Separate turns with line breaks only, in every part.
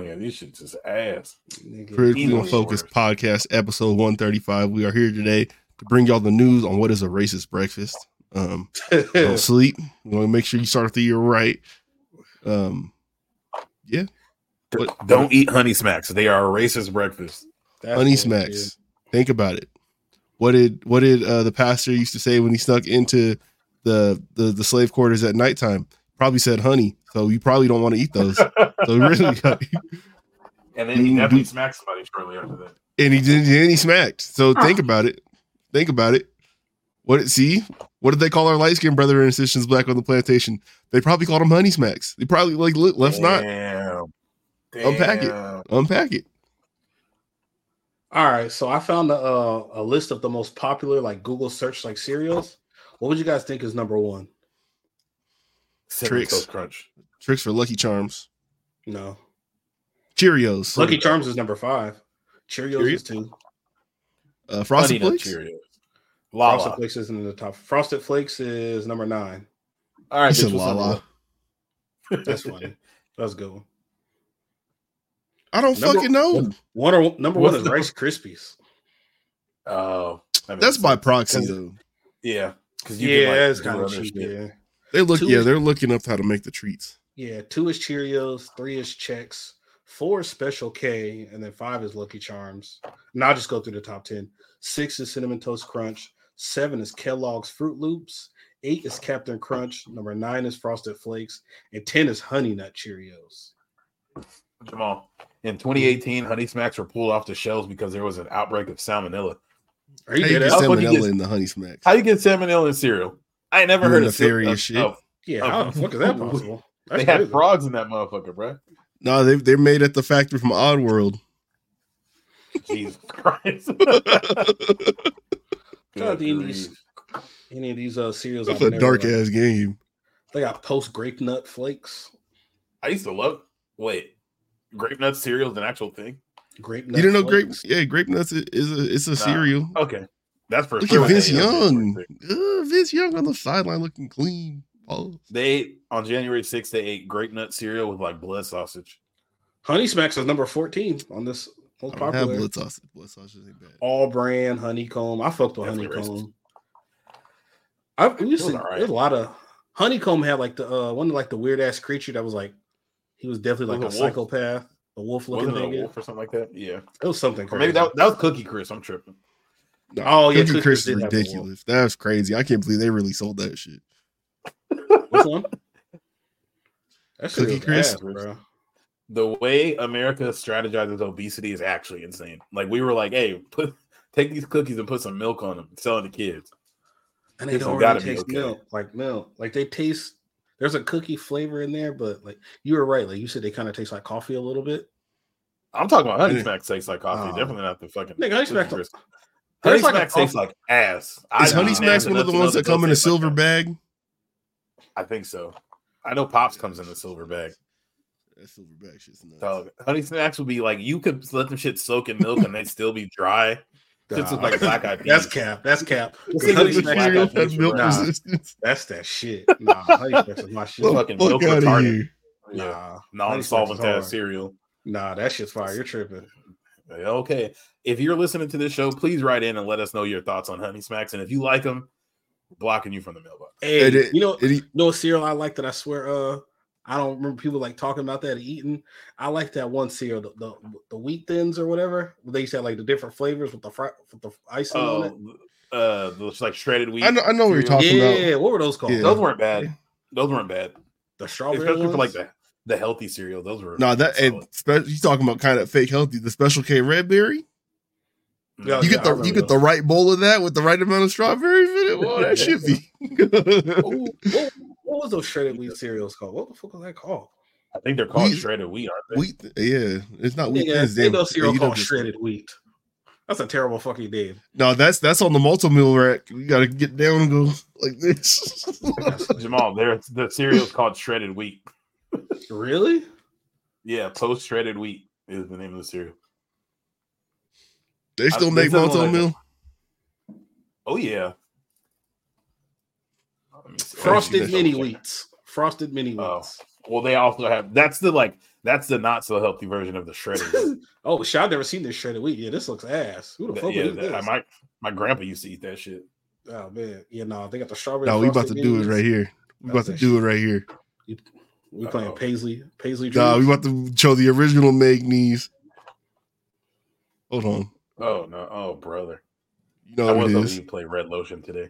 man, this shit's just ass.
Critical Focus Podcast, episode 135. We are here today to bring y'all the news on what is a racist breakfast. Um, don't sleep. We want to make sure you start the year right. Um, yeah. What-
Don't eat honey smacks. They are a racist breakfast.
Honey smacks. Think about it. What did what did uh, the pastor used to say when he snuck into the, the the slave quarters at nighttime? Probably said honey. So you probably don't want to eat those. so really,
And
then he definitely
smacked somebody shortly after that.
and he didn't. And he smacked. So think about it. Think about it. What see? What did they call our light skinned brother and sisters black on the plantation? They probably called them honey smacks. They probably like look, let's not
Damn.
Unpack it.
Damn.
unpack it.
All right, so I found a, uh, a list of the most popular like Google search like cereals. What would you guys think is number one?
Cinnamon
Tricks.
Toast Crunch.
Tricks for Lucky Charms,
No,
Cheerios,
Lucky Charms is number five. Cheerios
Cheerios?
is two.
uh, Frosted
Honey Nut
Flakes.
Cheerios.
Frosted
Lala.
Flakes isn't in the top. Frosted Flakes is number nine.
All right,
He said
bitch, what's up,
Lala.
bro?
That's funny. That's a good one.
I don't
Number-
fucking know.
One or number
What's
one is
the-
Rice Krispies.
Oh, that makes
That's by
sense.
proxy
Cause-
though.
Yeah, because
Yeah, it's kind of cheap. Yeah.
They look,
Two-
yeah, they're looking up how to make the treats.
yeah, two is Cheerios, three is Chex, four is Special K, and then five is Lucky Charms. And I'll just go through the top ten. Six is Cinnamon Toast Crunch. Seven is Kellogg's Fruit Loops. Eight is Captain Crunch. Number nine is Frosted Flakes, and ten is Honey Nut Cheerios.
Jamal. In 2018,
Mm.
Honey Smacks were pulled off the shelves because there was an outbreak of salmonella.
Are
How
you
you
dead
get
ass?
Sam- What'd you
salmonella
get?
in the honey smacks?
How you get salmonella in cereal? I ain't never
You're
heard
in
of
the
cereal-
fairy
of-
and shit.
of-
Yeah, how the fuck is that possible?
Oh. They
That's
had
crazy.
frogs in that motherfucker, bro.
No, they they're made at the factory from Oddworld.
Jesus Christ.
Trying to
Good grief.
think these- Any of these uh cereals?
That's
I've
a
never
dark
liked.
ass game.
They got post grape nut flakes.
I used to love. Wait, grape nut cereal is an actual thing.
Grape nut
You didn't know grape?
flakes.
Yeah, grape nuts i- is a it's a cereal.
Okay, that's for
Look
sure.
at Vince
They-
Young. Uh, Vince Young on the sideline looking clean. Oh,
They on January 6th, they ate grape nut cereal with like blood sausage.
Honey Smacks is number 14 on this most
I don't have
popular
blood sausage. Blood sausage ain't bad.
all brand honeycomb. I fucked with
Definitely
honeycomb. I we used
It was
to,
alright.
there's a lot of honeycomb had like the uh one of like the weird ass creature that was like he was definitely like
Was
a,
it a wolf?
psychopath, a wolf looking
Wasn't it a
thing. It
wolf or something like that? Yeah,
was something
or
crazy.
maybe that, that was Cookie Crisp. I'm tripping.
oh yeah,
Cookie
Cookie
Crisp
did
is
have a wolf.
ridiculous. That's crazy. I can't believe they really sold that shit.
Which one? That
Cookie
Cookie
Crisp?
Crisp, bro.
The way America strategizes obesity is actually insane. Like we were like, hey, put take these cookies and put some milk on them, sell it to kids.
And they
This
don't
has gotta
really
be
taste
okay.
milk, like milk. Like they taste. There's a cookie flavor in there, but like you were right. Like you said, they kind of taste like coffee a little bit.
I'm talking about honey
Yeah.
smacks tastes like coffee.
Oh.
Definitely not the fucking
Nigga,
Cookie
Honey Smacks-
Crisp. Honey
There's like a
smacks tastes
coffee-
like ass.
Is
I
honey
know
smacks
man,
one of
but
the ones
that's
that come in
another
a
taste like
silver
that.
bag?
I think so. I know Pops comes in a silver bag.
That silver bag shit's nuts.
So honey smacks would be like you could let them shit soak in milk and they'd still be dry. Shit's with, like black eyed
That's
peas.
cap. That's cap.
It's like
Honey Smacks
these black
got
cereal
eyed
has
peas
milk
were-
Nah.
resistance.
That's that shit. Nah, honey smacks is my shit.
Fuck,
Fuck
fucking milk
out of
retardant.
here.
Yeah,
Nah, Honey Smacks is
non-solvent
hard.
ass cereal.
nah, that shit's fire. You're tripping.
Okay, if you're listening to this show, please write in and let us know your thoughts on honey smacks. And if you like them, blocking you from the mailbox.
Hey,
And it-
you know, you
and he-
know what cereal I like that I swear uh I don't remember people like talking about that and eating. I like that one cereal, the, the the wheat thins or whatever. They used to have like the different flavors with the fry, with the icing on it.
Oh, uh, it's like shredded wheat.
I know- I know what you're
cereal.
talking
Yeah,
about-
what were those called?
Yeah.
Those weren't bad. Those weren't bad,
The strawberry
especially
ones?
for like the, the healthy cereal. Those were
No, that
solid.
and spe- you talking about kind of fake healthy. The special K red berry.
Oh,
Yeah,
You get
I
the
remember
you get the
those.
right bowl of that with the right amount of strawberries in it. Well, that should be.
Ooh, what, what was those shredded wheat cereals called? What the fuck was that called?
I think they're called
Wheat-
shredded wheat, aren't they?
wheat, yeah, it's not wheat.
Yeah,
thins,
they
damn-
go cereal
you know
called
this-
shredded wheat. That's a terrible fucking name.
No, that's that's on the multi meal rack. You got to get down and go like this.
Jamal, they're, the cereal's called shredded wheat.
really?
Yeah, post shredded wheat is the name of the cereal.
they still
I-
make
this is
multi
one
meal.
Oh yeah. Let me see. Let
Frosted
me
Frosted mini
double check.
wheats. Frosted mini
Oh.
wheats.
Well, they also have that's the like That's the not so healthy version of the shredded. wheat.
oh, shit, I've never seen this shredded wheat. Yeah, this looks ass. Who the fuck
yeah,
would eat
that-
this?
my my grandpa used to eat that shit.
Oh man, yeah, no, they got the strawberry.
No, we about to
frosted
do it
beans.
right here. We about to do it right here.
We playing
Uh-oh.
Paisley, Paisley.
Nah, we
Dreams?
about to show the original Magnes. Hold on.
Oh no, oh brother.
You
I
know
was
what Oh, it
hoping
is.
you play Red Lotion today.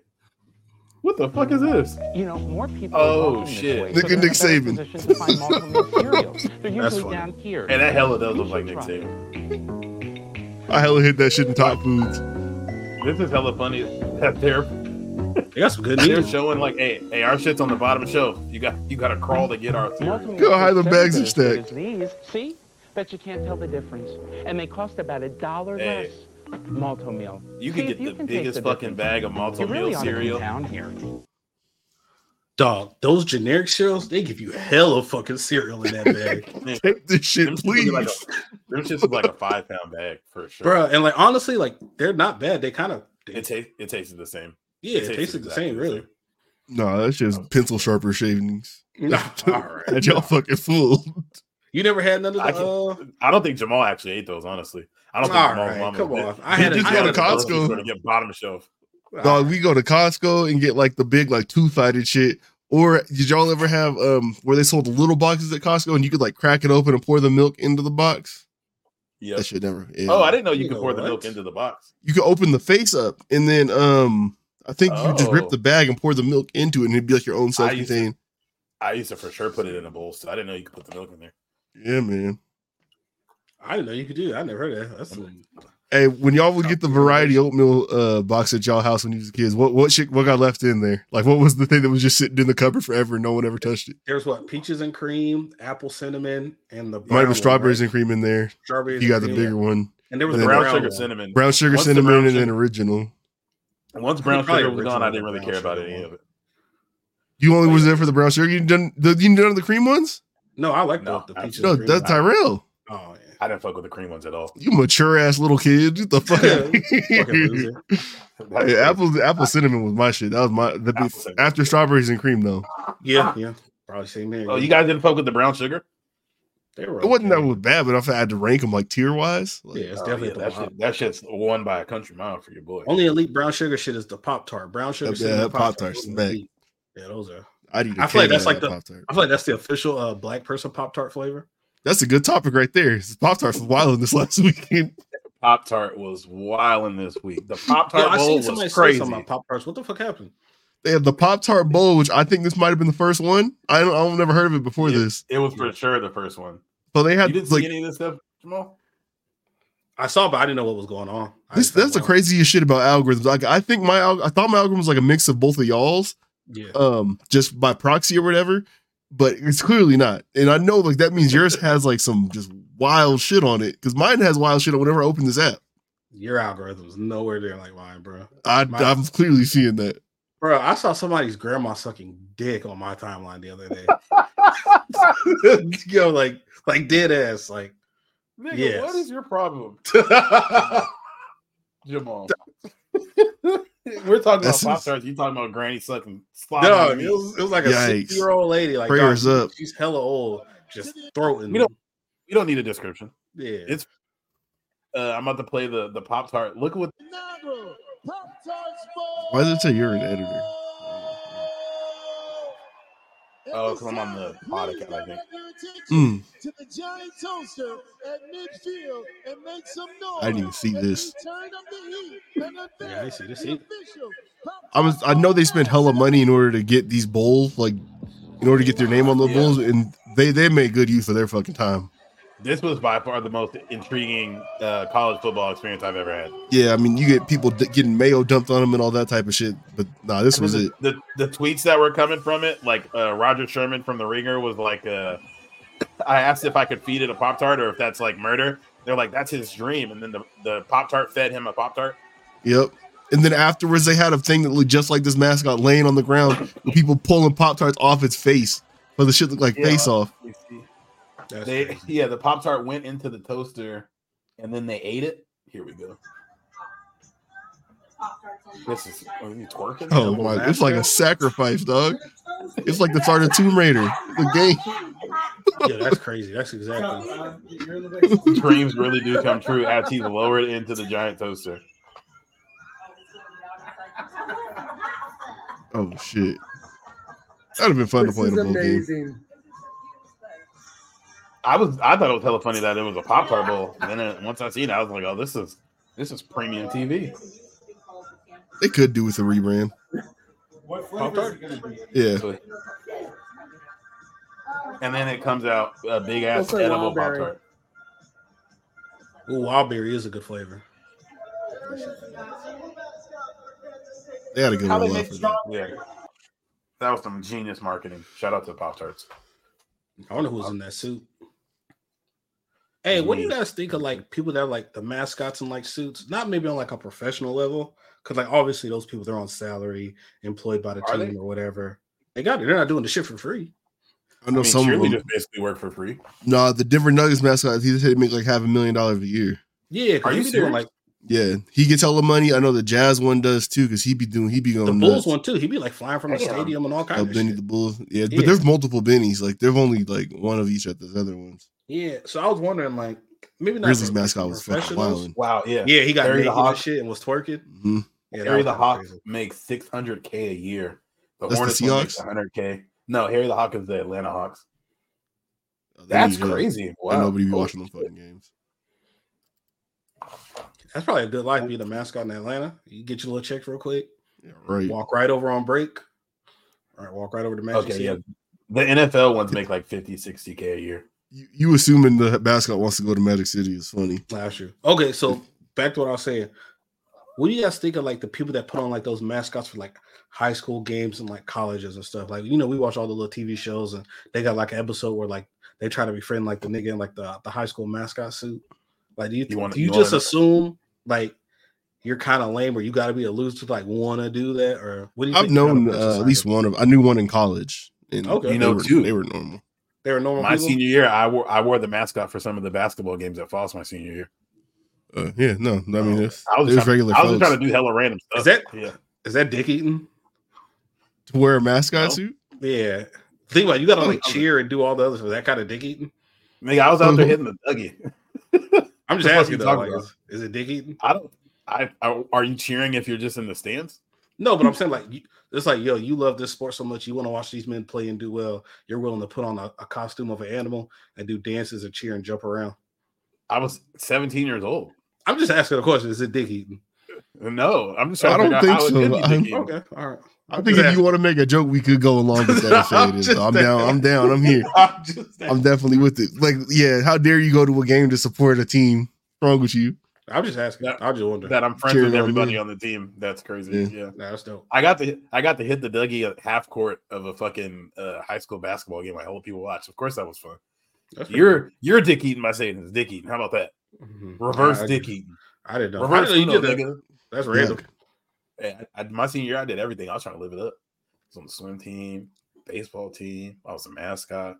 What the fuck is this?
You know, more
Oh,
people. are walking this
shit.
way,
Look
so
at
they're in a
Nick
better
Saban.
position to find multiple materials. They're
That's
usually
funny.
down here.
And that hella does
We
look
should
like Nick
try.
Saban.
I hella hit that shit in top foods.
This is hella funny that they're
They got some good
they're
news.
showing like, hey, hey, our shit's on the bottom shelf. You got you got to crawl to get our cereal.
Marketing
Go hide the
is
bags
just
and
as good
stack.
as These, see? Bet you can't tell the difference. And they cost about a dollar
Hey.
less. Malto meal.
You can
See
get
if you
the
can taste
biggest
the
fucking bag of
difference.
malto
You really
meal
ought to be
cereal.
down here.
Dog, those generic cereals, they give you hella fucking cereal in that bag,
Take this shit,
Them shits look
please.
Like a, them shits look like a five pound bag for sure.
Bruh, And like honestly, like they're not bad. They kind of
It tastes it tasted the same.
yeah, it
tastes
tastes the
exactly
same,
the
really.
same.
No, that's
Oh.
just pencil sharper shavings.
Nah, all right.
That y'all fucking fool.
You never had none of
I
the. Uh,
I don't think Jamal actually ate those. Honestly, I don't think
All
Jamal's
right,
mama
come
did.
on. I
He
had a-
just
I
go
had
to
a-
Costco.
to get bottom shelf.
Dog, we go to Costco and get like the big, like two sided shit. Or did y'all ever have um where they sold the little boxes at Costco and you could like crack it open and pour the milk into the box?
Yeah.
That shit never. yeah.
Oh, I didn't know you,
You
could
know
pour the
what?
milk into the box.
you could open the face up and then um I think you just
Oh.
rip the bag and pour the milk into it and it'd be like your own
I
self
used to-
contained.
I used to for sure put it in a bowl, so I didn't know you could put the milk in there.
Yeah, man.
I didn't know you could do that. I never heard of that. That's some-
Hey, when y'all would get the variety oatmeal uh box at y'all house when you was kids, what what shit what got left in there? Like what was the thing that was just sitting in the cupboard forever and no one ever touched it?
there's what peaches and cream, apple cinnamon, and the
It might have
brown one,
been strawberries
right?
and cream in there.
strawberries.
You got
and
the
cream,
bigger one.
and there was
and
the
then
Brown,
brown
sugar,
one.
cinnamon.
Brown sugar
What's the
cinnamon
brown
and then
sugar?
original.
Once brown
Probably
sugar was gone, I didn't really
original
care about
brown
any
sugar
of it.
You
Oh,
only was there for the brown sugar. You done the you done the cream ones?
No, I like
No,
the, the
I-
peaches.
No,
and cream.
that's Tyrell.
oh yeah.
I didn't fuck with the cream ones at all.
You mature ass little kid. Get the fuck out of
Fucking
here.
loser.
Hey, apple apple cinnamon was my shit. That was my the,
Apple cinnamon.
after strawberries and cream though.
Yeah, yeah. Probably same there.
Oh, you guys didn't fuck with the brown sugar?
They were
It wasn't that
okay.
was bad, but if I had to rank them like tier wise,
Yeah,
like,
it's
Oh,
definitely
yeah,
the
that,
Pop-
shit, that shit's won by a country mile for your boy.
only elite brown sugar shit is the Pop Tart. Brown sugar,
Yeah,
cinnamon
that
Pop-Tart,
Pop-Tart's
those are
back.
elite. Yeah, those are.
I'd eat. a
I feel like
cake
that's
out
like
of that
the-
Pop-Tart.
I feel like that's the official uh, black person Pop Tart flavor.
That's a good topic right there. Pop Tarts was wild in this last weekend.
Pop Tart was wilding this week. The Pop
Yeah,
Tart
I
bowl
seen somebody
was
say
crazy.
something about Pop Tarts. What the fuck happened?
They had the Pop Tart Bowl, which I think this might have been the first one. I don't, I've never heard of it before
Yeah.
this.
It was for sure the first one.
But they
you
had
didn't
like
see any of this stuff, Jamal?
I saw, but I didn't know what was going on. I
this.
just thought,
That's the
wow.
craziest shit about algorithms. Like I think my alg- I thought my algorithm was like a mix of both of y'all's,
Yeah,
um, just by proxy or whatever. But it's clearly not. And I know like that means yours has like some just wild shit on it because mine has wild shit on whenever I open this app.
your algorithm's nowhere near like mine, bro.
I,
My-
I'm clearly seeing that.
Bro, I saw somebody's grandma sucking dick on my timeline the other day. Yo, like, like dead ass, like.
Nigga,
Yes.
what is your problem, Jamal? We're talking
That's-
about Pop Tarts. You talking about Granny sucking slime?
No,
on
it
me.
was, it was like a
Yikes.
60 year old lady. Like,
Prayers
dog,
up.
She's hella old, just throating.
We don't- you don't need a description.
Yeah.
it's- Uh, I'm about to play the the Pop Tart. Look at what
Why does it say you're an editor?
Oh, because I'm on the pod account, I think.
Mm,
To the giant toaster at midfield and make some noise.
I didn't even see this.
Turn up the heat and
Yeah, I see this heat.
I was I know they spent hella money in order to get these bowls, like in order to get their name on the
Yeah.
bowls, and they they made good use of their fucking time.
this was by far the most intriguing uh, college football experience I've ever had.
Yeah, I mean you get people d- getting mayo dumped on them and all that type of shit, but nah, this
And
was
then
it.
The, the the tweets that were coming from it, like uh, Roger Sherman from The Ringer was like, uh, I asked if I could feed it a Pop Tart or if that's like murder. They're like, that's his dream. And then the, the Pop Tart fed him a Pop Tart.
Yep. And then afterwards, they had a thing that looked just like this mascot laying on the ground, with people pulling pop tarts off its face, but the shit looked like
Yeah.
face off.
That's
They,
crazy.
yeah, the Pop Tart went into the toaster and then they ate it. Here we go. This is are you twerking?
Oh my! It's like a sacrifice, dog. It's like the start of Tomb Raider, the game.
Yeah, that's crazy. That's exactly.
Dreams really do come true as he's lowered into the giant toaster.
Oh shit! That'd have been fun
This
to play
is
in a bowl game.
amazing.
I was I thought it was hella funny that it was a pop tart bowl. And then it, once I seen it, I was like, oh, this is this is premium TV.
They could do with a rebrand.
What
flavor is it
gonna be?
Yeah,
So- And then it comes out a big ass
Looks like
edible pop
Wildberry.
tart.
Ooh, wildberry is a good flavor.
they had a good
How
one.
they
left
make
for
strong-
that.
Yeah. That was some genius marketing. Shout out to Pop Tarts.
I wonder who's in that suit. Hey, what do you guys think of like people that are like the mascots in like suits? Not maybe on like a professional level, because like obviously those people they're on salary, employed by the
Are
team
they?
or whatever. They got it. They're not doing the shit for free.
I know some of them.
just basically work for free.
Nah, the Denver Nuggets mascot. He said he make like half a million dollars a year.
Yeah, 'cause
Are
they
you
be doing
serious?
like
Yeah, he gets hella money. I know the Jazz one does too, because he be doing he be going
the
nuts.
Bulls one too. He'd be like flying from the
Damn.
stadium and all kinds
Oh,
of
Benny
shit.
the Bulls. Yeah,
Yeah.
but there's multiple Bennies. Like there've only like one of each at the other ones.
Yeah, so I was wondering like maybe not
Grizzlies
the
mascot was fucking
professionals.
wild.
Wow, yeah.
Yeah, he got
Barry the
naked
Hawk.
and shit and was twerking.
hmm
Yeah, that
Harry
was
the
kinda
Hawk
crazy.
makes 600k a year. The
That's the
Hornets one makes
Seahawks?
100k. No, Harry the Hawk is the Atlanta Hawks. That's crazy. Wow.
And nobody be
Holy
watching them
shit.
fucking games.
That's probably a good life to be the mascot in Atlanta. You get your little check real quick.
Yeah, right.
Walk right over on break. All right, walk right over to Magic
Okay,
City.
yeah. The NFL ones make like 50, 60k a year.
You, you assuming the mascot wants to go to Magic City is funny.
Last year. Okay, so back to what I was saying. What do you guys think of like the people that put on like those mascots for like high school games and like colleges and stuff? Like, you know, we watch all the little TV shows and they got like an episode where like they try to befriend like the nigga in like the, the high school mascot suit. Like, do you,
You wanna-
do you,
you
just
wanna-
assume like you're kind of lame or you got to be a loser to like want to do that? Or what do you
I've
think kinda
known
puts
uh,
aside
at least
the-
one of. I knew one in college. And
Okay.
they
You know
were-
two.
They were normal.
They were normal
My
people?
senior year, I wore I wore the mascot for some of the basketball games at Falls my senior year.
Uh, yeah, no, I mean, it's,
I was
it
trying
was
to-
regular
I was just
folks.
trying to do hella random stuff.
Is that-
yeah?
Is that Dick Eaton?
to wear a mascot
No.
suit.
Yeah. Think about it, you gotta
Oh,
like
okay.
cheer and do all the other stuff. That kind of dick eating.
Nigga, I was out there
Mm-hmm.
hitting the Dougie.
I'm
What the
just
fuck
asking
you
though,
talking
like,
about?
is, is it dick eating?
I don't. I, I are you cheering if you're just in the stands?
No, but I'm saying like you, it's like yo, you love this sport so much, you want to watch these men play and do well. You're willing to put on a, a costume of an animal and do dances and cheer and jump around.
I was 17 years old.
I'm just asking a question: Is it dick eating?
No, I'm just trying
I
to
don't
figure out how
think
it
so.
could be
I'm-
Dick Eaton.
Okay, all right.
I think if you want to make a joke, we could go along with that. if
I'm
it is,
just
though. I'm down. I'm down. I'm here.
I'm just,
I'm
I'm,
definitely with it. Like, yeah, how dare you go to a game to support a team? What's wrong with you?
just asking.
That-
I just wonder.
That I'm friends
Cheering
with
on
everybody
me.
on the team. That's crazy.
Yeah.
Yeah.
Nah, that's dope.
I got to I got to hit the Dougie at half court of a fucking uh, high school basketball game. I hope people watch. Of course, that was fun.
That's pretty
You're you're Dick Eaton by saying it's Dick Eaton. How about that?
dope. Mhm.
Reverse
I,
Dick Eaton.
I didn't know. I
Reverse
didn't know you
Uno,
did that.
nigga.
That's random.
Hey, I, I, my senior year, I did everything. I was trying to live it up. I was on the swim team, baseball team. I was a mascot.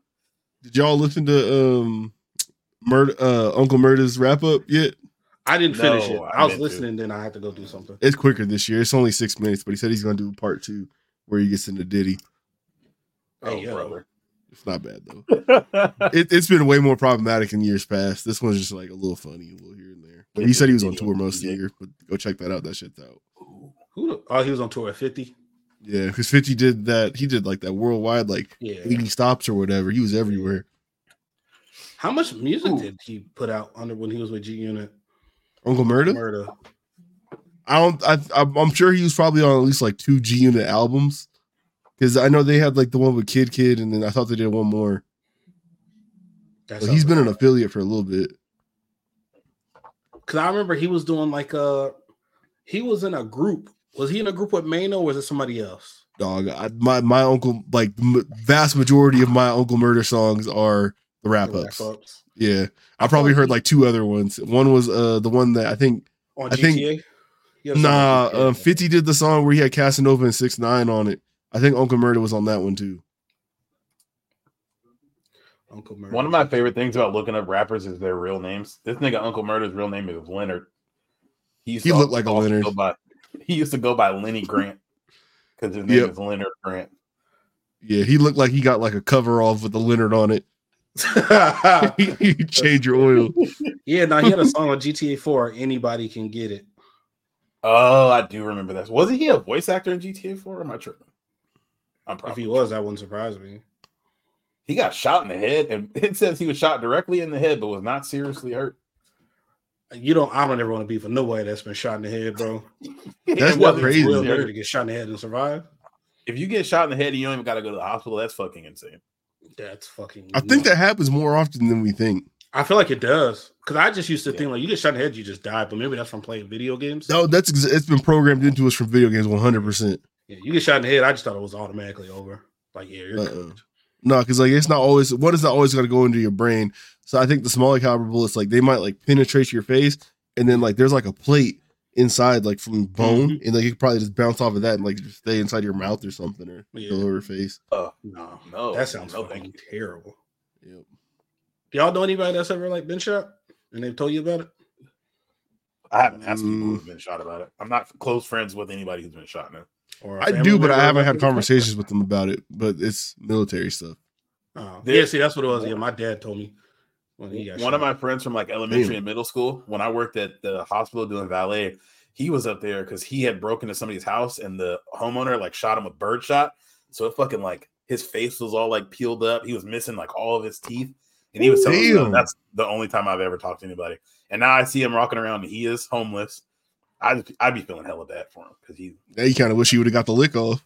Did y'all listen to um, Murder uh, Uncle Murder's wrap up yet?
I didn't
No,
finish it.
I
I, was
meant to.
listening, then I had to go do something.
It's quicker this year. It's only six minutes, but he said he's gonna do part two where he gets into Diddy.
Oh,
Hey, yo.
brother.
It's not bad though. It, it's been way more problematic in years past. This one's just like a little funny, a little here and there. But he said he was on tour most of the year, but go check that out. That shit's out.
Who? the- Oh, he was on tour at 50.
Yeah, because 50 did that. He did like that worldwide, like
Yeah.
80 stops or whatever. He was everywhere.
How much music
Ooh.
did he put out under when he was with G Unit?
Uncle Murda?
Murder.
I don't, I, I'm I'm sure he was probably on at least like two G Unit albums because I know they had like the one with Kid Kid, and then I thought they did one more.
That's
But he's been an affiliate for a little bit.
because I remember he was doing like a he was in a group. Was he in a group with Mano or was it somebody else?
Dog, I, my, my uncle, like the m- vast majority of my Uncle Murder songs are the wrap
The
ups.
wrap-ups.
Yeah. I probably heard like two other ones. One was uh the one that I think
on
I
GTA.
think-
He was on
Nah,
GTA.
um, 50 did the song where he had Casanova and 6 9 on it. I think Uncle Murder was on that one too.
Uncle Murder.
One of my favorite things about looking up rappers is their real names. This nigga Uncle Murder's real name is Leonard. He's
He looked like a
also
Leonard.
go by- He used to go by Lenny Grant because his name
Yep.
is Leonard Grant.
Yeah, he looked like he got like a cover off with the Leonard on it. you change your oil.
yeah, now he had a song on GTA 4. Anybody can get it.
Oh, I do remember that. Wasn't he a voice actor in GTA 4? Am I tripping? I'm
If
probably.
he was, that wouldn't surprise me.
He got shot in the head, and it says he was shot directly in the head, but was not seriously hurt.
You don't. I don't ever want to be for nobody that's been shot in the head, bro.
It
That's not
wasn't
crazy.
Will
seriously
Durant
hurt.
to get shot in the head and survive.
If you get shot in the head, and you don't even got to go to the hospital. That's fucking insane.
That's fucking.
I think
nuts.
that happens more often than we think.
I feel like it does because I just used to
Yeah.
think like you get shot in the head, you just die. But maybe that's from playing video games.
No, that's ex- it's been programmed into us from video games 100%.
Yeah, you get shot in the head. I just thought it was automatically over. Like yeah, you're
Uh-uh.
good.
No, because like it's not always what is not always going to go into your brain. So I think the smaller caliber bullets, like they might like penetrate your face, and then like there's like a plate inside, like from bone,
Mm-hmm.
and like you could probably just bounce off of that and like just stay inside your mouth or something or
Yeah.
the lower face.
No,
Oh, No,
that sounds
no,
fucking
thank
terrible.
Yep.
Do y'all know anybody that's ever like been shot and they've told you about it?
I haven't asked people
Mm.
who've been shot about it. I'm not close friends with anybody who's been shot. Now.
Or a
I
family
do, but I
member?
haven't had conversations with them about it. But it's military stuff.
Oh,
There-
yeah, see, that's what it was. Yeah, my dad told me when he got
One
shot.
of my friends from like elementary
Damn.
and middle school, when I worked at the hospital doing valet, he was up there because he had broken into somebody's house and the homeowner like shot him with birdshot. So it fucking like his face was all like peeled up. He was missing like all of his teeth. And he was telling me
Damn.
that's the only time I've ever talked to anybody. And now I see him rocking around and he is homeless. I just, I'd be feeling hella bad for him because he
Now you kind of wish you would have got the lick off.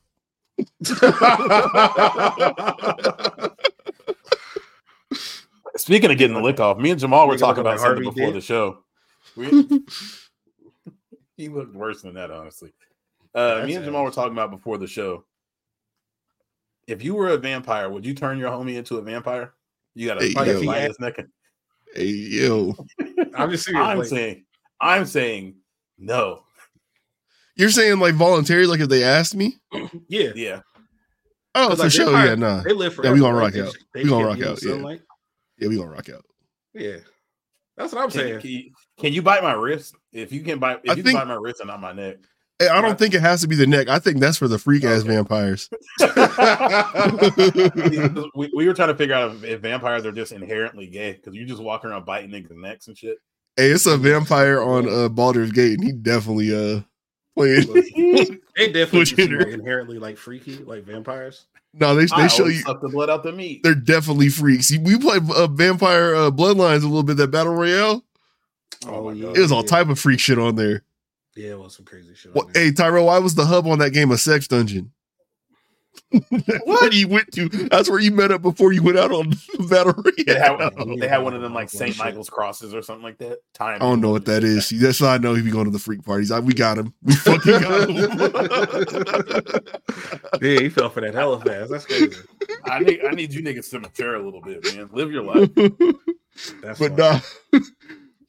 Speaking of getting the lick off, me and Jamal were
Make it look
talking about
like
something
Harvey
before
did.
the show. We, he looked worse than that, honestly. Uh,
That's
me and Jamal were talking about before the show. If you were a vampire, would you turn your homie into a vampire? You got
Hey,
to bite
yo.
bite his neck. and-
Hey, yo,
I'm just serious.
I'm
like,
saying, I'm saying, no.
you're saying like voluntary? Like if they asked me?
yeah,
Yeah,
Oh,
'Cause,
for
like,
sure.
vampire-
Yeah, nah.
they live
Yeah,
forever.
we gonna
right?
rock
They
out.
just- they
We gonna
can't
rock
get
out, yeah.
sunlight.
Yeah, we gonna rock out.
Yeah, that's what I'm
can,
saying.
can you, can you bite my wrist? If you can bite, if
I
you
think-
can bite my wrist and not my neck.
Hey, I
Yeah.
don't think it has to be the neck. I think that's for the freak ass
Okay.
vampires.
we, we were trying to figure out if, if vampires are just inherently gay because you just walk around biting niggas' necks and shit.
Hey, it's a vampire on uh, Baldur's Gate, and he definitely uh playing.
They definitely
Would
do
you
seem
do-
inherently like freaky, like vampires.
no, they
I
they show
always
you
suck the blood out the meat.
they're definitely freaks. We played uh, Vampire uh, Bloodlines a little bit that battle royale.
Oh my God.
It was all
yeah.
type of freak shit on there.
Yeah, it was some crazy shit.
What,
on there.
hey Tyrell, why was the hub on that game of Sex Dungeon? That's where you went to. That's where you met up before you went out on battle
They had,
royale.
they had one of them like
Oh,
St.
shit.
Michael's crosses or something like that. Time.
I don't know what that is. See, That's how I know he be going to the freak parties. I, we got him. We fucking got him.
yeah, he fell for that hella fast. That's crazy.
I need I need you niggas to mature a little bit, man. Live your life.
Oh,
That's
but
funny.
nah.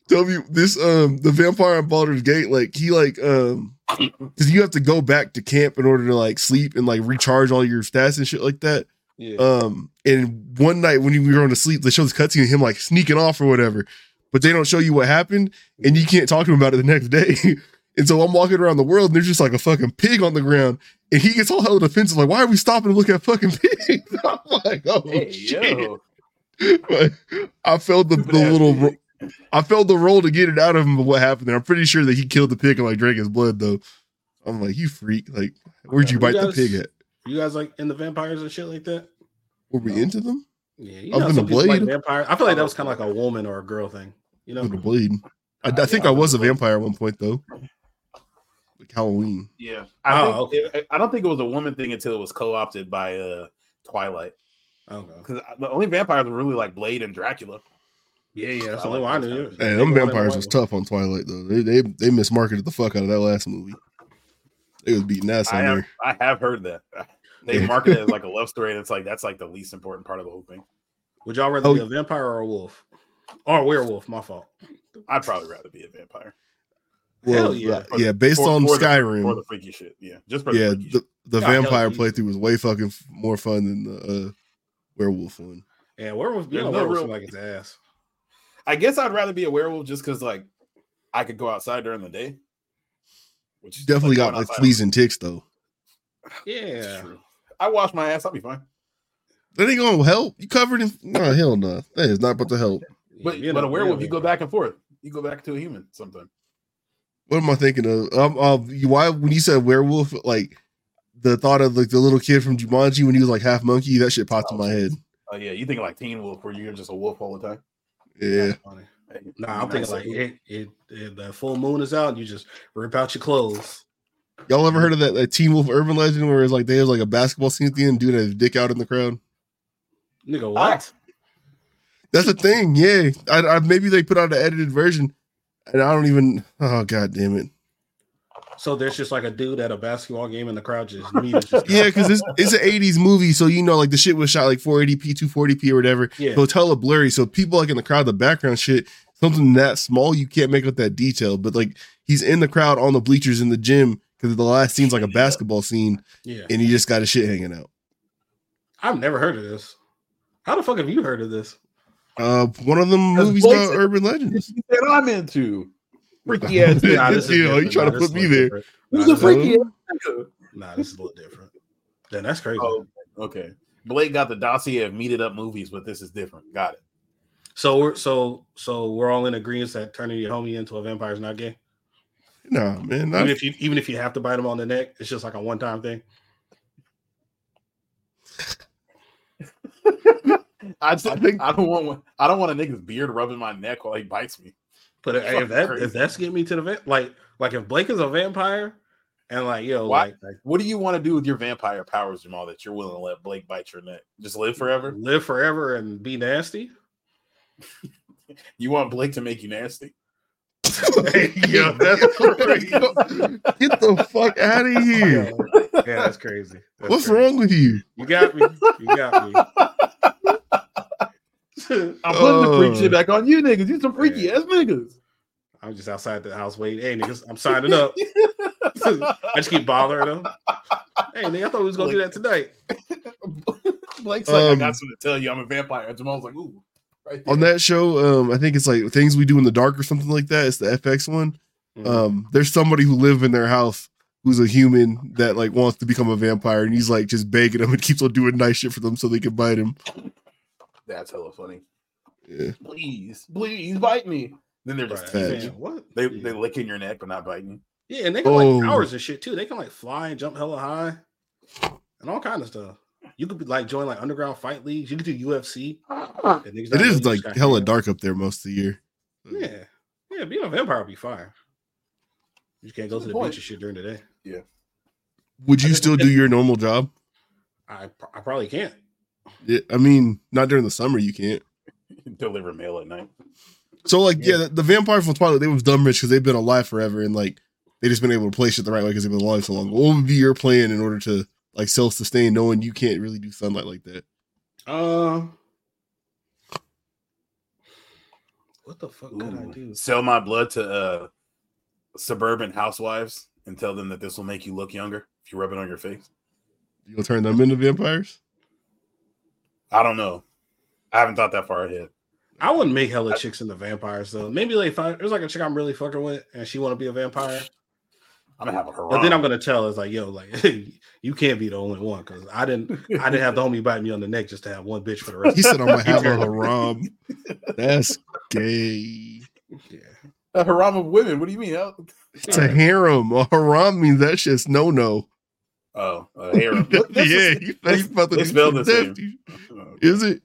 Tell me this um the vampire in Baldur's Gate, like he like um because you have to go back to camp in order to like sleep and like recharge all your stats and shit like that.
Yeah.
Um and one night when we were going to sleep, they show this cutscene of him like sneaking off or whatever, but they don't show you what happened, and you can't talk to him about it the next day. and so I'm walking around the world and there's just like a fucking pig on the ground, and he gets all hella defensive, like, why are we stopping to look at fucking pigs? I'm like, oh
Hey,
shit.
yo.
Like, I felt the, the
Stupid-ass
little,
pig.
ro- I felt the roll to get it out of him. But what happened there? I'm pretty sure that he killed the pig and like drank his blood though. I'm like, you freak! Like, where'd you
You
bite the
guys-
pig at?
You guys like in the vampires and shit like that?
Were we
No.
into them?
Yeah, you
Other
know,
than
some
the
people like
blade?
vampires. I feel
Oh,
like that was kind of like a woman or a girl thing. You know,
With the blade. I, I think I was a vampire at one point though. Like Halloween.
Yeah. I,
Oh,
think, I don't think it was a woman thing until it was co-opted by uh Twilight.
I don't know.
Because the only vampires were really like Blade and Dracula.
Yeah, yeah, that's
I
the only
like
one I
those
knew.
kinds.
Hey,
They
them
go in
vampires was
white.
tough on Twilight though. They they they mismarketed the fuck out of that last movie. They was beating ass
I
on
have,
there.
I have heard that. They
Yeah.
market it as like a love story, and it's like that's like the least important part of the whole thing.
Would y'all rather
Oh,
be a vampire or a wolf? Or a werewolf, my fault.
I'd probably rather be a vampire
Well,
Hell yeah.
yeah, based
For-
on
for the-
Skyrim.
for the freaky shit. Yeah, just for
yeah,
the freaky
the, the
Yeah, hell,
vampire
you-
playthrough was way fucking f- more fun than the uh, werewolf one.
Yeah, werewolf
There's
being a
no
werewolf
real-
seem like his ass.
I guess I'd rather be a werewolf just because like I could go outside during the day. Which
You
is
definitely
like
got
going
like
outside.
fleas and ticks though.
It's
Yeah.
true. I wash my ass. I'll be fine.
That ain't gonna help. You covered in no hell no. That is not about to help.
But
Being
but a werewolf, you
werewolf.
go back and forth. You go back to a human sometimes.
What am I thinking of? Um, um you- why when you said werewolf, like the thought of like the little kid from Jumanji when he was like half monkey, that shit popped in my head.
Oh yeah, you think like Teen Wolf, where you're just a wolf all the time.
Yeah,
Funny.
Hey,
Nah, I'm
nice.
thinking like it, it, it- the full moon is out, you just rip out your clothes.
y'all ever heard of that, that Teen Wolf urban legend where it's like they have like a basketball scene at the end, dude had his dick out in the crowd.
Nigga,
Ah.
what?
That's a thing. Yeah, I, I maybe they put out an edited version, and I don't even. Oh god damn it.
So there's just like a dude at a basketball game in the crowd just meat is just
Yeah, because it's it's an '80s movie, so you know, like the shit was shot like 480p, 240p, or whatever.
yeah.
So it's hella blurry. So people like in the crowd, the background shit, something that small, you can't make up that detail. But like he's in the crowd on the bleachers in the gym because the last scene's like a basketball scene,
yeah.
and he just got his shit hanging out.
I've never heard of this. How the fuck have you heard of this?
Uh, one of them
That's
movies about
bullshit.
urban legends.
that I'm into. Freaky
Yeah,
ass.
dude,
nigga.
this- you know, you
different.
trying to
this
put
is
me
a little
there.
different.
Who's
Nah,
a
this-
freaky ass? nigga?
Nah, this is a little different. Then that's crazy.
Oh, okay. Blake got the dossier of meated up movies, but this is different. Got it.
So we're so so we're all in agreement that turning your homie into a vampire is not gay.
Nah, man,
Even
not,
if you even if you have to bite him on the neck, it's just like a one time thing.
I just, I,
I think-
don't want I don't want a nigga's beard rubbing my neck while he bites me.
But
That's
if that
crazy.
if that's getting me to the vent, like like if Blake is a vampire, and like yo,
Why-
like, like
What do you want to do with your vampire powers, Jamal? That you're willing to let Blake bite your neck? Just live forever?
live forever and be nasty.
You want Blake to make you nasty?
yo, that's crazy.
get the fuck out of here.
yeah, that's crazy. That's
What's
crazy.
wrong with you?
You got me. You got me.
I'm putting the freak
Oh.
shit back on you niggas. You some freaky
Yeah.
ass niggas.
I'm just outside the house waiting. Hey niggas, I'm signing up. I just keep bothering them. Hey nigga, I thought we was gonna do that tonight.
Blake's like, I
Um,
got something to tell you. I'm a vampire. And Jamal's like, ooh, right there.
on that show um i think it's like things we do in the dark or something like that it's the fx one
Mhm.
um there's somebody who live in their house who's a human that like wants to become a vampire and he's like just begging them and keeps on doing nice shit for them so they can bite him
That's hella funny.
yeah.
Please, please bite me. Then they're just
Right.
fat.
Yeah, what?
they
yeah.
they lick in your neck but not biting you.
Yeah, and they can
Oh.
like powers and shit too. They can like fly and jump hella high and all kind of stuff. You could be like join like underground fight leagues. You could do UFC.
Uh-huh.
It
it is like hella dark up there most of the year
Yeah, yeah. Being a vampire would be fire. You can't go
That's
to
a
the
point.
beach and shit during the day.
would
I
you
think
still do your normal job
I pr- I probably can't.
yeah, i mean not during the summer you can't
Deliver mail at night.
so like yeah,
Yeah.
the, the vampire from twilight they was dumb rich because they've been alive forever and like they just been able to play shit the right way because they've been alive so long what would be your plan in order to like self-sustain knowing you can't really do sunlight like that Uh,
Um. What the fuck could I
Ooh.
do?
Sell my blood to uh suburban housewives and tell them that this will make you look younger if you rub it on your face.
You'll turn them into vampires?
I don't know. I haven't thought that far ahead.
I wouldn't make hella chicks into vampires though. Maybe like if I, there's like a chick I'm really fucking with and she want to be a vampire,
I'm gonna have a haram.
but then I'm gonna tell it's like yo, like you can't be the only one because I didn't I didn't have the homie bite me on the neck just to have one bitch for the rest.
He
of
said I'm gonna have a haram. That's gay.
Yeah,
a haram of women. What do you mean? Oh,
It's a harem. A haram means that shit's no no.
oh a
Yeah,
harem. Look, this is-
you- you about to
they
do
spell the
something nasty. Is it?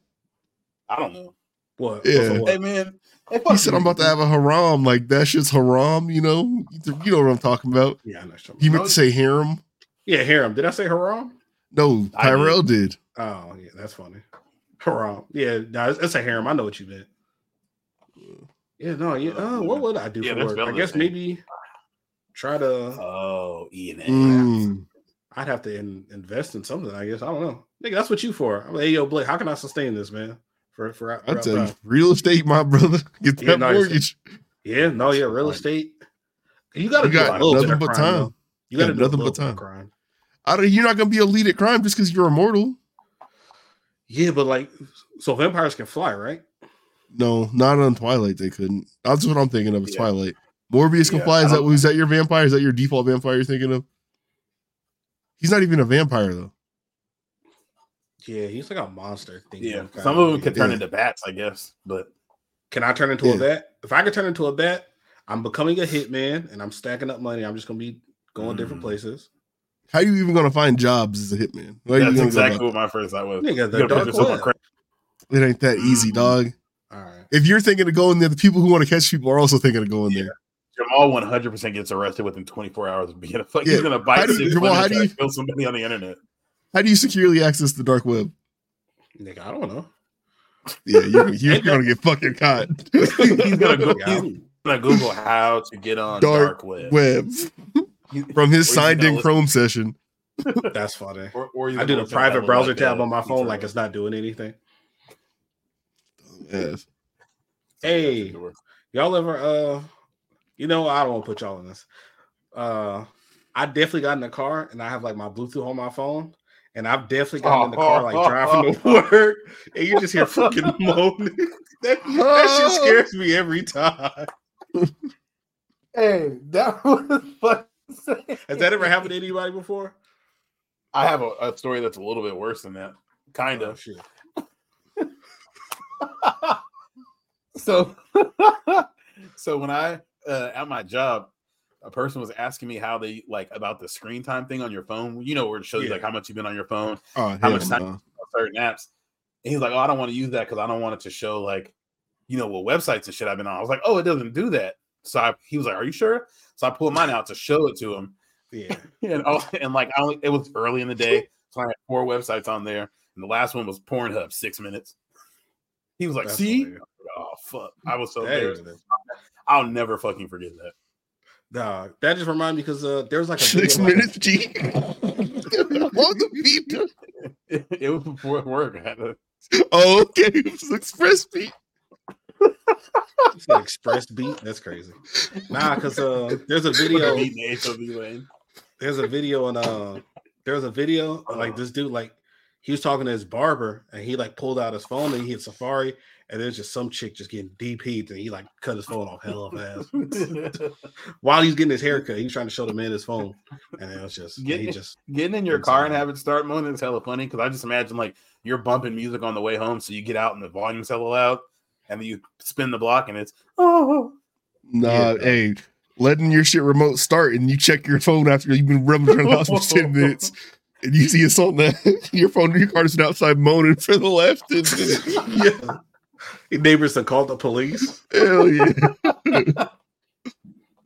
I don't know.
what?
Yeah.
So
Hey
what?
man, hey, fuck
He said
you.
I'm about to have a haram. Like that shit's haram. You know? You know what I'm talking about?
Yeah, I know. what you're talking
He
about.
meant to say harem.
Yeah, harem. Did I say haram?
No,
I did.
Tyrell did.
Oh yeah, that's funny. Haram. Yeah, no, it's, it's a harem. I know what you meant. Yeah, no, yeah. Uh, what would I do
Yeah,
for
they're
work? I
spelling
guess
the same.
maybe try to.
Oh, E and A.
Mm.
I'd have to in, invest in something. I guess I don't know. Nigga, that's what you for. I'm like, hey, yo, Blake, how can I sustain this, man? For for,
I
for
tell you,
outside.
real estate, my brother. Get that
Yeah, no, it's-
mortgage.
yeah, no, yeah, real
Fine.
estate. You got to
You
do a
got
little bit
nothing
of
but
crime,
time.
though. You got to
Yeah,
do
nothing
nothing
but
but time.
time.
Crime.
I don't, you're not gonna be a lead at crime just because you're immortal.
Yeah, but like, so vampires can fly, right?
No, not on Twilight. They couldn't. That's what I'm thinking of. Is
Yeah.
Twilight. Morbius can
Yeah,
fly.
I
Is that
don't-
was that your vampire? Is that your default vampire you're thinking of? He's not even a vampire though.
Yeah, he's like a monster. Thing
Yeah,
kinda
some of them
weird.
could turn
Yeah.
into bats, I guess. But
Can I turn into
Yeah.
a bat? If I could turn into a bat, I'm becoming a hitman and I'm stacking up money. I'm just gonna be going different
Mm.
places.
How are you even gonna find jobs as a hitman? How are
that's
you gonna go
exactly
about-
what my first thought was.
Nigga, the
You gotta put
dark
yourself on
web.
crack.
It ain't that easy,
Mhm.
dog.
All right.
If you're thinking of going there, the people who want to catch people are also thinking of going there.
Jamal 100% gets arrested within 24 hours of being a fuck.
Yeah.
He's gonna
How
bite
do you-
six
Jamal,
women
how
and
do
try
you-
to kill somebody on the internet.
How do you securely access the dark web?
Nigga, I don't know.
Yeah, you're, you're gonna get fucking caught.
He's gonna go.
Yeah.
He's gonna Google how to get on
Dark
dark, web.
web
You-
from his
Or you
signed
can
in
listen-
Chrome session.
That's funny.
Or, or
I did a private browser tab on my phone like it's not doing anything.
Yes.
Hey, y'all ever uh you know, I don't want to put y'all in this. Uh I definitely got in the car and I have like my Bluetooth on my phone. And I've definitely gotten in the car like driving to work, and you just hear fucking moaning. That, that shit scares me every time.
Hey, that was fucking.
Has that ever happened to anybody before?
I have a, a story that's a little bit worse than that, kind
Oh,
of.
shit.
so, so when I uh, at my job, a person was asking me how they like about the screen time thing on your phone. You know where it shows you
Yeah.
like how much you've been on your phone.
Oh,
How
hell
much time-
no.
on certain apps. And he's like, Oh, I don't want to use that because I don't want it to show like, you know, what websites and shit I've been on. I was like, Oh, it doesn't do that. So I, he was like, Are you sure? So I pulled mine out to show it to him.
Yeah.
And all, and like I only it was early in the day. So I had four websites on there. And the last one was Pornhub, six minutes. He was like,
That's
See?
hilarious.
Oh fuck. I was so
That
embarrassed.
is-
I'll never fucking forget that.
Nah, that just reminded me because uh, there was like a
Six
video, like-
minutes, G. Long the beat.
It, was before work. I had to-
Oh, okay. It was express beat.
It's an express beat. That's crazy. Nah, because uh, there's a video.
beat in the HOV lane.
There's a video and uh, there's a video of, like this dude like he was talking to his barber and he like pulled out his phone and he hit Safari and there's just some chick just getting DP'd and he like cut his phone off hell fast while he's getting his haircut. He was trying to show the man his phone and it was just
Get
he
it.
just
Getting in your
It's
car and
alright.
having start moaning is hella funny because I just imagine like you're bumping music on the way home, so you get out and the volume's hella loud, and then you spin the block and it's oh
Nah,
Yeah.
hey, letting your shit remote start and you check your phone after you've been rubbing around the house for 10 minutes and you see it's on the your phone, your car has been outside moaning for the last 10 minutes.
yeah. Your neighbors to call the police.
Hell yeah. that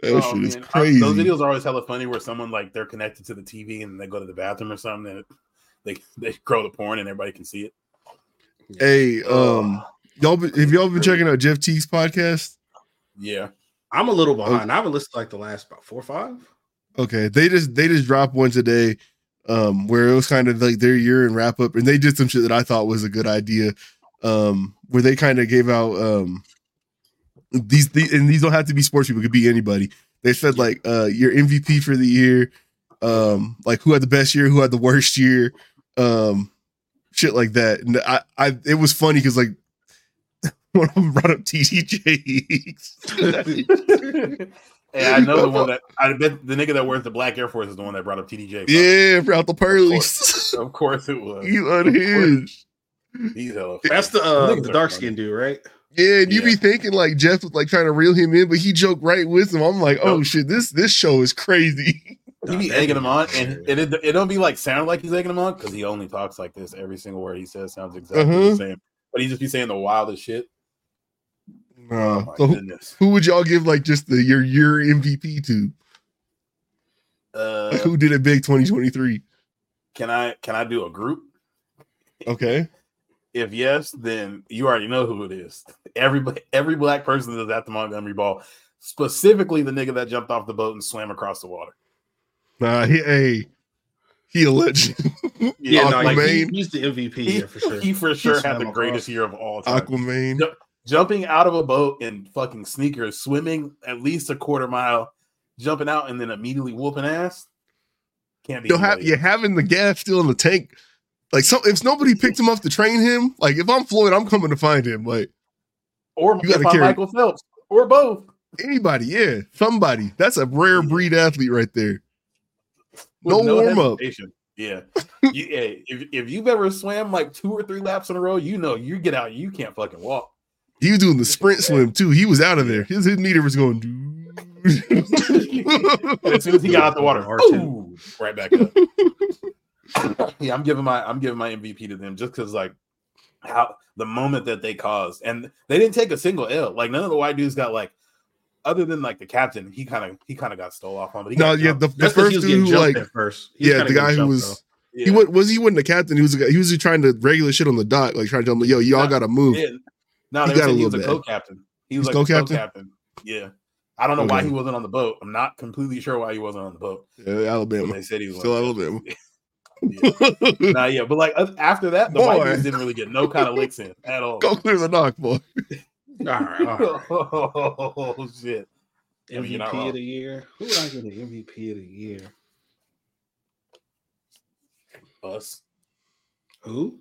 Oh,
shit is
man. I- those
crazy.
videos are always hella funny where someone like they're connected to the TV and they go to the bathroom or something, and it, they they grow the porn and everybody can see it.
Hey, um, y'all, be, have y'all been checking out Jeff Teague's podcast?
Yeah,
I'm a little behind. I haven't listened to like the last about four or five.
Okay, they just they just dropped one today, um, where it was kind of like their year and wrap up, and they did some shit that I thought was a good idea, um, where they kind of gave out um these, these and these don't have to be sports people, it could be anybody. They said like uh your MVP for the year, um, like who had the best year, who had the worst year, um, shit like that. And I, I it was funny because like one of them brought up TDJ.
and I know the one that I bet the nigga that wears the black Air Force is the one that brought up TDJ.
yeah, brought the Pearlies.
of course it was.
You unhinged.
He's hella.
That's the
I
uh,
think
the
they're
dark
funny.
skin dude, right?
Yeah, and you be
Yeah.
thinking like Jeff was like trying to reel him in, but he joked right with him. I'm like, oh shit, this this show is crazy.
He be
Nah, that
egging him on, and
dude-
it, it, it don't be like sound like he's egging him on because he only talks like this. Every single word he says sounds exactly
Uh-huh.
the same, but he just be saying the wildest shit. Oh My
Uh,
Nah. so who,
goodness,
who would y'all give like just the your your MVP to?
uh,
Like, who did it big 2023?
can I can I do a group?
Okay.
If yes, then you already know who it is. Every every black person that's at the Montgomery Ball, specifically the nigga that jumped off the boat and swam across the water.
Nah, he hey, he a legend.
Yeah, no, like, he-
Aquaman.
he's the MVP
he,
yeah, for sure.
he for sure
swam
had the greatest
across.
year of all time.
Aquaman.
Yep. jumping out of a boat in fucking sneakers, swimming at least a quarter mile, jumping out and then immediately whooping ass. Can't be.
You'll have
anybody
you
else.
having the gas still in the tank. Like so if nobody picked him up to train him, like if I'm Floyd, I'm coming to find him. Like
Or
you gotta
if I'm
carry-
Michael Phelps, or both.
Anybody, yeah, somebody. That's a rare breed athlete right there.
With
No warm up.
hesitation. Yeah. you, hey, if, if you've ever swam like two or three laps in a row, you know you get out, you can't fucking walk.
He was doing the sprint swim too. He was out of there. His, his meter was going. dude.
And as soon as he got out the water,
R2.
ooh, right back up. yeah, I'm giving my I'm giving my MVP to them just because like how the moment that they caused, and they didn't take a single L. Like none of the white dudes got like, other than like the captain, he kind of he kind of got stole off on. But he
no,
got
yeah,
jumped.
the, the
That's 'cause he
first
was getting
dude who
jumped
like
at first. He
yeah,
kinda
the
getting
guy who
jumped,
was
yeah.
he was was he wasn't the captain. He was a guy, he was trying to regular shit on the dock, like trying to tell him, yo, y'all
No,
got to move.
Yeah. No,
He
they were
got a
saying he was a
little bad.
co-captain. He was
He's
like a
co-captain?
co-captain. Yeah. I don't know why
Okay.
he wasn't on the boat. I'm not completely sure why he wasn't on the boat.
Yeah,
but
Alabama,
They said he was
still
on the boat.
Alabama.
Nah, yeah, but like oth- after that, the white
Boy.
dudes didn't really get no kind of licks in at all.
Go clear the dock, boy.
though. All right, all right.
oh shit! I mean, you're not
MVP
wrong.
of the year. Who would I give the MVP of the year?
Us,
Who?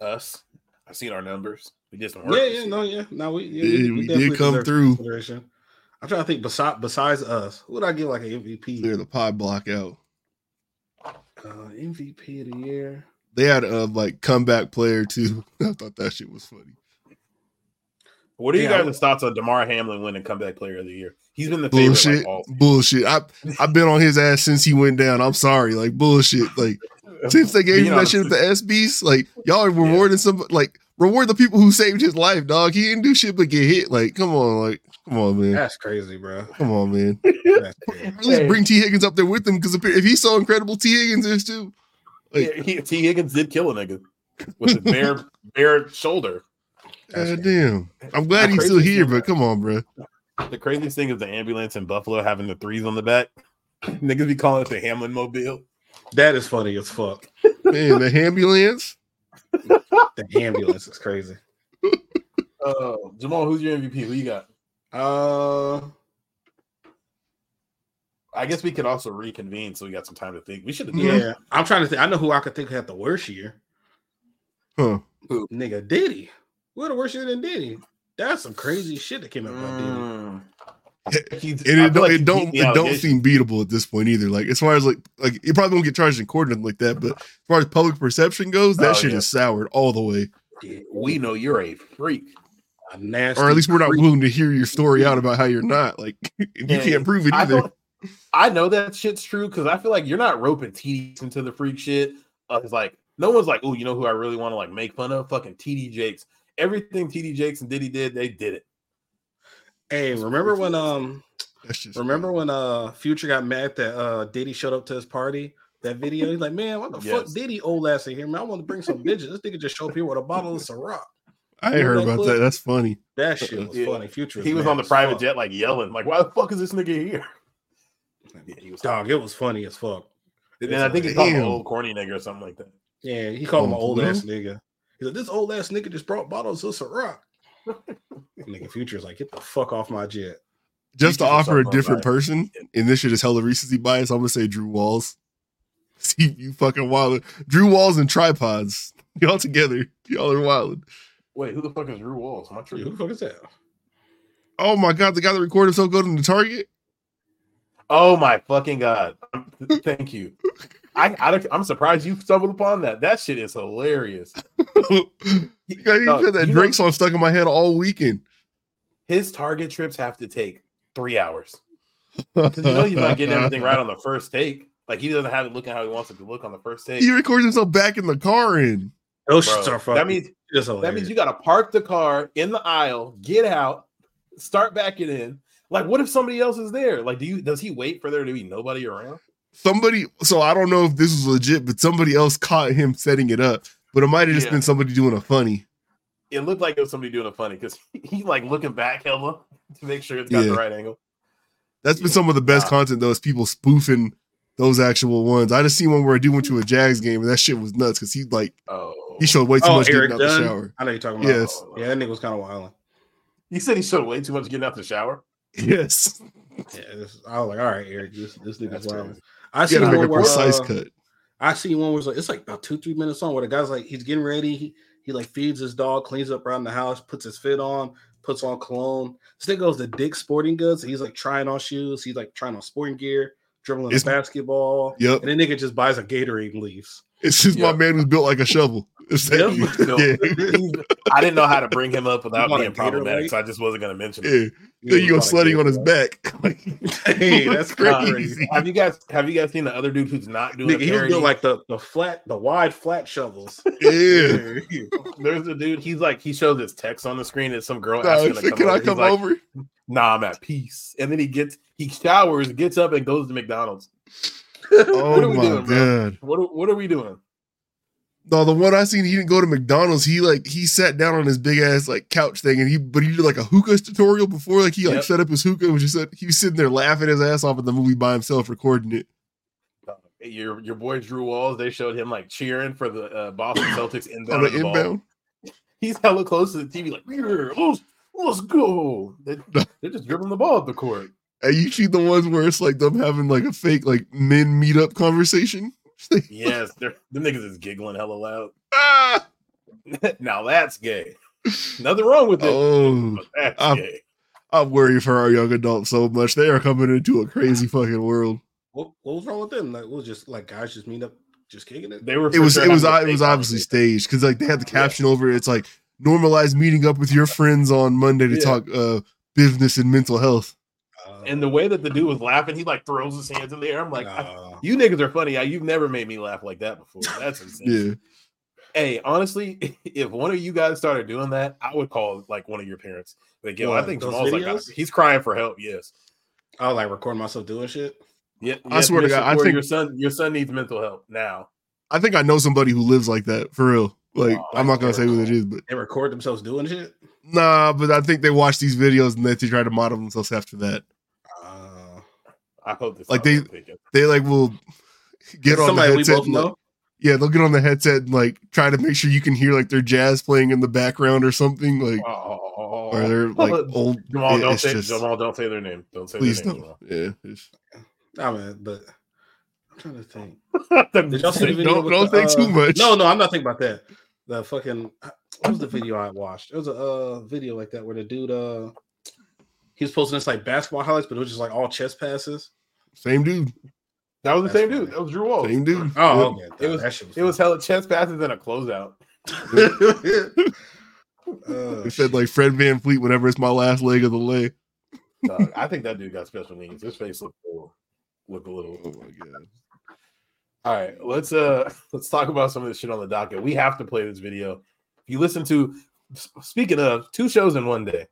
us. I've seen our numbers. We just
Yeah, yeah, no, yeah. No, we, yeah,
Yeah, we did
definitely
come
deserve
through.
consideration. I'm trying to think besides besides us, who would I give like an MVP?
Clear the pod block out.
Uh, MVP of the year.
They had a like comeback player too. I thought that shit was funny.
What are you
Yeah.
guys' thoughts on Damar Hamlin winning comeback player of the year? He's been the favorite.
Bullshit,
Like, all
bullshit. I I've been on his ass since he went down. I'm sorry, like bullshit. Like since they gave
Being
him that
honest
shit with the
with
SBs, like y'all are rewarding some like reward the people who saved his life, dog. He didn't do shit but get hit. Like come on, like come on, man,
That's crazy, bro.
come on, man.
That's crazy.
At least
Hey.
bring T Higgins up there with him because if he's so incredible, T Higgins is too.
Yeah, he- T. Higgins did kill a nigga with his bare bare shoulder.
That's
God
crazy.
damn. I'm glad
How
he's
crazy
still
is
here,
that?
but come on, bro.
The craziest thing is the ambulance in Buffalo having the threes on the back. Niggas be calling it the Hamlin Mobile.
That is funny as fuck.
Man, the ambulance.
The ambulance is crazy.
Uh, Jamal, who's your MVP? Who you got?
Uh,
I guess we could also reconvene, so we got some time to think. We should have
Mm-hmm.
done
yeah, I'm trying to think. I know who I could think had the worst year.
Huh.
Nigga, Diddy. We had a worse year than Diddy. That's some crazy shit that came out about Diddy.
Mm.
Mm.
that. He's-
And
I
it
feel
don't,
like
it
he
don't,
beat the
it don't
allegation.
seem beatable at this point either. Like as far as like, like you probably won't get charged in court or nothing like that. But as far as public perception goes, that
Oh,
shit
yeah.
is soured all the way.
Yeah,
We know you're a freak.
a nasty
Or at least we're not
creep.
willing to hear your story out about how you're not. Like if you
Yeah,
can't prove it
I,
either.
feel- I know that shit's true because I feel like you're not roping TDs into the freak shit. Uh, it's like no one's like, oh, you know who I really want to like make fun of? Fucking TD Jakes. Everything TD Jakes and Diddy did, they did it.
Hey, remember when um
That's just
remember when uh Future got mad that uh Diddy showed up to his party? That video, he's like, Man, what the
Yes.
fuck Diddy old ass in here? Man, I want to bring some bitches. This nigga just show up here with a bottle of Ciroc.
I ain't heard
remember that
about
clip?
that. That's funny.
That shit was
Yeah.
funny. Future
He was
mad
on the
as
private
fuck.
jet, like yelling, like, "Why the fuck is this nigga here?" Yeah, he was.
Dog, it was funny as fuck.
And then I think he called him an
Damn.
old corny nigga or something like that.
Yeah, he called him an
Oh,
old
well.
Mm-hmm.
ass nigga. He's like, This old ass nigga just brought bottles of Ciroc. nigga Future's like, get the fuck off my jet.
Just to
Jesus,
offer
I'm
a
not
different
biased.
person, and this shit is hella recency bias. I'm gonna say Drew Walls. See you fucking wild. Drew Walls and tripods. Y'all together. Y'all are wild.
Wait, who the fuck is Drew Walls? Am I
Who the
true?
fuck is that?
Oh my god, the guy that recorded himself going to Target.
Oh my fucking god! Thank you. I, I I'm surprised you stumbled upon that. That shit is hilarious.
you got
Dog,
that
you know-
Drake song stuck in my head all weekend.
His Target trips have to take three hours. Because you know he's not getting everything right on the first take. Like he doesn't have it looking how he wants it to look on the first take.
He records himself back in the car in.
Those
Bro,
shits are fucking.
that means
it's
that means
hilarious.
you gotta park the car in the aisle, get out, start back it in. Like, what if somebody else is there? Like, do you does he wait for there to be nobody around?
Somebody, so I don't know if this was legit, but somebody else caught him setting it up. But it might have just
Yeah.
been somebody doing a funny.
It looked like it was somebody doing a funny because he like looking back hella to make sure it's got
Yeah.
the right angle.
That's been
Yeah.
some of the best
Nah.
content though, is people spoofing those actual ones. I just seen one where a dude went to a Jags game and that shit was nuts because he like
Oh,
he showed way too
oh,
much
Eric
getting out the
Dunn.
shower.
I know you're talking about.
Yes.
Yeah, that nigga was kind of wild.
he said he showed way too much getting out the shower.
Yes.
Yeah, this, I was like, all right, Eric, this this nigga's
That's
wild.
crazy.
I
You
see
gotta
one
make a
where
precise
uh,
cut.
I see one where it's like it's like about two three minutes long where the guy's like he's getting ready. He, he like feeds his dog, cleans up around the house, puts his fit on, puts on cologne. This thing goes to Dick Sporting Goods. He's like trying on shoes. He's like trying on sporting gear, dribbling
It's-
a basketball.
Yep.
And the nigga just buys a Gatorade and leaves.
It's just
Yeah.
my man who's built like a shovel. It's that
Yep.
dude.
No. I didn't know how to bring him up without
You want a
being problematic,
Gatorade?
so I just wasn't going to mention
Yeah,
it.
yeah. Then you go sledding on his back.
Hey, that's
Crazy.
crazy.
Have you guys have you guys seen the other dude who's not doing
Nigga,
a
he was
parody?
doing like the, the flat, the wide flat shovels.
yeah.
There's a dude. He's like he shows his text on the screen. It's some girl
Nah,
asking
it's
to
like,
come
can
over.
I
He's
come
like,
over?
Nah, I'm at peace. And then he gets he showers, gets up, and goes to McDonald's. what are
Oh
we
my
doing, bro?
god!
What are, what are we doing?
No, the one I seen, he didn't go to McDonald's. He like he sat down on his big ass like couch thing, and he but he did like a hookah tutorial before, like he like
Yep.
set up his hookah, which he said he was sitting there laughing his ass off at the movie by himself, recording it.
Your your boy Drew Walls. They showed him like cheering for the uh, Boston Celtics
on
inbound.
the
of the ball.
inbound.
He's hella close to the TV. Like, "Yeah, let's, let's go. They, they're just dribbling the ball up the court.
And you see the ones where it's like them having like a fake like men meetup conversation.
Yes, they're them niggas is giggling hella loud.
ah!
now that's gay. Nothing wrong with it.
Oh,
but that's
I'm-
gay.
I'm worried for our young adults so much. They are coming into a crazy fucking world.
What, what was wrong with them? Like, it was just like guys just meet up, just kicking it.
They were.
It
for
was
sure
it was
having
it
a
was
fake
obviously
conversation.
staged because like they had the caption over it. It's like normalize meeting up with your friends on Monday to
Yeah.
talk uh, business and mental health.
Uh,
And the way that the dude was laughing, he like throws his hands in the air. I'm like, I-
nah.
you niggas are funny. I- You've never made me laugh like that before. That's insane.
Yeah,
Hey, honestly, if one of you guys started doing that, I would call like one of your parents. Like, yo, I
What,
think
those
Jamal's like, I-
videos?
he's crying for help. Yes.
I was like recording myself doing shit.
Yeah,
I swear to
Mr.
God, I
Corey,
think-
your son, your son needs mental help now.
I think I know somebody who lives like that for real. Like
Oh,
I'm not gonna
that's
say who it
terrible.
is, but
They record themselves doing shit.
nah. But I think they watch these videos and they they try to model themselves after that.
Uh,
I hope this
Like
sounds
they-
ridiculous.
They like will get on the
somebody we
headset.
both
and, like-
know.
yeah, they'll get on the headset and like try to make sure you can hear like their jazz playing in the background or something. Like
Oh,
or they're like old.
Jamal,
yeah,
don't
it's
say
just-
Jamal, don't say their name. Don't say
please
their
don't.
name.
Yeah, it's-
I mean, but I'm trying to think.
Jamal.
Did y'all see the video?
Don't-
with
don't
the,
think too
uh,
much.
No, no, I'm not thinking about that. The fucking uh, what was the video I watched? It was a uh, video like that where the dude uh he was posting this like basketball highlights, but it was just like all chest passes.
same dude.
that was the
That's
same
funny.
dude. That was Drew Walls.
Same dude.
Oh,
Yep.
okay.
It was-
that shit was
It was hella chest passes and a closeout.
uh,
It said like Fred Van Fleet whenever it's my last leg of the leg.
Dog, I think that dude got special needs. His face looked a little, looked a little.
Mm.
Oh my god.
All right, let's uh let's talk about some of this shit on the docket. We have to play this video. If you listen to, s- speaking of two shows in one day,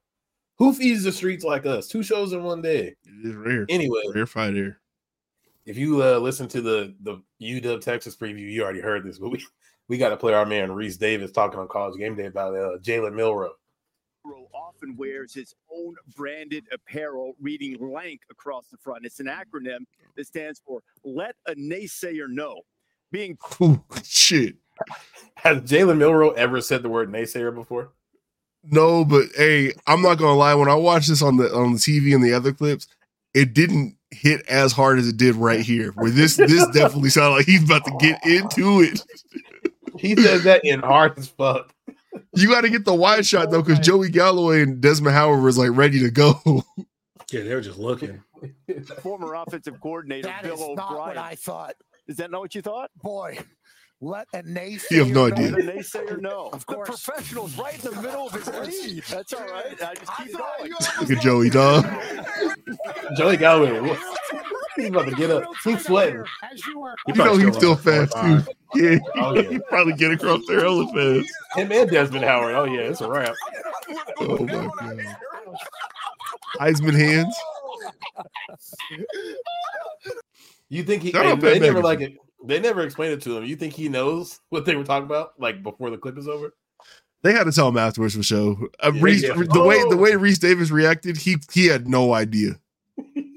who feeds the streets like us? Two shows in one day.
It is rare.
Anyway,
Rare fight air.
if you uh, listen to the the UW Texas preview, you already heard this, but we we got to play our man Reese Davis talking on College Game Day about uh, Jalen Milrow.
Burrow often wears his own branded apparel, reading LANK across the front. It's an acronym that stands for Let a Naysayer Know. Being
Ooh, shit.
Has Jalen Milrow ever said the word naysayer before?
No, but hey, I'm not gonna lie. When I watched this on the on the TV and the other clips, it didn't hit as hard as it did right here. Where this this definitely sounded like he's about to get into it.
He says that in hard as fuck.
You got to get the wide shot though, because Joey Galloway and Desmond Howard was like ready to go.
yeah, they were just looking.
former offensive coordinator
That
Bill
is
O'Brien.
not what I thought.
Is that not what you thought?
Boy, let a naysayer.
You have no
know
Let
idea.
a
that-
Naysayer Know.
Of course. The professional's right in the middle of his league.
That's all right. I just keep going.
Look at Joey, dog.
Joey Galloway, what? he's about to get up. He's sweating.
He
You know
probably
he's still
running
fast too.
45.
Yeah,
Oh, yeah.
he probably get across there hella fast.
Him and Desmond Howard. Oh yeah, it's a wrap.
Oh my god. Heisman hands.
You think he?
Shout
and
out
they
Pat
never
Magazine.
like it. They never explained it to him. You think he knows what they were talking about, like before the clip is over?
They had to tell him afterwards for sure. Uh,
Yeah,
Reese,
yeah.
The way the way Reese Davis reacted, he he had no idea.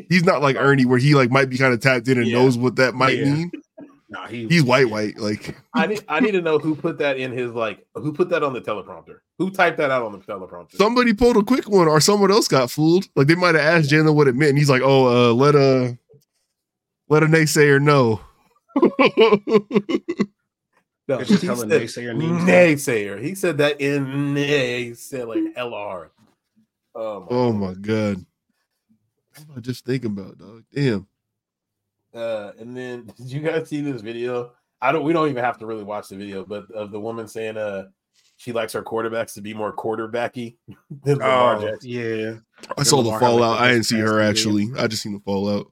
He's not like Ernie, where he like might be kind of tapped in and
Yeah.
knows what that might
Yeah.
mean.
Nah, he,
He's white, white. Like
I need I need to know who put that in his like who put that on the teleprompter? Who typed that out on the teleprompter?
somebody pulled a quick one, or someone else got fooled. Like they might have asked Jalen what it meant, and he's like, "Oh, uh, let a let a naysayer know."
No,
It's just
he
hella
said
naysayer needs.
naysayer. He said that in nay said like hella hard. Oh my.
Oh my god. What am I just thinking about, dog? Damn.
Uh, and then did you guys see this video? I don't. We don't even have to really watch the video, but of the woman saying, "Uh, she likes her quarterbacks to be more quarterbacky than Lamar
Oh,
Jackson."
yeah.
I saw the
Lamar had, like,
fallout.
the
I didn't
best
see her
pass in the
actually. I just seen the fallout.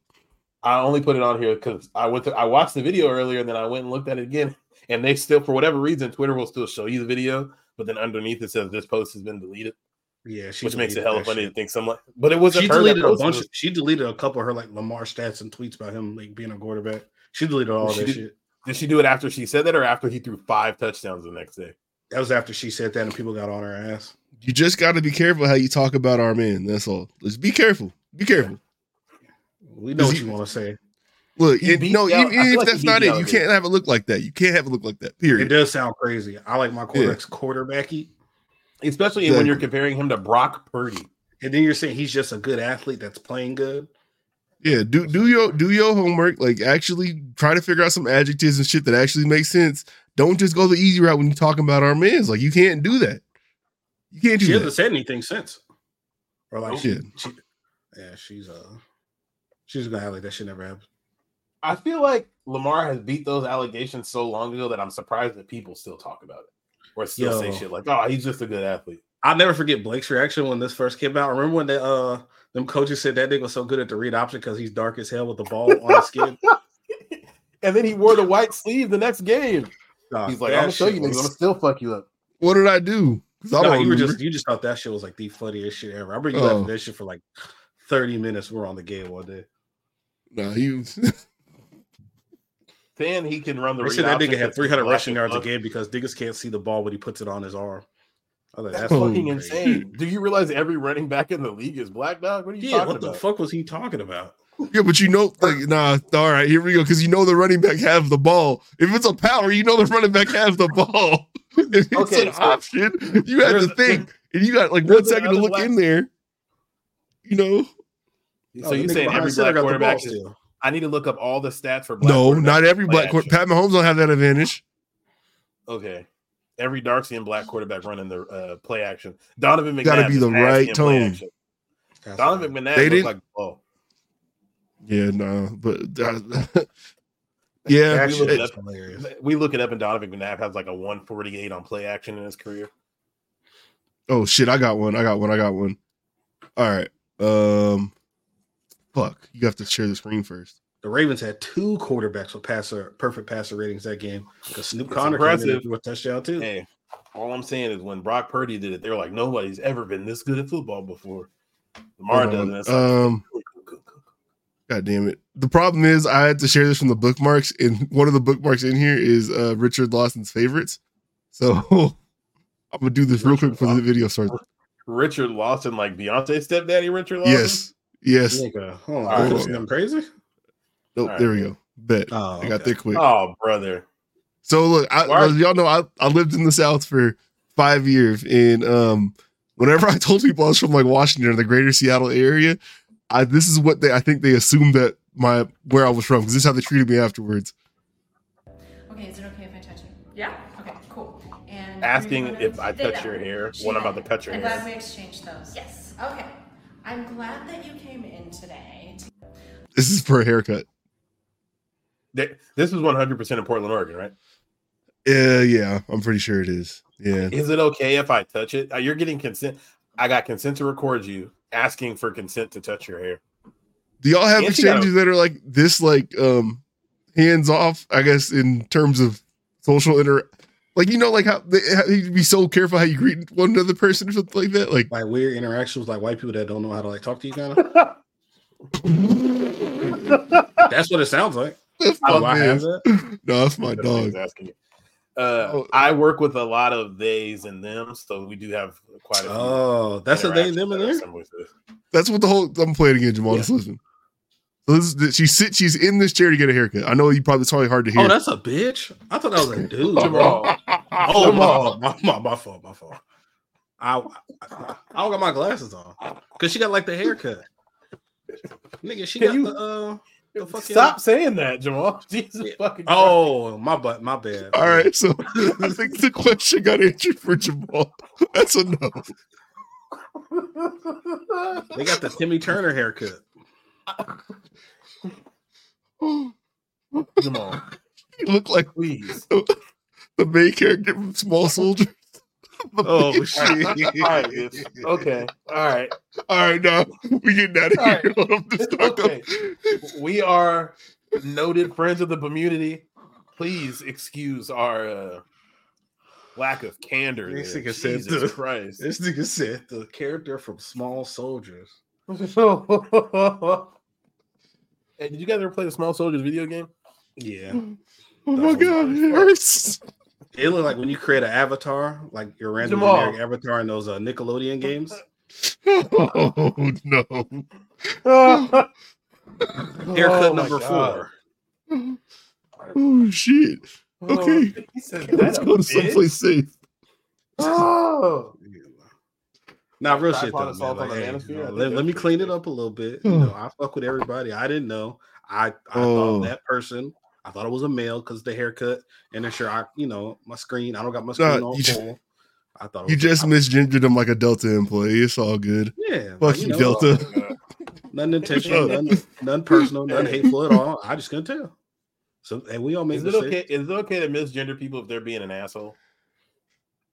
I only put it on here because I went. To, I watched the video earlier, and then I went and looked at it again. And they still, for whatever reason, Twitter will still show you the video, but then underneath it says this post has been deleted,
Yeah, she
which makes it
deleted
hella
that
funny
shit.
to think someone. But it wasn't
She
her that
deleted a
posted
bunch.
it.
Of, she deleted a couple of her like Lamar stats and tweets about him like being a quarterback. She deleted all
She
that
did-
shit.
Did she do it after she said that, or after he threw five touchdowns the next day?
That was after she said that, and people got on her ass.
You just gotta be careful how you talk about our man. That's all. Just be careful. Be careful.
We know
Is
what
he-
you want to say.
Look,
He
it,
beat
no,
y'all-
even,
I feel
even if
like he
that's
beat
not it,
y'all
you
there.
can't have it look like that. You can't have it look like that.
It
Period.
does sound crazy. I like my quarterbacks quarterbacky,
Especially when you're
Exactly.
comparing him to Brock Purdy.
and then you're saying he's just a good athlete that's playing good.
Yeah, do do your do your homework. Like actually try to figure out some adjectives and shit that actually makes sense. Don't just go the easy route when you're talking about our men's. Like you can't do that. You can't do
She
that.
hasn't said anything since. Or like,
Shit.
she, yeah, she's uh, she's gonna act like that shit never happened.
I feel like Lamar has beat those allegations so long ago that I'm surprised that people still talk about it or still
Yo.
say shit like, "Oh, he's just a good athlete."
I'll never forget Blake's reaction when this first came out. Remember when the uh them coaches said that nigga was so good at the read option because he's dark as hell with the ball on his skin.
And then he wore the white sleeve the next game.
Nah,
He's like,
Ah, that
"I'm gonna show
shit
you, niggas. I'm
was-
gonna still fuck you up."
What did I do? 'Cause I
No,
don't
you were
remember.
just you just thought that shit was like the funniest shit ever. I remember you
Oh.
laughing at that shit for like 30 minutes. We We're on the game one day.
Nah, he was,
Then he can run the.
They
read
said that
option
nigga had
that's
300
black
rushing
and
yards a
blue.
game because niggas can't see the ball when he puts it on his arm. I was like,
That's
that's
Oh,
fucking
crazy.
insane. Do you realize every running back in the league is black dog? What are you
Yeah,
talking
what the
about?
fuck was he talking about?
yeah, but you know, like, nah. All right, here we go. Because you know the running back has the ball. If it's a power, you know the running back has the ball. if it's
Okay,
an
so-
option, you have
There's-
to think, and you got like
there's
one second to
another
look
black-
in there. You know,
Oh,
So you saying every black quarterback? Is, I need to look up all the stats for black.
no,
quarterbacks
not every
play
black. Court,
action.
Pat Mahomes don't have that advantage.
Okay. Every dark skin black quarterback running the uh, play action. Donovan McNabb
Gotta be
is
the
ass
right
in play
tone.
action. Donovan McNabb they
They didn't-
didn't, like oh,
Yeah, no, but uh, yeah,
Actually,
it-
that's we look it up and Donovan McNabb has like a 148 on play action in his career.
Oh shit, I got one. I got one. I got one. All right. Um fuck. You have to share the screen first.
The Ravens had two quarterbacks with passer perfect passer ratings that game because Snoop
It's
Connor came in
impressive.
and threw a touchdown too.
Hey, all I'm saying is when Brock Purdy did it, they were like, nobody's ever been this good at football before. Lamar
Hold on.
does it. It's like,
Um god damn it. The problem is I had to share this from the bookmarks, and one of the bookmarks in here is uh Richard Lawson's favorites. So I'm gonna do this real quick for the video starts.
Richard Lawson, like Beyonce stepdaddy Richard Lawson.
Yes. Yes.
Nigga, hold
All
on,
right.
I'm crazy.
Nope,
All
there we
right.
go. Bet.
Oh,
I got
okay.
there quick.
Oh, brother.
So look, I,
Why-
well, y'all know I, I lived in the South for five years, and um, whenever I told people I was from like Washington or the Greater Seattle area, I this is what they I think they assumed that my where I was from because this is how they treated me afterwards.
Okay, is it okay if I touch you?
Yeah.
Okay, cool. And
Asking
you're
if
gonna-
I
They
touch
know.
your hair
She
when I'm
did.
about to cut your
I'm
hair.
glad we exchanged those.
Yes.
Okay. I'm glad that you came in today. to-
This is for a haircut.
They- This is 100% in Portland, Oregon, right?
Yeah, Uh, yeah, I'm pretty sure it is. Yeah,
Is it okay if I touch it? Uh, You're getting consent. I got consent to record you asking for consent to touch your hair.
do y'all have
Yes, you
exchanges that are like this, like um, hands off? I guess in terms of social inter, like you know, like how, they, how you'd be so careful how you greet one another person or something like that. Like
Like weird interactions with like white people that don't know how to like talk to you kind of. That's what it sounds like.
the
Do
fuck
I have
is-
that?
No, that's my
That's what I
dog.
was asking you. Uh,
Oh.
I work with a lot of theys and them, so we do have quite a few.
Oh, that's a they
interactions
and them in
that are
there.
similar to this.
That's what the whole. I'm playing again, Jamal. Just listen. So this is, she sits. She's in this chair to get a haircut. I know you probably it's probably hard to hear.
Oh, that's a bitch. I thought that was a dude.
Jamal,
Oh
Jamal.
my, my, my, my fault, my fault. I, I I don't got my glasses on because she got like the haircut. Nigga, she
Can
got
you-
the uh. The fucking-
Stop saying that, Jamal. Jesus
Yeah.
fucking. Christ.
Oh my butt, my bad.
All right, so I think the question got answered for Jamal. That's a no.
They got the Timmy Turner haircut.
Come on,
You look like
please.
the main character from Small Soldiers.
Oh
All
shit!
right, all right, dude. okay, all right.
All right, now we getting out of
All
here. Hold up, this talk up.
Okay. We are noted friends of the community. Please excuse our uh, lack of candor.
This
there.
nigga said
Jesus
the-
Christ.
This nigga said the character from Small Soldiers.
Hey, did you guys ever play the Small Soldiers video game?
Yeah,
Mm-hmm.
Oh my god, it hurts.
it looked like when you create an avatar, like your random
Jamal.
generic avatar in those uh, Nickelodeon games.
Oh no.
Haircut
Oh my
number
God.
four.
Oh shit.
Oh,
Okay.
he said
Let's
that
go
a
to someplace safe.
bitch? Oh.
Nah, real
Tripod
shit though, man.
assault on
Like,
the
hey,
manosphere,
you know,
I think
let,
that's
let
pretty
me clean it
good.
up a little bit. You know, I fuck with everybody. I didn't know. I I
Hmm. Oh.
thought that person. I thought it was a male because the haircut and then sure I you know my screen. I don't got my screen
Nah,
on
you ju-
full. I thought it
You
was-
just
I-
misgendered him like a Delta employee. It's all good.
yeah. like,
Fuck
you
you,
know,
Delta.
None intentional,
Shut
none, none personal, none hateful at all. I just couldn't tell. So and we all make
Is it
mistakes,
okay? Is it okay to misgender people if they're being an asshole?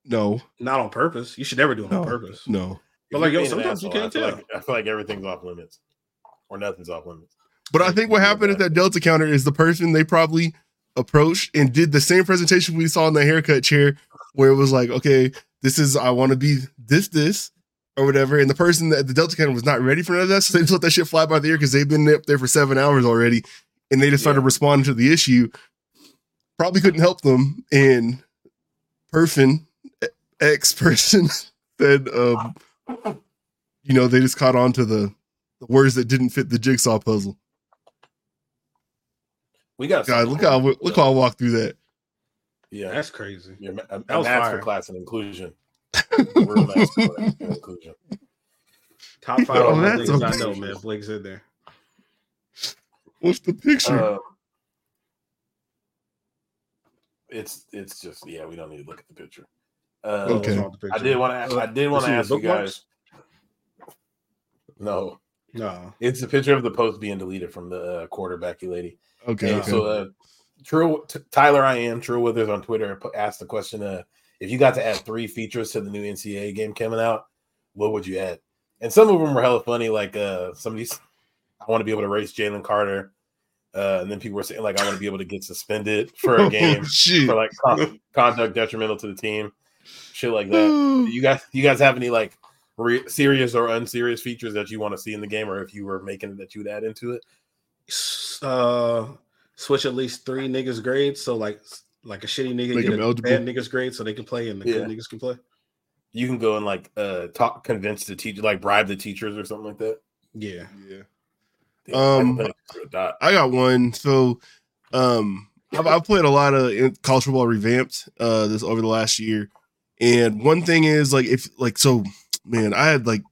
No,
not on purpose. You should never do it
No.
on purpose.
no.
But
If
like,
you're
yo,
being an
sometimes you can't
I feel
tell.
Like, I feel like everything's off limits, or nothing's off limits.
But I think what happened at that Delta counter is the person they probably approached and did the same presentation we saw in the haircut chair, where it was like, okay, this is I want to be this, this, or whatever. And the person at the Delta counter was not ready for none of that, so they just let that shit fly by the ear because they've been up there for seven hours already, and they just started
Yeah.
responding to the issue. Probably couldn't help them, and person ex person said, um, you know, they just caught on to the, the words that didn't fit the jigsaw puzzle.
We got
God, look how look how I walked through that.
yeah,
That's crazy.
yeah. A, a
that was
master
fire.
class in inclusion. We're a master class in inclusion.
Top five of
Oh,
my
that's
things I
okay.
know, man. Blake's in there.
What's the picture?
Uh, it's it's just yeah. We don't need to look at the picture. Uh,
Those
Okay.
are all the
I
pictures.
did want to. I did want
see
to
the
ask you
bookmarks?
guys. No,
No.
it's a picture of the post being deleted from the uh, quarterbacky lady.
okay,
And
okay.
so, uh, True T- Tyler, I am True Withers on Twitter pu- asked the question: uh, If you got to add three features to the new NCAA game coming out, what would you add? And some of them were hella funny. Like uh, somebody's, I want to be able to race Jalen Carter, uh, and then people were saying like, I want to be able to get suspended for a game
Oh, shit.
for like con- conduct detrimental to the team, shit like that. Do
Oh,
You guys, do you guys have any like re- serious or unserious features that you want to see in the game, or if you were making it that you'd add into it?
S- Uh, switch at least three niggas' grades. So like, s- like a shitty nigga
Make
get
them
a
eligible.
bad niggas' grade, so they can play and the
Yeah.
good niggas can play.
you can go and like uh talk convince the teacher like bribe the teachers or something like that
Yeah.
yeah.
Damn, I
Um,
put it to a dot.
I got one. So, um, I've, I've played a lot of in- college football revamped uh this over the last year, and one thing is like if like so, man, I had like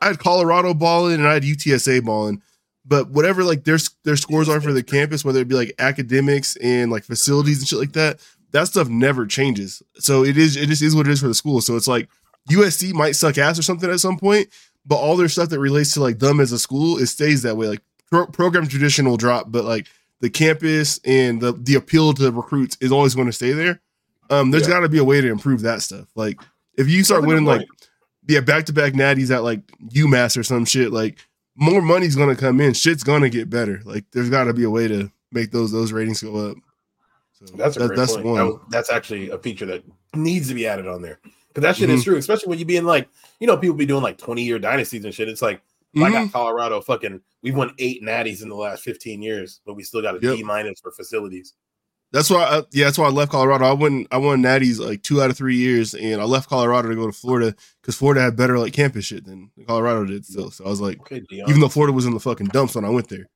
I had Colorado balling and I had UTSA balling, but whatever like their their scores are for the campus, whether it be like academics and like facilities and shit like that, that stuff never changes. So it is it just is what it is for the school. So it's like USC might suck ass or something at some point, but all their stuff that relates to like them as a school, it stays that way. Like pro- program tradition will drop, but like the campus and the the appeal to recruits is always going to stay there. Um, there's
Yeah.
got to be a way to improve that stuff. Like if you start
That's a
winning
good
like yeah back to back natties at like UMass or some shit, like more money's gonna come in. Shit's gonna get better. Like there's got to be a way to make those those ratings go up. So
that's a
that-
great point. That was- that's actually a feature that needs to be added on there because that shit
Mm-hmm.
is true especially when you being like you know people be doing like 20 year dynasties and shit it's like I
Mhm.
got Colorado fucking we've won eight natties in the last 15 years but we still got a D
Yep.
minus for facilities
That's why, I, yeah, that's why I left Colorado. I went, I won Natty's like two out of three years, and I left Colorado to go to Florida because Florida had better like campus shit than Colorado did. Still, so I was like,
okay Dion.
even though Florida was in the fucking dumps when I went there,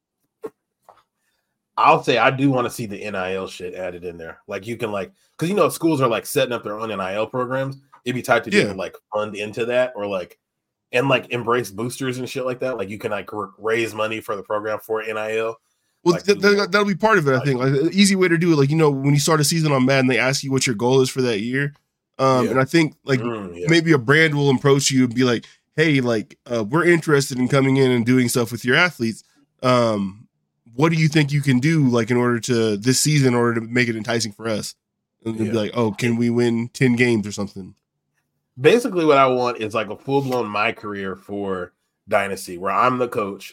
I'll say I do want to see the NIL shit added in there. Like you can like because you know schools are like setting up their own NIL programs. It'd be tied to
Yeah.
people like fund into that or like and like embrace boosters and shit like that. Like you can like r- raise money for the program for NIL.
well,
Like,
that,
you know,
that, that'll be part of it. I think like an easy way to do it, like you know, when you start a season on Madden, they ask you what your goal is for that year, um,
Yeah.
and I think like
Mm, yeah.
maybe a brand will approach you and be like, hey, like uh, we're interested in coming in and doing stuff with your athletes. Um, what do you think you can do, like in order to this season, in order to make it enticing for us? And they'd
Yeah.
be like, oh, can we win ten games or something?
basically what I want is like a full blown my career for Dynasty, where I'm the coach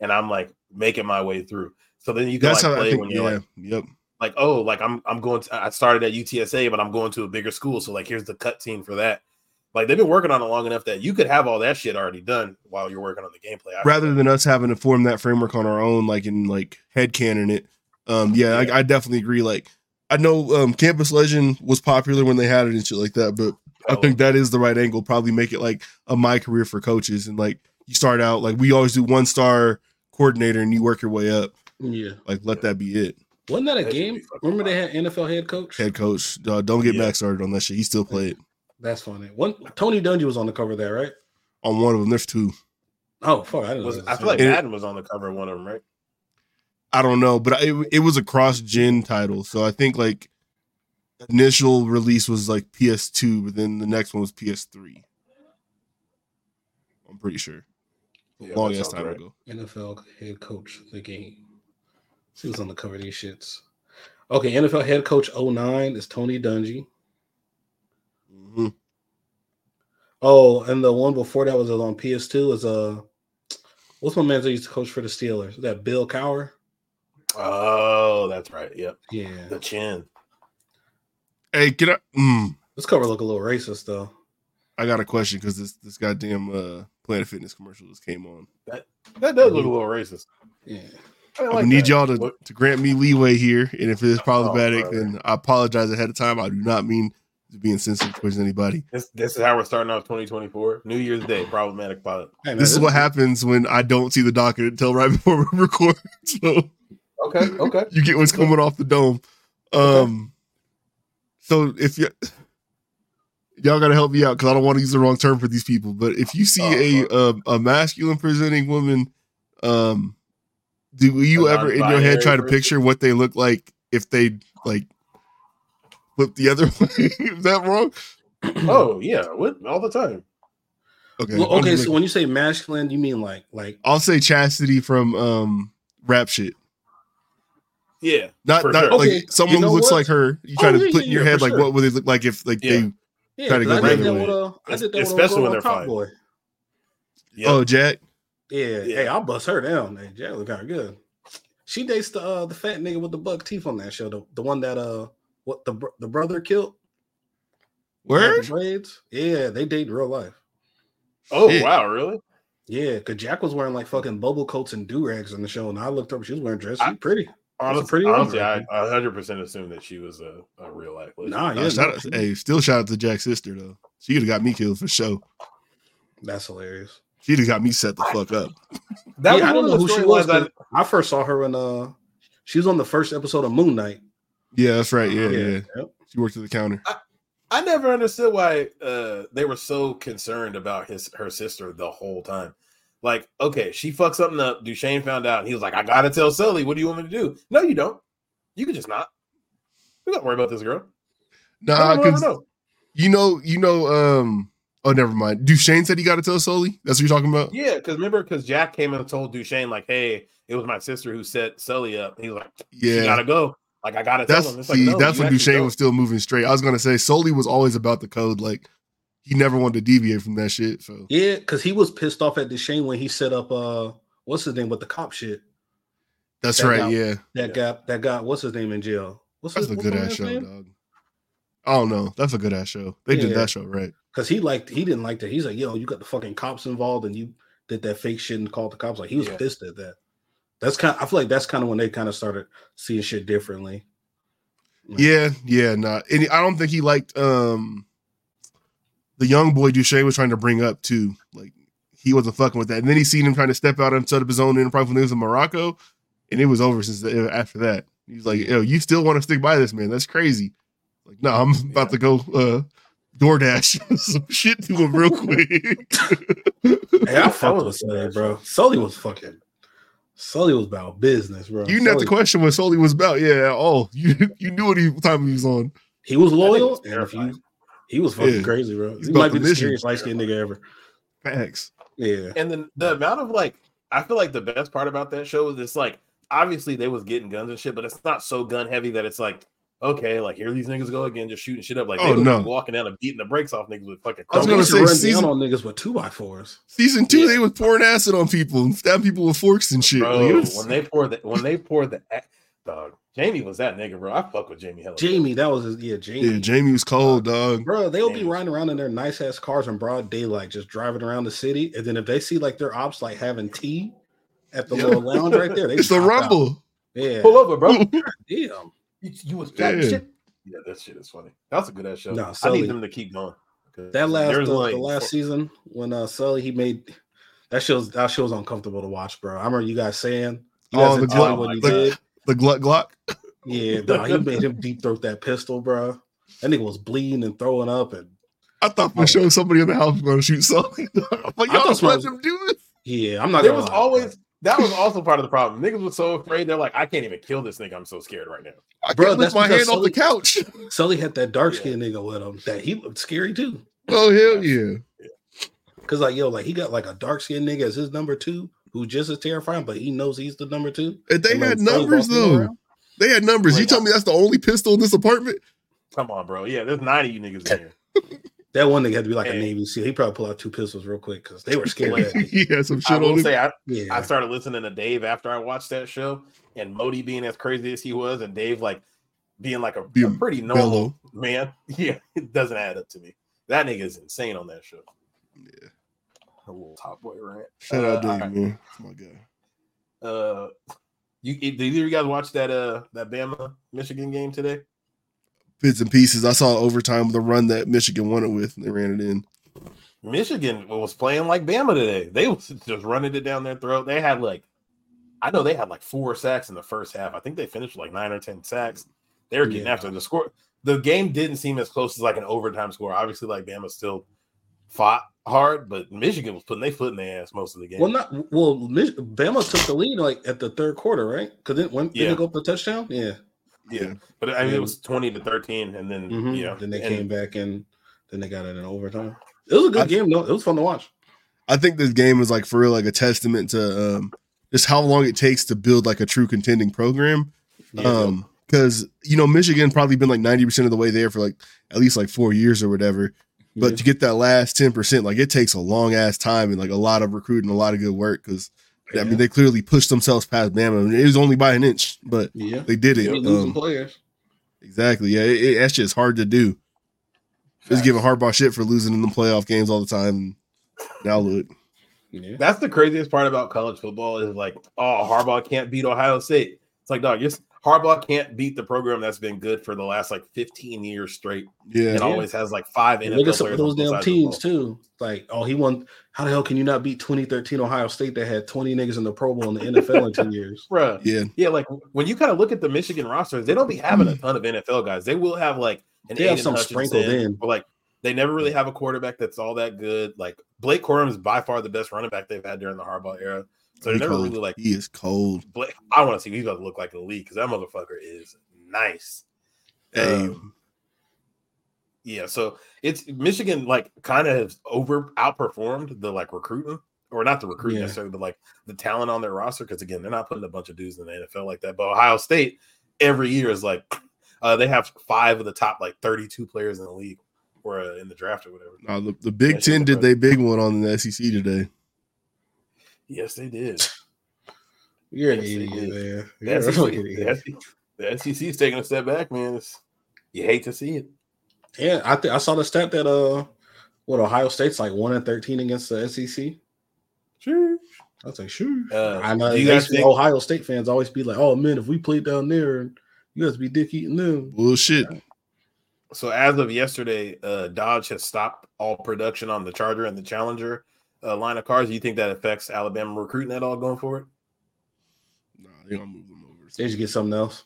and I'm like making my way through. So then you can
That's
like
how I
play
think.
when
Yeah,
you're like,
yep.
like, oh, like I'm I'm going to I started at UTSA, but I'm going to a bigger school. So like here's the cut team for that. Like they've been working on it long enough that you could have all that shit already done while you're working on the gameplay. I-
rather than us having to form that framework on our own, like in like head canon it. Um, yeah, I, I definitely agree. Like, I know um, Campus Legend was popular when they had it and shit like that, but I think that is the right angle. Probably make it like a my career for coaches and like you start out like we always do one star coordinator and you work your way up.
Yeah.
Like, let that be it.
Wasn't that a
That should
game?
be fucking
Remember they had NFL head coach?
Head coach, uh, don't get
Yeah.
back started on that shit. He still played
That's funny. One Tony Dungy was on the cover there, right?
on one of them. There's two.
Oh, fuck. I didn't know
was,
that
I
was
feel like
It-
Madden was on the cover of one of them, right?
I don't know, but it, it was a cross gen title. So I think like initial release was like PS2, but then the next one was PS3. I'm pretty sure.
Yeah,
Long
that
ass
sounds
time
right.
ago.
NFL head coach the game. She was on the cover of these shits. Okay, NFL head coach 09 is Tony Dungy.
Mhm.
Oh, and the one before that was on PS2 is uh what's my man's that used to coach for the Steelers? Is that Bill Cower?
Oh, that's right. Yep.
Yeah.
The chin.
Hey, get up. Mm,
This cover look a little racist though.
I got a question because this this goddamn uh, Planet Fitness commercial just came on.
That does look a little racist.
Yeah.
I didn't
I
like
need
that.
y'all to,
What- Oh,
to grant me leeway here, and if it is problematic,
brother.
then I apologize ahead of time. I do not mean to be insensitive towards anybody.
This this is how we're starting off 2024. New Year's Day, problematic pilot.
Hey, man,
This is what happens when I don't see the docket until right before we record. So.
Okay, okay.
you get what's coming off the dome. Um, so if you y'all gotta help me out because I don't want to use the wrong term for these people, but if you
Oh,
see a um, a masculine presenting woman, um, do you
A
ever in your head
non-binary
try to
person?
picture what they look like if they like flip the other way? Is that wrong?
Oh yeah, what all the time.
Okay,
Well,
I'm
okay,
just
so
making-
when you say masculine, you mean like like
I'll say chastity from um rap shit.
Yeah,
Not,
For
not
sure.
like
Okay,
someone
you know
who looks
what?
like her. You try
Oh,
to
yeah,
put in
yeah,
your
yeah,
head
for
like
sure.
what would they look like if like
Yeah.
they
yeah,
Try to
'cause
go
I
the
did
other
that with
way.
uh I did that
Especially when
with
they're
a
fine.
top boy.
yeah.
oh Jack,
Yeah,
Yeah.
hey, I'll bust her down. Hey, Jack look kind of good. She dates the uh, the fat nigga with the buck teeth on that show, the, the one that uh what the br- the brother killed. Had the
where?
braids. Yeah, they date in real life.
oh
shit.
wow, really?
Yeah, cause Jack was wearing like fucking bubble coats and do rags on the show, and I looked up. She was wearing dress. She
I-
pretty.
Honestly,
pretty woman
honestly,
right
I I 100 percent assumed that she was a, a real life. lesbian.
Nah, yeah,
Uh, shout
no,
out,
she-
hey, still shout out to Jack's sister though. She'd have got me killed for sure.
that's hilarious.
She'd have got me set the fuck up.
that
yeah,
was
I don't
one
know
of
who
the
she was.
storylines. I-
'cause I first saw her in uh, she was on the first episode of Moon Knight.
Yeah, that's right. Yeah, yeah.
yep.
She worked at the counter.
I never understood why uh, they were so concerned about his her sister the whole time. Like, okay, she fucked something up. Duchesne found out. He was like, I gotta tell Sully. What do you want me to do? No, you don't. You can just not. We don't worry about this girl.
Nah,
no, no, no,
Uh, 'cause
no.
you know, you know. Um, oh, never mind. Duchesne said he got to tell Sully. That's what you're talking about.
Yeah, because remember, because Jack came and told Duchesne, like, hey, it was my sister who set Sully up. He was like, you
Yeah,
gotta go. Like, I gotta
that's
tell him. It's
see,
like, no,
that's
you
when
actually
Duchesne
don't.
was still moving straight. I was gonna say Sully was always about the code. Like he never wanted to deviate from that shit. So
Yeah, because he was pissed off at Deshane when he set up uh, what's his name with the cop shit.
that's
That
right.
guy-
yeah,
Yeah.
That got that got what's his name in jail? What's
that's
his,
a good ass show, dog. I don't know. That's a good ass show. They did
Yeah.
that show right.
Because he liked he didn't like that. He's like, yo, you got the fucking cops involved, and you did that fake shit and called the cops. Like he was
Yeah.
pissed at that. That's kind. I feel like that's kind of when they kind of started seeing shit differently.
Yeah, yeah, nah. And I don't think he liked um the young boy Duchesne was trying to bring up too. Like he wasn't fucking with that. And then he seen him trying to step out and set up his own enterprise when he was in Morocco, and it was over since the, after that. He was like, "Yo, you still want to stick by this man? That's crazy." Like, no, I'm about to go uh DoorDash some shit to him real quick.
Hey, I
That
fucked with
was a good
Sully,
ass
bro. Sully was fucking. Sully was about business, bro.
you didn't have to
Sully-
question what Sully was about. Yeah, at all. You you knew what he, time he was on.
He was
think it
loyal,
was
and if you,
terrifying.
he was fucking
Yeah.
crazy, bro.
He's
he
about
might
the
be the
mission.
scariest light skinned nigga ever.
Facts.
Yeah.
And then the amount of like, I feel like the best part about that show is it's like, obviously they was getting guns and shit, but it's not so gun heavy that it's like, okay, like here these niggas go again, just shooting shit up. Like,
Oh,
they was
no.
just walking down and beating the brakes off niggas with fucking.
I
cars.
was gonna
They
say
should run
season-
down on niggas with two by fours.
Season two,
Yeah.
they was pouring acid on people and stabbing people with forks and shit.
bro,
Like, it was-
when they pour the when they pour the ac- dog, Jamie was that nigga, bro. I fuck with Jamie hella.
Jamie, that was his, yeah, Jamie.
yeah, Jamie was cold, dog.
Bro, they'll be
Jamie.
riding around in their nice ass cars in broad daylight, just driving around the city. And then if they see like their ops like having tea at the
Yeah.
little lounge right there, they
It's the
pop out.
rumble.
Yeah,
Pull over, bro.
damn.
You, you was
fat Yeah.
shit. Yeah, that shit is funny. That's a good ass show.
Nah,
I
Sully.
need them to keep going. 'Cause
That last
there's
the,
like-
the last season when uh Sully he made that shows that show was uncomfortable to watch, bro. I remember you guys saying you
Oh,
guys
the
enjoyed
glut-
what he
the-
did.
The glut glock.
Yeah, nah, he made him deep throat that pistol, bro. That nigga was bleeding and throwing up, and
I thought for
Oh.
sure somebody in the house was going to shoot something. I'm like,
I
y'all
thought
just let
somebody-
them do this.
yeah, I'm not.
there
gonna
was
lie, bro.
always that was also part of the problem. Niggas was so afraid. They're like, I can't even kill this nigga. I'm so scared right now.
I
Bro,
can't
that's
lift my hand
because
off the couch.
Sully had that dark skinned nigga with him that he looked scary too.
Oh hell yeah!
Cause like yo, like he got like a dark skinned nigga as his number two, who just is terrifying, but he knows he's the number two.
And they
And, like,
had
Sully
numbers
walking
though.
around.
They had numbers. You
Like,
tell me that's the only pistol in this apartment?
Come on, bro. Yeah, there's nine of you niggas in here.
That one nigga had to be like a
Hey.
Navy SEAL. He probably pulled out two pistols real quick because they were scared. of that.
he had some
I
shit
will
on him.
say, I,
Yeah,
I started listening to Dave after I watched that show, and Modi being as crazy as he was, and Dave like being like a, a
Being
pretty normal
Bellow.
man. Yeah, it doesn't add up to me. That nigga is insane on that show.
Yeah.
A little top boy rant.
Shout
Uh,
out Dave,
all right.
man. Oh my god.
Uh, you did either of you guys watch that uh that Bama Michigan game today?
Bits and pieces. I saw overtime the run that Michigan won it with. And they ran it in.
Michigan was playing like Bama today. They was just running it down their throat. They had like, I know they had like four sacks in the first half. I think they finished with like nine or ten sacks. They were getting
Yeah.
after it. the score. The game didn't seem as close as like an overtime score. Obviously, like Bama still fought hard, but Michigan was putting their foot in their ass most of the game.
well, not well. Mich- Bama took the lead like at the third quarter, right? Because then when did
Yeah.
they go up the touchdown? Yeah,
yeah, but I mean it was twenty to thirteen, and then
Mhm.
yeah,
Then they
and-
came back and then they got it in overtime. It was a good
I-
game though. It was fun to watch.
I think this game is like for real, like a testament to um just how long it takes to build like a true contending program.
Yeah.
Um, because you know Michigan probably been like ninety percent of the way there for like at least like four years or whatever. But
Yeah.
to get that last ten percent, like it takes a long ass time and like a lot of recruiting, a lot of good work. Because I
Yeah.
mean, they clearly pushed themselves past Bama. I mean, it was only by an inch, but
yeah,
they did it.
They losing
Um,
players.
exactly. Yeah, it, it, that's just hard to do. Just giving Harbaugh shit for losing in the playoff games all the time. Now look,
Yeah.
That's the craziest part about college football is like, oh, Harbaugh can't beat Ohio State. It's like, dog, just Harbaugh can't beat the program that's been good for the last like 15 years straight
yeah,
and always has like five
And
NFL
look at
players.
some of
on
those
both
damn
sides of the
teams
ball.
too. Like, oh, he won. How the hell can you not beat 2013 Ohio State that had 20 niggas in the Pro Bowl in the NFL in 10 years?
Bruh.
yeah.
Yeah, like when you kind of look at the Michigan rosters, they don't be having a ton of NFL guys. They will have like an
Mm. They have
Aiden
some
Hutchinson,
sprinkled in.
or like they never really have a quarterback that's all that good. Like Blake Corum is by far the best running back they've had during the Harbaugh era. So they're
He
never
cold.
really like
he is cold.
Blake. I want to see what he's about to look like in the league because that motherfucker is nice.
Hey,
Uh,
Um, yeah, so it's Michigan like kind of has over outperformed the like recruiting or not the recruiting
Yeah.
necessarily, but like the talent on their roster because again they're not putting a bunch of dudes in the NFL like that. But Ohio State every year is like uh, they have five of the top like thirty two players in the league or uh, in the draft or whatever.
Oh.
nah, the, the Big
That shit
Ten did
impressive.
they big one on the SEC today.
Yes, they did.
You're an
Yes, they
idiot,
did.
man. You're
The
a
SEC,
fucking idiot.
the SEC the SEC is taking a step back, man. It's, you hate to see it.
Yeah, I think I saw the stat that uh, what Ohio State's like one and 13 against the SEC.
Sure.
I was like, sure.
Uh,
I know
do you
they
guys
should-
think-
Ohio State fans always be like, oh man, if we played down there, you guys be dick eating them.
Bullshit.
So as of yesterday, uh, Dodge has stopped all production on the Charger and the Challenger uh, line of cars. Do you think that affects Alabama recruiting at all going forward?
Nah, they gonna move them over.
They should get something else.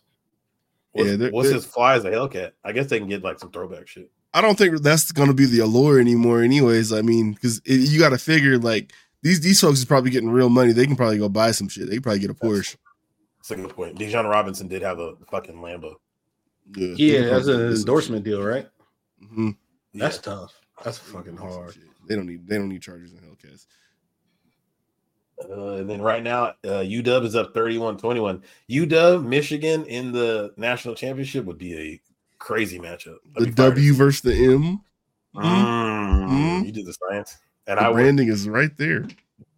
What's,
Yeah, they're-
what's
they're-
his fly as a Hellcat? I guess they can get like some throwback shit.
I don't think that's going to be the allure anymore. Anyways, I mean, because you got to figure like these these folks is probably getting real money. They can probably go buy some shit. They can probably get a Porsche.
That's a good point. Dijon Robinson did have a fucking Lambo.
Yeah,
Yeah, that's an endorsement deal, right?
Mm-hmm.
Yeah.
That's tough. That's fucking hard.
They don't need they don't need Chargers and Hellcats.
Uh, and then right now, uh, UW is up 31 21. UW, Michigan in the national championship would be a crazy matchup. I'd
The
be fired.
W versus the M.
Mm,
Mm.
You did the science. And
The
I went,
branding is right there.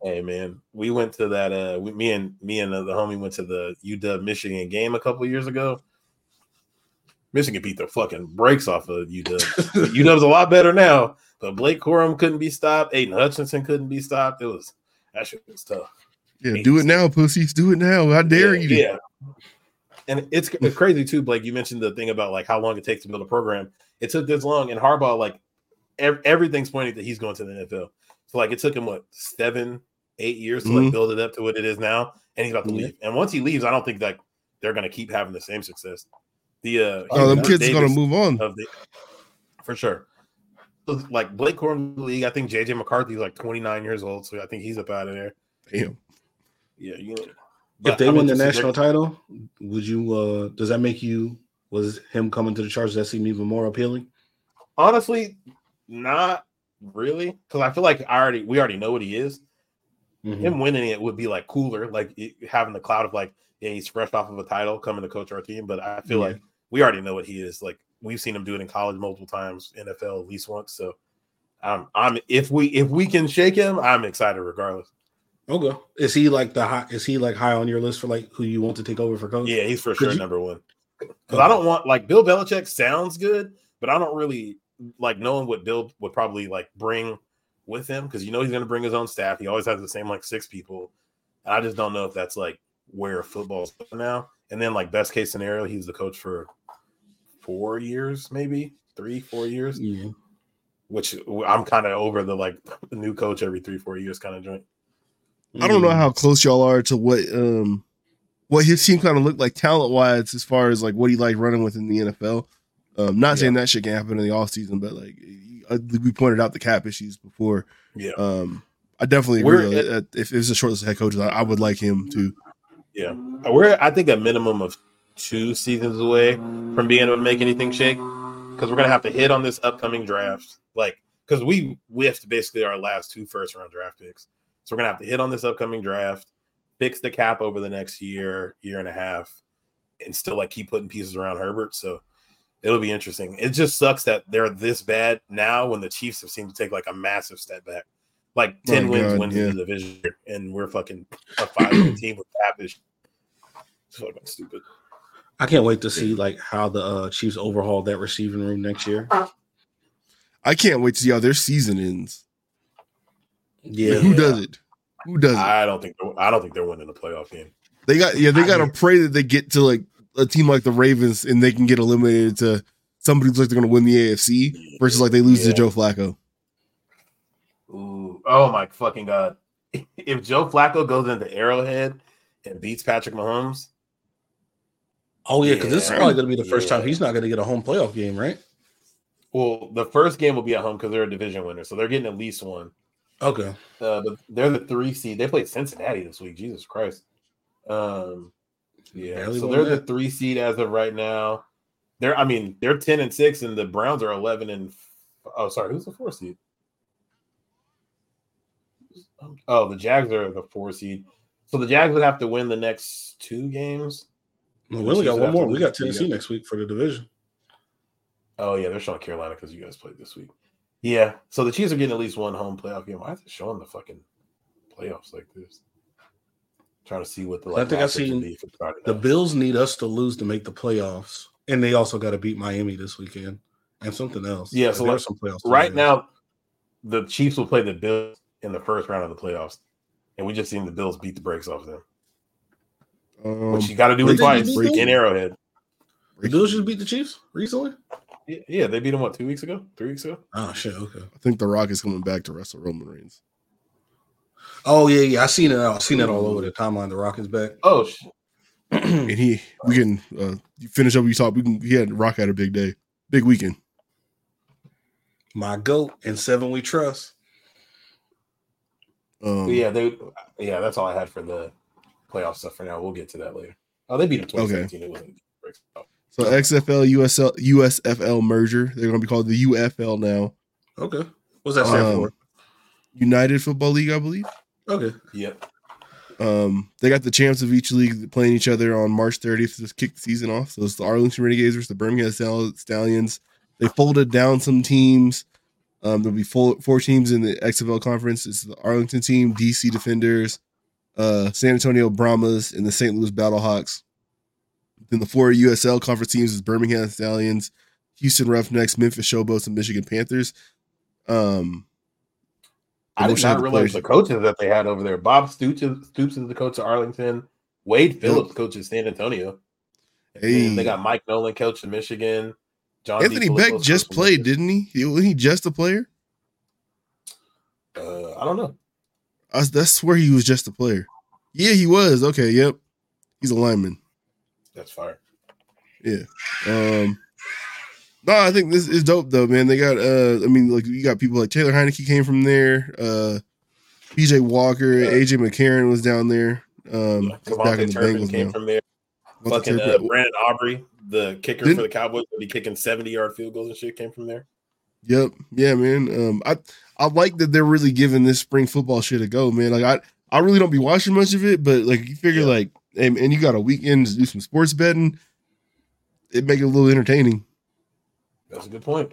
hey, man, we went to that. Uh, we, me and me and uh, the homie went to the UW Michigan game a couple years ago. Michigan beat the fucking brakes off of UW. UW's a lot better now, but Blake Corum couldn't be stopped. Aiden Hutchinson couldn't be stopped. It was that shit was tough.
Yeah, do it now, pussies. Do it now. How dare
yeah,
you?
Yeah. And it's c- crazy too, Blake. You mentioned the thing about like how long it takes to build a program. It took this long, and Harbaugh, like ev- everything's pointing that he's going to the NFL. So like it took him what seven, eight years to
Mhm.
like build it up to what it is now, and he's about to
Yeah.
leave. And once he leaves, I don't think like they're going to keep having the same success. The uh,
Oh, them
Hubert
kids are gonna
Davis-
move on.
of the for sure. Like Blake Corum league, I think JJ McCarthy's like 29 years old, so I think he's up out of there.
Damn.
Yeah, you
if
but
they
I'm
win the
interested-
national title, would you? uh Does that make you? Was him coming to the Chargers that seem even more appealing?
honestly, not really, because I feel like I already we already know what he is.
Mhm.
Him winning it would be like cooler, like it- having the cloud of like, yeah, he's fresh off of a title coming to coach our team. But I feel
Yeah.
like we already know what he is. Like we've seen him do it in college multiple times, NFL at least once. So. I'm, I'm if we if we can shake him, I'm excited regardless.
Okay. Is he like the high? Is he like high on your list for like who you want to take over for coach?
Yeah, he's for
Could
sure
you-
number one. Because I don't want like Bill Belichick sounds good, but I don't really like knowing what Bill would probably like bring with him because you know he's going to bring his own staff. He always has the same like six people, and I just don't know if that's like where football's going now. And then like best case scenario, he's the coach for four years, maybe three, four years,
Yeah.
which I'm kind of over the like new coach every three, four years kind of joint. Mm,
I don't know how close y'all are to what um what his team kind of looked like talent wise as far as like what he liked running with in the NFL. Um not saying that shit can happen in the offseason, but like uh, we pointed out the cap issues before.
Yeah.
Um I definitely
We're
agree. though, that if it was a short list of head coaches, I, I would like him too.
Yeah, we're I think a minimum of two seasons away from being able to make anything shake because we're gonna have to hit on this upcoming draft, like because we whiffed basically our last two first round draft picks, so we're gonna have to hit on this upcoming draft, fix the cap over the next year, year and a half, and still like keep putting pieces around Herbert. So it'll be interesting. It just sucks that they're this bad now when the Chiefs have seemed to take like a massive step back. Like
Oh My
10 wins
God,
wins
yeah.
in the division, and we're fucking a five win team with cap issues. It's fucking stupid.
I can't wait to see like how the uh Chiefs overhaul that receiving room next year.
I can't wait to see how their season ends. Like,
Yeah.
who does it? Who does it?
I don't think they're, I don't think they're winning the playoff game.
They got yeah, they gotta pray that they get to like a team like the Ravens and they can get eliminated to somebody who's like they're gonna win the AFC versus like they lose
Yeah.
to Joe Flacco.
Ooh, oh my fucking god! If Joe Flacco goes into Arrowhead and beats Patrick Mahomes,
Oh yeah, because this is
Yeah.
probably going to be the first
Yeah.
time he's not going to get a home playoff game, right?
well, the first game will be at home because they're a division winner, so they're getting at least one.
Okay.
Uh, but they're the three seed. They played Cincinnati this week. Jesus Christ. Um, yeah.
Barely
so
won
they're the
that.
three seed as of right now. They're, I mean, they're ten and six, and the Browns are eleven and. f- Oh, sorry, who's the four seed? Oh, the Jags are the four seed. So the Jags would have to win the next two games.
Well, we only got
Chiefs
one
have
more.
to
We
lose
got
to
Tennessee
you.
next week for the division.
Oh yeah, they're showing Carolina because you guys played this week. Yeah, so the Chiefs are getting at least one home playoff game. Why is it showing the fucking playoffs like this? trying to see what the
I
like,
think I've
matchups would
seen
be for Friday
The
night.
Bills need us to lose to make the playoffs, and they also got to beat Miami this weekend and something else.
Yeah, so
there
like,
are some playoffs
right
to do.
now, the Chiefs will play the Bills in the first round of the playoffs, and we just seen the Bills beat the brakes off them,
Um,
which
Um,
you got to do
they
it
didn't
twice
beat
in
them?
Arrowhead.
the Bills just beat the Chiefs recently.
Y- Yeah, they beat them what two weeks ago, three weeks ago.
Oh shit. Okay.
I think The Rock is coming back to wrestle Roman Reigns.
Oh yeah, yeah. I seen it. I seen it all over the timeline. The Rock is back.
Oh, sh- Hmm.
and he, we can uh, you finish up. what You talk. We can. He had Rock had a big day, big weekend.
My goat and seven we trust.
Um,
yeah, they. Yeah, that's all I had for the playoff stuff for now. We'll get to that later. Oh, they beat them twenty seventeen. It wasn't breaks off.
So XFL, USL, USFL merger. They're going to be called the UFL now.
Okay. What's that stand
Um,
for?
United Football League, I believe.
Okay.
Yep.
Um, they got the champs of each league playing each other on March 30th to kick the season off. So it's the Arlington Renegades versus the Birmingham Stall- Stallions. They folded down some teams. Um, there'll be four, four teams in the XFL conference. It's the Arlington team, DC Defenders, uh, San Antonio Brahmas, and the St. Louis Battlehawks. Then the four USL conference teams is Birmingham Stallions, Houston Roughnecks, Memphis Showboats, and Michigan Panthers. Um,
I did
wish I had
not
the
realize
players.
the coaches that they had over there. Bob Stoops, Stoops is the coach of Arlington. Wade Phillips coaches San Antonio. And
Hey.
They got Mike Nolan coach in Michigan. John D.
Anthony
Filippo's
Beck
coach
just
in
played,
Michigan.
didn't he? he? Wasn't he just a player?
Uh, I don't know.
I, that's where he was just a player. Yeah, he was. Okay, yep. He's a lineman.
That's fire.
Um No, I think this is dope though, man. They got uh I mean like you got people like Taylor Heineke came from there, uh PJ Walker, AJ McCarron was down there. Um
Yeah,
he's back in
Devontae
the
Turpin
Bengals
came
now.
from there.
Devontae
Fucking uh,
Turpin-
Brandon Aubrey, the kicker
Didn't-
for the Cowboys, that be kicking seventy yard field goals and shit, came from there.
Yep. Yeah, man. Um, I I like that they're really giving this spring football shit a go, man. Like I I really don't be watching much of it, but like you figure
Yeah.
like and, and you got a weekend to do some sports betting, it make it a little entertaining.
That's a good point.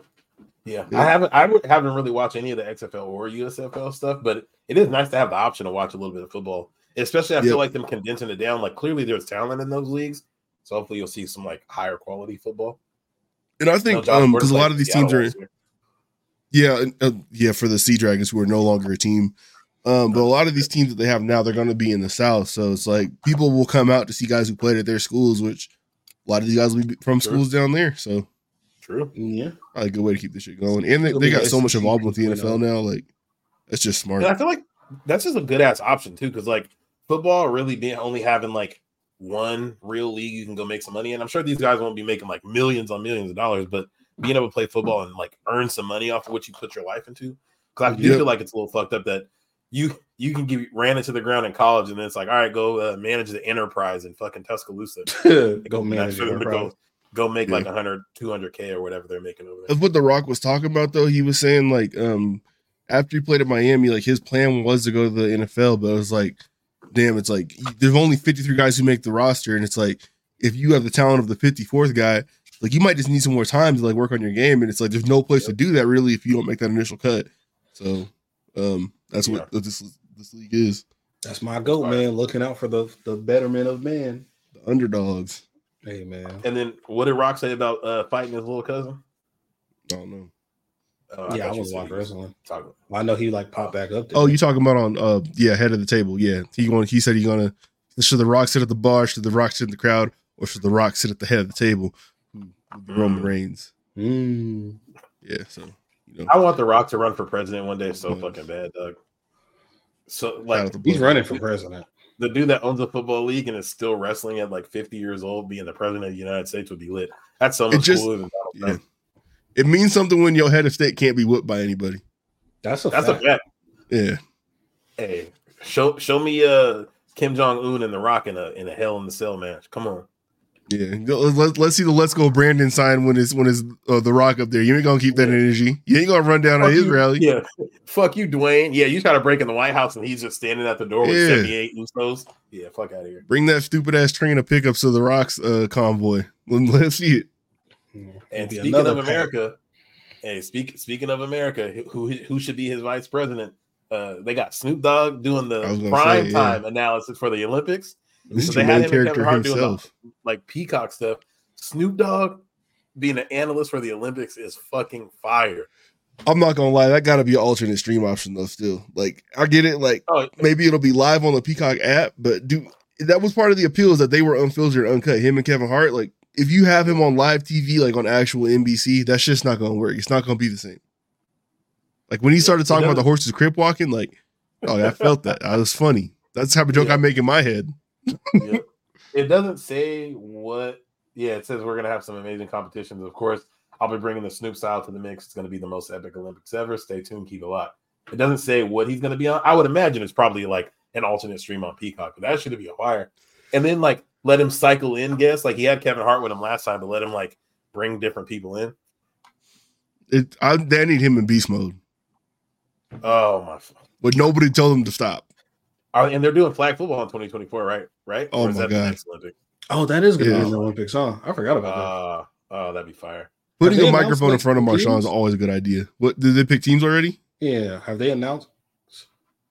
Yeah,
Yeah.
I haven't. I would- haven't really watched any of the XFL or USFL stuff, but it is nice to have the option to watch a little bit of football. Especially, I
Yeah.
feel like them condensing it down. Like clearly, there's talent in those leagues, so hopefully, you'll see some like higher quality football.
And I
You
think
know, Josh
um
Gordon
because a
played
lot
for
of these
Seattle
teams are
last year.
yeah and, uh, yeah for the Sea Dragons who are no longer a team, um but a lot of these teams that they have now they're going to be in the South, so it's like people will come out to see guys who played at their schools, which a lot of these guys will be from
Sure.
schools down there. So
true.
Yeah.
probably a good way to keep this shit going. And they,
It'll
they
be
got
the
so much
SEC
involved with the
2.0.
NFL now, like that's just smart.
And I feel like that's just a good ass option too, because like football really being only having like one real league you can go make some money in. I'm sure these guys won't be making like millions on millions of dollars, but being able to play football and like earn some money off of what you put your life into. Because I do
Yep.
feel like it's a little fucked up that you you can get ran into the ground in college and then it's like, all right, go uh, manage the enterprise in fucking Tuscaloosa.
Go
And that's
manage
for them
your
to
problem.
go, go make like
Yeah.
100, 200K or whatever they're making over
Uh,
there.
That's what The Rock was talking about, though. He was saying like, um, after he played at Miami, like his plan was to go to the NFL, but it was like, damn, it's like there's only 53 guys who make the roster, and it's like if you have the talent of the 54th guy, like you might just need some more time to like work on your game, and it's like there's no place to do that really if you don't make that initial cut. So, um, that's what this this league is.
That's my goat, man. Looking out for the the betterment of man.
The underdogs.
Hey, man.
And then what did Rock say about uh, fighting his little cousin?
I don't know.
Oh, I
yeah, I
thought you
was
said he
watching
was
wrestling.
talking-
I know he like popped back up.
Oh, you talking about on uh yeah, head of the table. Yeah. He going he said he gonna should the rock sit at the bar, should the rock sit in the crowd, or should the rock sit at the head of the table? Roman Reigns.
Mm.
Yeah, so you know
I want The Rock to run for president one day so
Yeah.
fucking bad, Doug. So
out
like
of the
He's
blue.
running for president.
the dude that owns the football league and is still wrestling at like 50 years old, being the president of the United States would be lit. That's so
It
much
just-
cooler than Donald
yeah.
Trump.
It means something when your head of state can't be whipped by anybody.
That's a
That's a
fact.
fact.
Yeah.
Hey, show show me uh Kim Jong Un and The Rock in a in a Hell in the Cell match. Come on,
Yeah. Go- Let, let's see the let's go Brandon sign when it's when it's uh, the rock up there. You ain't gonna keep that energy. You ain't gonna run down on
Fuck
his
Oh, you.
rally.
yeah, fuck you, Dwayne. Yeah, you try to break in the White House and he's just standing at the door with
Yeah.
78 Usos. Yeah, fuck out of here.
Bring that stupid ass train of pickups to the rocks uh convoy. Let- Let's see it.
Mm.
And
Be
speaking
another
of
pack.
America, hey, speak, speaking of America, who who should be his vice president? Uh, they got Snoop Dogg doing the
I was gonna
prime
say, yeah.
time analysis for the Olympics,
This is
they
the
had him
main
and Kevin
character
Hart doing the-
himself.
like Peacock stuff. Snoop Dogg being an analyst for the Olympics is fucking fire.
I'm not gonna lie, that gotta be an alternate stream option though. Still, like I get it, like
Oh,
maybe it'll be live on the Peacock app, but dude, that was part of the appeal is that they were unfiltered, uncut. Him and Kevin Hart, like if you have him on live TV, like on actual NBC, that's just not gonna work. It's not gonna be the same. Like when he started talking about the
doesn't-
horses crip walking, like oh, I felt that. That was funny. That's the type of joke
Yeah.
I make in my head.
yeah. It doesn't say what. Yeah, it says we're gonna have some amazing competitions. Of course, I'll be bringing the Snoop style to the mix. It's gonna be the most epic Olympics ever. Stay tuned, keep it locked. It doesn't say what he's gonna be on. I would imagine it's probably like an alternate stream on Peacock, but that should be a fire. And then like let him cycle in guests. Like he had Kevin Hart with him last time, but let him like bring different people in.
It, I, they need him in beast mode.
Oh my! f-
But nobody told him to stop.
Oh, and they're doing flag football in 2024, right? Right?
Oh,
Or is
my
that the
God.
next Olympic?
Oh, that is gonna
Yeah.
be in the Olympics, huh? I forgot about that.
Uh, oh, that'd be fire.
Putting
they
a
announced
microphone in
next
front of Marshawn
teams?
is always a good idea. What did they pick teams already?
Yeah, have they announced?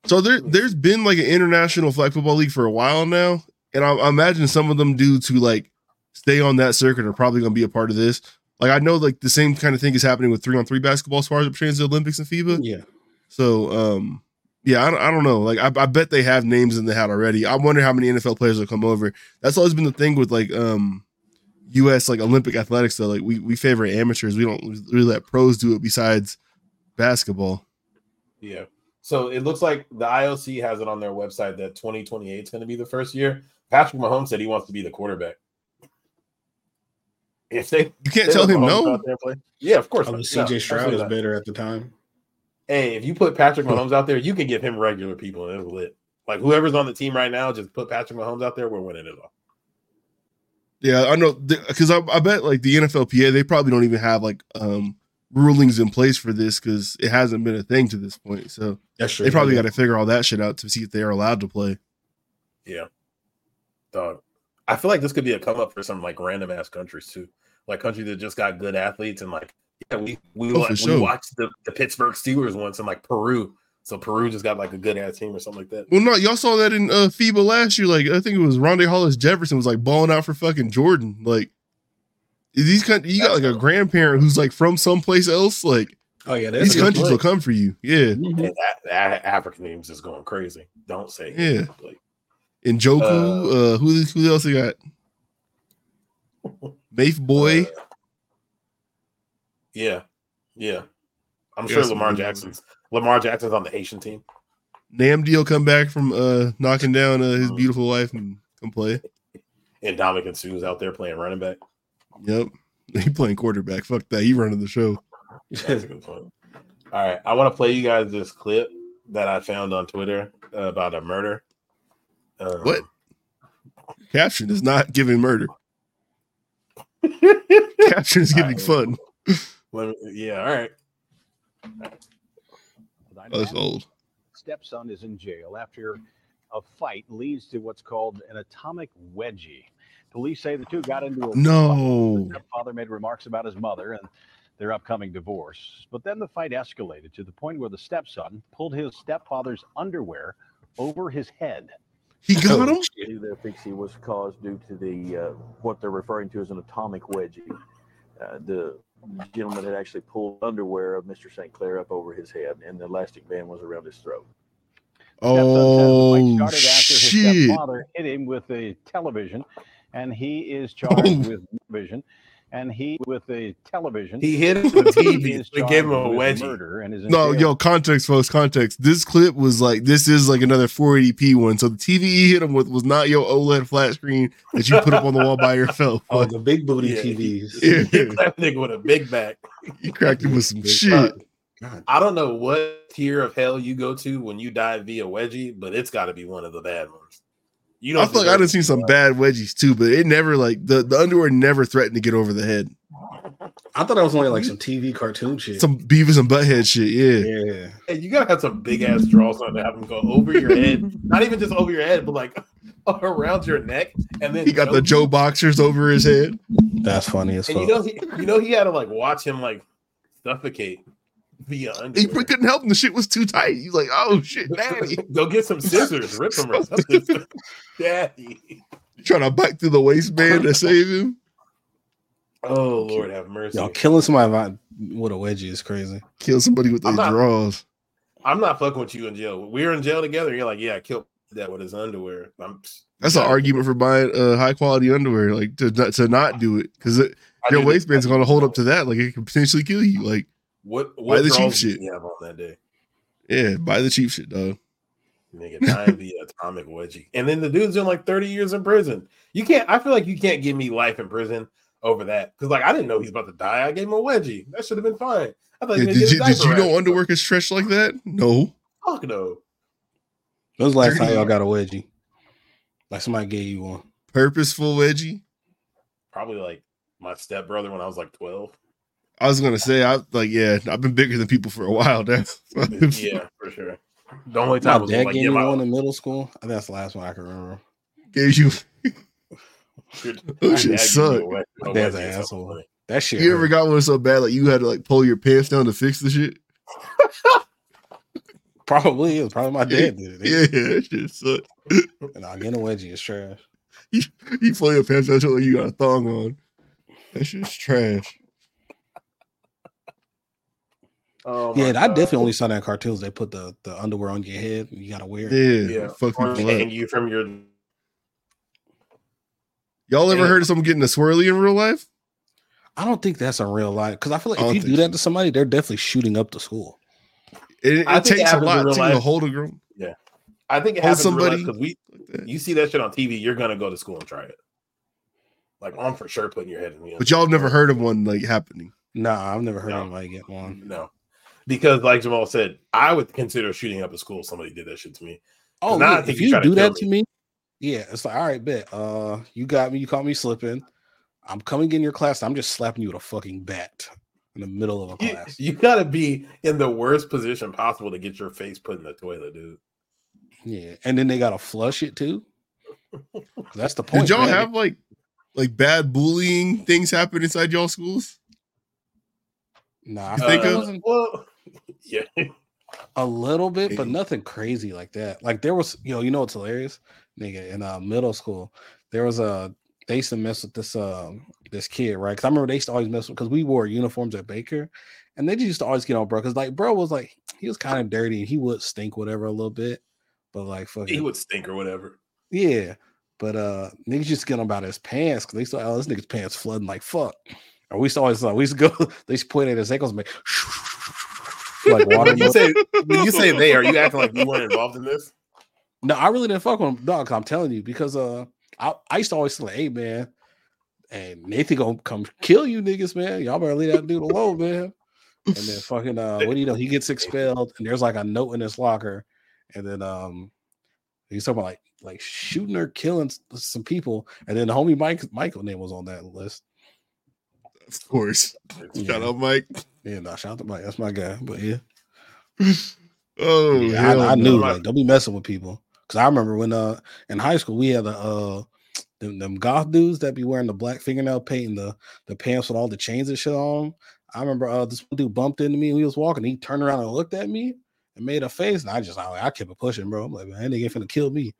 So there, there's been like an international flag football league for a while now, and I, I imagine some of them due to like stay on that circuit are probably going to be a part of this. Like I know, like the same kind of thing is happening with three on three basketball as far as it pertains to Olympics and FIBA.
Yeah,
So, um, yeah, I don't, I don't know. Like, I, I bet they have names in the hat already. I wonder how many NFL players will come over. That's always been the thing with like, um, U.S. like Olympic athletics though. Like, we we favor amateurs. We don't really let pros do it besides basketball.
Yeah. So it looks like the IOC has it on their website that 2028 is going to be the first year. Patrick Mahomes said he wants to be the quarterback. If they
You can't
they
tell
let
him
Mahomes
no.
out there and play- yeah, of course.
I
not.
was
No,
CJ Stroud
absolutely
Oh, is
not.
better at the time.
Hey, if you put Patrick Mahomes out there, you can give him regular people and it's lit. Like whoever's on the team right now, just put Patrick Mahomes out there. We're winning it all.
Yeah, I know because I, I bet like the NFLPA they probably don't even have like um rulings in place for this because it hasn't been a thing to this point. So
That's true.
they probably got to figure all that shit out to see if they are allowed to play.
Dog. I feel like this could be a come up for some like random ass countries too. Like countries that just got good athletes and like yeah, we we,
Oh,
wa-
for
we
sure.
watched the, the Pittsburgh Steelers once in like Peru. So Peru just got like a good ass team or something like that.
Well, no, y'all saw that in uh, FIBA last year. Like, I think it was Rondé Hollis Jefferson was like balling out for fucking Jordan. Like, these country, you got like a grandparent who's like from someplace else. Like,
Oh yeah, that's
these
a good
countries will come for you. Yeah,
point.
And that, that African team's just going crazy. Don't say
Yeah.
Like,
and Joku. Uh, who who else they got? Mafe Boy.
uh, yeah. Yeah. I'm
Yeah,
sure
some
Lamar
good
Jackson's Lamar Jackson's on the Haitian team.
Namdi will come back from uh knocking down uh,
Uh-huh.
his beautiful wife and come play.
And Dominican Sue's out there playing running back.
Yep, he playing quarterback. Fuck that. He running the show.
That's a good point. All right, I want to play you guys this clip that I found on Twitter uh, about a murder. Um,
What? Caption is not giving murder. Caption is giving
Alright.
fun.
Let me, yeah, all right.
Oh, that's old.
stepson is in jail after a fight leads to what's called an atomic wedgie. Police say the two got into a
No.
Father made remarks about his mother and their upcoming divorce, but then the fight escalated to the point where the stepson pulled his stepfather's underwear over his head.
He got him?
The asphyxia was caused due to the uh, what they're referring to as an atomic wedgie. Uh, the gentleman had actually pulled underwear of Mr. St. Clair up over his head, and the elastic band was around his throat.
Oh,
Stepson says the fight started after his
shit.
stepfather hit him with a television, and he is charged
Oh.
with vision, and he with a television.
He hit him with the
He
TV.
is
They gave him a
charged with
wedgie.
murder and is in
No,
jail.
yo, context, folks, context. This clip was like, this is like another 480p one. So the TV he hit him with was not your OLED flat screen that you put up on the wall by yourself.
Oh, the big booty
Yeah.
TVs.
Yeah.
that nigga with a big back.
You cracked him with some shit.
I don't know what tier of hell you go to when you die via wedgie, but it's got to be one of the bad ones. You don't.
I feel like I done
deserve
seen
to
some
die.
bad wedgies too, but it never like the, the underwear never threatened to get over the head.
I thought I was only like some TV cartoon shit.
Some Beavis and Butthead shit, yeah.
yeah,
Hey, you gotta have some big ass draw something to have them go over your head. Not even just over your head, but like around your neck, and then
He got the
choke
Joe boxers over his head.
that's funny as
And you
fuck.
know, he, you know, he had to like watch him like suffocate via
He
underwear.
couldn't help him. The shit was too tight. He's like, oh shit, daddy.
Go get some scissors, rip him or something. Daddy.
Trying to bite through the waistband to save him.
Oh Lord, have mercy.
Y'all killing somebody by, with a wedgie is crazy.
Kill somebody with their
I'm not-
draws.
I'm not fucking with you in jail. We're in jail together. You're like, yeah, I killed that with his underwear. I'm.
That's an argument for buying uh, high quality underwear, like to not, to not do it because
I
your
do-
waistband's going to hold up to that. Like it could potentially kill you. Like
What?
Buy
What
the cheap
draws did
shit.
you have on that day?
yeah, buy the cheap shit, dog.
Nigga, dying via atomic wedgie. And then the dude's in like 30 years in prison. You can't, I feel like you can't give me life in prison over that. Cause like I didn't know he's about to die. I gave him a wedgie. That should have been fine. I thought he
Yeah,
was
did
gonna get
you, did
his
you
diaper
know
rash.
underwear can stretch like that? No.
Fuck no.
When was the last time
Dirty.
y'all got a wedgie? Like somebody gave you one.
Purposeful wedgie.
Probably like my stepbrother when I was like 12.
I was gonna say I like yeah. I've been bigger than people for a while now.
yeah, for sure. The only time
My
was
dad
like,
gave
yeah,
me
my-
one in middle school. I think that's the last one I can remember.
Gave you
Dude,
That
my
shit
dad gave me
sucked.
a wet- a
My
wet
dad's an
year, so-
asshole. That shit.
You ever got one so bad like you had to like pull your pants down to fix the shit?
hurt. probably it was probably my dad did it.
Yeah, that shit sucked.
And I get a wedgie is trash.
You pull your pants down to like you got a thong on. That shit's trash.
Oh my
yeah, and I
God.
definitely only saw that in cartoons. They put the, the underwear on your head. And you gotta wear it.
Yeah,
Yeah,
fuck
or
people
hang
up.
you from your.
Y'all ever
Yeah.
heard of someone getting a swirly in real life?
I don't think that's in real life because I feel like
I
if
don't
you
think
do that to somebody, they're definitely shooting up the school.
It, it
I think it
takes a
happens in
lot
real
too, to
life.
hold a girl.
I think it
Hold
happens somebody
somebody-
because we
like that.
you see that shit on TV, you're gonna go to school and try it. Like I'm for sure putting your head in the.
But y'all have never heard of one like happening.
Nah, I've never heard
No.
anybody get one.
No, because like Jamal said, I would consider shooting up a school. if Somebody did that shit to me.
Oh,
Nah, I
yeah,
think
if
you
you
tried to
do
kill
that to me, yeah, it's like all right, bet. Uh, you got me. You caught me slipping. I'm coming in your class. I'm just slapping you with a fucking bat in the middle of a
You,
class.
you gotta be in the worst position possible to get your face put in the toilet, dude.
Yeah, and then they gotta flush it too. That's the point.
Did y'all
man.
have like like bad bullying things happen inside y'all schools?
Nah, I
you
feel like
think
it
of-
Uh,
wasn't
well, yeah,
a little bit, but
Yeah.
nothing crazy like that. Like there was, you know, you know what's hilarious, nigga. In uh, middle school, there was a they used to mess with this um this kid, right? Because I remember they used to always mess with because we wore uniforms at Baker, and they just used to always get on bro because like bro was like he was kind of dirty and he would stink whatever a little bit, but like
he
fucking
would stink or whatever.
yeah. But uh niggas just get on about his pants because they used to oh this nigga's pants flooding like fuck. Or we used to always like we used to go they used to point at his ankles and make like water.
When you say when you say they, are you acting like you weren't involved in this?
No, I really didn't fuck with him, dog. I'm telling you, because uh, I, I used to always say, like, "Hey, man, and Nathan gonna come kill you, niggas, man. Y'all better leave that dude alone, man." And then fucking uh, what do you know? He gets expelled, and there's like a note in his locker, and then um, he's talking about like like shooting or killing s- some people, and then the homie Mike Michael name was on that list.
Of course.
Yeah.
Shout out Mike.
Yeah, no, shout out to Mike, that's my guy. But yeah,
Oh
Yeah,
hell
I, I
no.
knew
no.
like don't be messing with people. Cause I remember when uh in high school we had the uh them, them goth dudes that be wearing the black fingernail paint and the the pants with all the chains and shit on 'em. I remember uh this one dude bumped into me and we was walking. He turned around and looked at me and made a face, and I just I, I kept it pushing, bro. I'm like, man, they ain't finna kill me,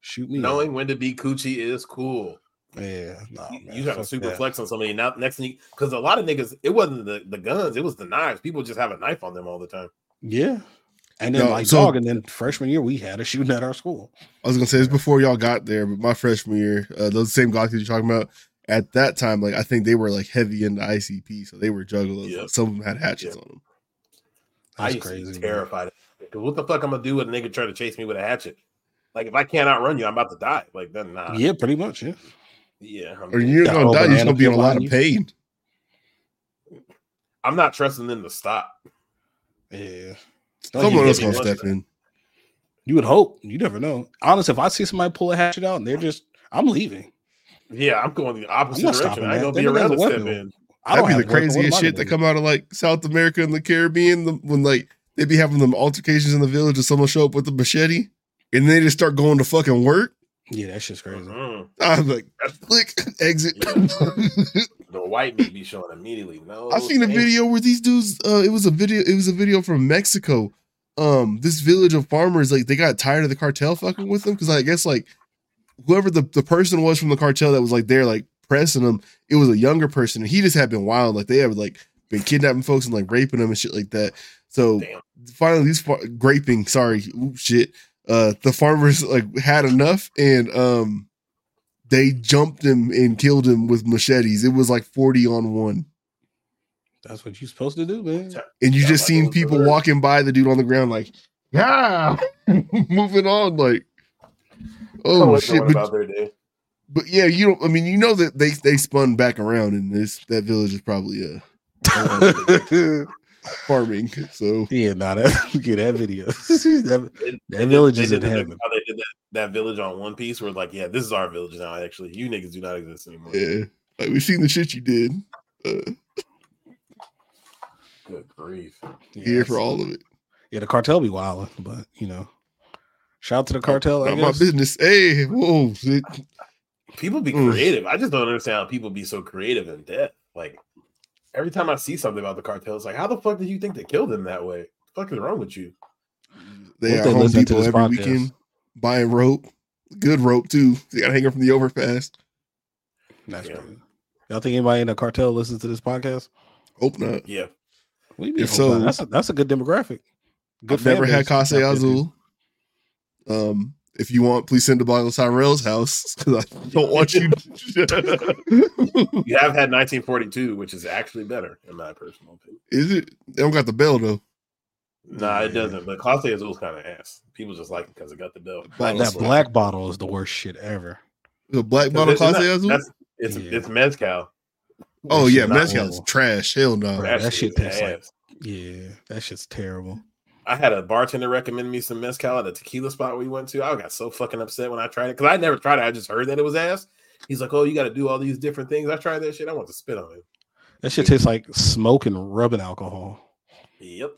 shoot me.
Knowing when to be coochie is cool.
yeah, no,
You-
Oh, man,
you got to
fuck
super
that.
flex on somebody. Now, next thing, because a lot of niggas, it wasn't the, the guns, it was the knives. People just have a knife on them all the time.
Yeah, and then
No,
like
so-
dog, and then freshman year we had a shooting at our school.
I was gonna say this before y'all got there, but my freshman year, uh, those same guys that you're talking about at that time, like I think they were like heavy into ICP, so they were juggalos.
Yep.
Like, some of them had hatchets
Yep.
on them.
I
That's
used to
crazy.
be
bro.
terrified. Because what the fuck I'm gonna do when a nigga try to chase me with a hatchet? Like if I can't outrun you, I'm about to die. Like then nah.
Yeah, pretty much. Yeah.
Yeah. I'm,
Or you're
Got
gonna
all
die, you're just
banana
gonna be in a
peel
lot of
behind
pain.
I'm not trusting them to stop.
Yeah.
Someone
you
else
get
gonna
me
step in.
You would hope. You never know. Honestly, if I see somebody pull a hatchet out and they're just, I'm leaving.
Yeah, I'm going the opposite
not
direction.
stopping
I ain't
that.
gonna be
That nigga
around
has a
to step
weapon.
in.
I
That'd
don't have
be the
weapons. What am
craziest
I gonna
shit that
do?
come out of like South America and the Caribbean the, when like they be having them altercations in the village and someone show up with a machete and they just start going to fucking work.
Yeah, that shit's crazy.
Mhm.
I'm like, click, exit.
The white meat be showing immediately. No,
I seen a
thank
video where these dudes. Uh, it was a video. It was a video from Mexico. Um, this village of farmers, like they got tired of the cartel fucking with them because I guess like whoever the the person was from the cartel that was like there like pressing them, it was a younger person and he just had been wild. Like they had like been kidnapping folks and like raping them and shit like that. So
Damn.
finally, these far- graping. Sorry, oop, shit. Uh, the farmers like had enough and um. They jumped him and killed him with machetes. It was like 40 on one
That's what you're supposed to do, man.
and you
Yeah,
just
like
seen
those
people
birds.
walking by the dude on the ground like yeah moving on like
Someone
oh
knowing
shit but,
about their day.
but yeah you don't i mean you know that they they spun back around and this that village is probably uh farming so
yeah, nah, that get that video. that,
They-
that village
They
is in
did, the,
heaven.
how they did that, that village on One Piece where like, yeah, this is our village now. Actually, you niggas do not exist anymore.
yeah like we've seen the shit you did uh,
Good grief.
Yeah,
here
it's-
for all of it
Yeah, the cartel be wilding, but you know, shout out to the cartel. I
Not my
guess.
business. Hey, whoa. shit.
People be
Mm.
creative. I just don't understand how people be so creative in death. Like every time I see something about the cartel, it's like, how the fuck did you think they killed him that way? What the fuck is wrong with you?
They
Hope
are
they
Home
listen to
Depot
this
every
podcast.
weekend buying rope. Good rope too. You gotta hang it from the overpass.
That's
Yeah.
crazy. Y'all think anybody in the cartel listens to this podcast?
Open up.
Yeah.
We be
If
hoping-
so,
that's a, that's a good demographic.
I've
fan
never had
base out
Kase
there, too.
Azul. Um, if you want, please send to Blanco Tyrell's house because I don't want you. Hmm.
You have had 1942, which is actually better in my personal opinion.
Is it? They don't got the bell though.
Nah, it doesn't. But Classe Azul's kind of ass. People just like it because it got the dough.
Black-
That black bottle is the worst shit ever.
The black bottle
It's not-
Clase Azul.
that's- It's
Yeah.
it's mezcal.
Oh
That
yeah,
shit is
Mezcal's
horrible.
trash. Hell no.
Right. that shit
is
tastes like-
ass.
Yeah, that shit's terrible.
I had a bartender recommend me some mezcal at a tequila spot we went to. I got so fucking upset when I tried it because I never tried it. I just heard that it was ass. He's like, "Oh, you got to do all these different things." I tried that shit. I want to spit on him.
That shit tastes like smoke and rubbing alcohol.
Yep.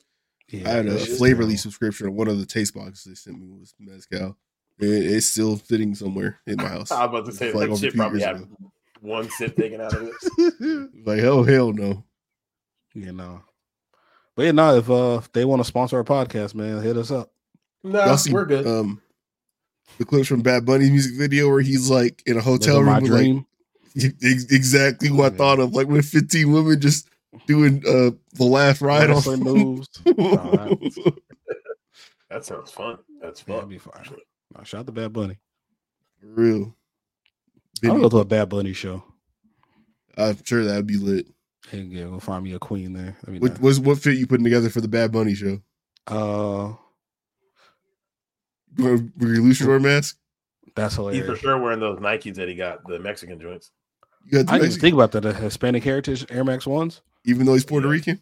Yeah,
I had a
that shit's
flavorly
terrible.
subscription. One of the taste boxes they sent me was mezcal. It- it's still sitting somewhere in my house.
I was about to say
It's like
that
over
shit
two
probably
years
had
ago.
one sip taken out of it.
like oh hell no.
You know, but yeah, no. If uh, if they want to sponsor our podcast, man, hit us up.
No,
Y'all see,
Ah, we're good.
Um, the clips from Bad Bunny's music video where he's like in a
Living
hotel room
my
with like
dream.
E- ex- exactly what I
Yeah.
thought of, like with 15 women just doing uh the last ride on
Wrestling moves. No,
that sounds fun. That's
That'd
fun.
be fire. No, shout out to Bad Bunny.
real.
I'm
Video.
gonna go to a Bad Bunny show.
I'm sure that'd be lit.
Hey, yeah, go find me a queen there. I mean,
What was what fit you putting together for the Bad Bunny show?
uh,
Your Luchador mask?
that's
He's for
hilarious.
sure wearing those Nikes that he got, the Mexican joints.
You got the
I didn't even
Mexican-
think about that. The Hispanic Heritage Air Max ones.
even though he's Puerto
Yeah.
Rican.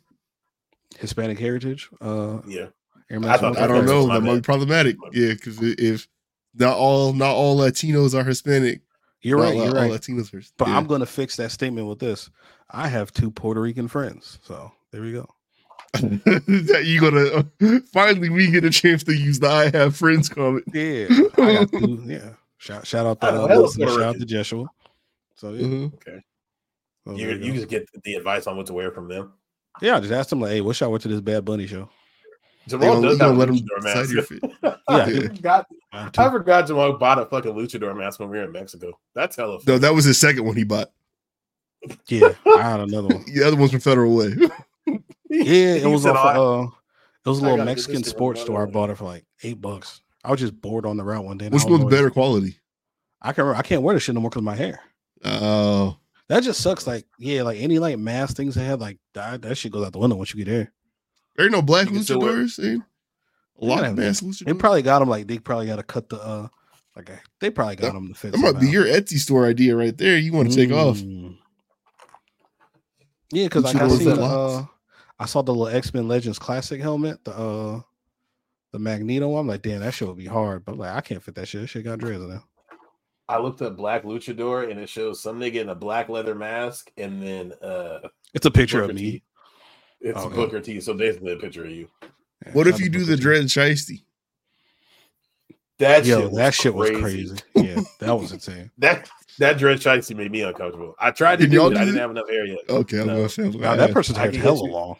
Hispanic Heritage. Uh,
Yeah.
Air
I
Max
thought
ones.
I
Okay,
don't
that's
know.
my
That might be
bad.
problematic. Yeah, because if not all not all Latinos are Hispanic,
You're
not
right.
all-
You're
all
right.
Latinos are.
But
yeah.
I'm gonna fix that statement with this. I have two Puerto Rican friends, so there we go.
that you gonna finally we get a chance to use the I have friends comment.
Yeah, I got two. Yeah, shout shout out to
I
uh,
love
Wilson,
Oh, Puerto
shout out to
Rican.
Jeshua. So yeah,
Mhm. Oh,
so
You
there
you
go.
just get the advice on what to wear from them.
yeah, I just asked him like, hey, what should I wear to this Bad Bunny show?
Jamal
gonna-
does
they
have a
gonna let him
luchador
decide
mask.
your fit.
I
Yeah.
forgot-
I have two.
I forgot Jamal bought a fucking luchador mask when we were in Mexico. That's hella
No,
funny.
that was his second one he bought.
Yeah, I had another one.
The other one's from Federal Way.
Yeah, it
He
was
said,
off.
"Oh, I-
of, uh, it was a
I gotta
little
get this
Mexican
to my
sports store. I
brother."
bought it for like eight bucks. I was just bored on the route one day. and I
Which
was
one's
always-
better quality?
I can I can't wear this shit no more because my hair.
Oh,
That just sucks. Like yeah, like any like mask things they have like that, that shit goes out the window once you get there.
there ain't no black
You can still wear-
luchadors. ain't A
They
lot
gotta
of
have
mass
They
luchadors.
probably got them like they probably got to cut the uh like a, they probably got them to fix.
that might
them
be
out.
your Etsy store idea right there. You want to take off?
Mm. Yeah, because like
Put you
I
on
seen the, uh,
flip-flops.
I saw the little X Men Legends Classic helmet, the uh, the Magneto. one. I'm like, damn, that shit would be hard, but like I can't fit that shit. That shit got dreads in it.
I looked up black luchador and it shows some nigga in a black leather mask and then uh
It's a picture
Booker
of
T.
me. Oh,
It's
Okay.
Booker T. So basically a picture of you.
Yeah,
What
shout
if
out
you
to
do
Booker
the
T.
dread shiesty?
That
Yo,
shit was
that
crazy.
shit was crazy. Yeah, that was insane.
That that dread shiesty made me uncomfortable. I tried to
Did
do
y'all
it. I
do
didn't
it?
have enough air yet.
Okay, I'm
No.
gonna say.
Wow, that person's
I
hair
can
is
get
hella
you.
long.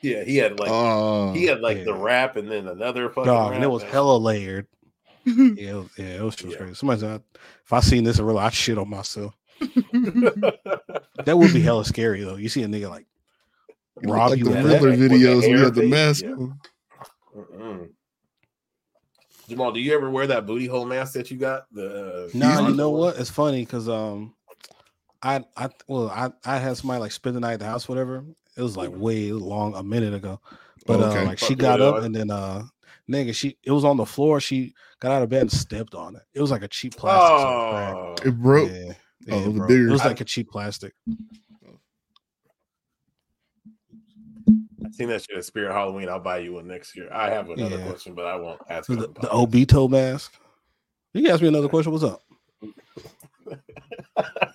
Yeah, he had like
oh,
he had like the
yeah.
wrap and then another fucking
Dog, and it
wrap.
was
That-
hella layered. Yeah, it was, yeah, it was, just
Yeah.
crazy. Somebody's not, if I seen this in real life, I'd shit on myself. That would be hella scary though. You see a nigga like rob
like
you
the
of
had
Riddler
that with the
videos. We
hair
had the
thing?
mask.
Yeah.
on.
Mm-mm. Jamal, do you ever wear that booty hole mask that you got? The uh,
No,
He's
nah, you
not-
know what? It's funny because um, I I well I I had somebody like spend the night at the house, whatever. It was like way long, a minute ago. But
Oh, Okay.
uh, like she
Fucking
got up
hell.
and then uh, nigga, she it was on the floor. She got out of bed and stepped on it. It was like a cheap plastic. so it cracked.
Oh,
It broke.
Yeah.
Oh,
Yeah,
it was
bro.
bigger.
It was
I-
like a cheap plastic.
I seen that shit at Spirit Halloween. I'll buy you one next year. I have another
Yeah.
question, but I won't ask.
The,
it on
the
podcast.
Obito mask. You can ask me another question. What's up? You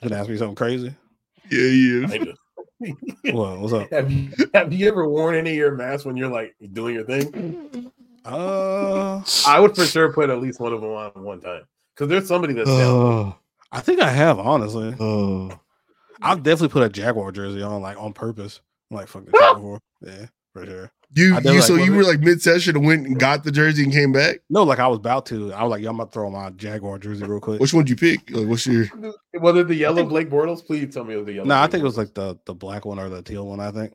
can ask me something crazy.
Yeah, yeah.
I do.
What? What's up?
Have you, have you ever worn any of your masks when you're like doing your thing?
Uh,
I would for sure put at least one of them on one time because there's somebody that's
Uh,
down.
Oh,
I think I have honestly.
oh.
I'll definitely put a Jaguar jersey on like on purpose. I'm like fuck the Jaguar. Yeah, for sure.
You,
I did
you
like
so
one
you
of
were
it.
like mid session and went and got the jersey and came back.
No, like I was about to. I was like, yeah, I'm about to throw on my Jaguar jersey real quick.
Which one would you pick? Like, what's your?
Whether the yellow Blake Bortles, please tell me it was the yellow.
No, I
Blake
think it was
Bortles.
like the the black one or the teal one. I think.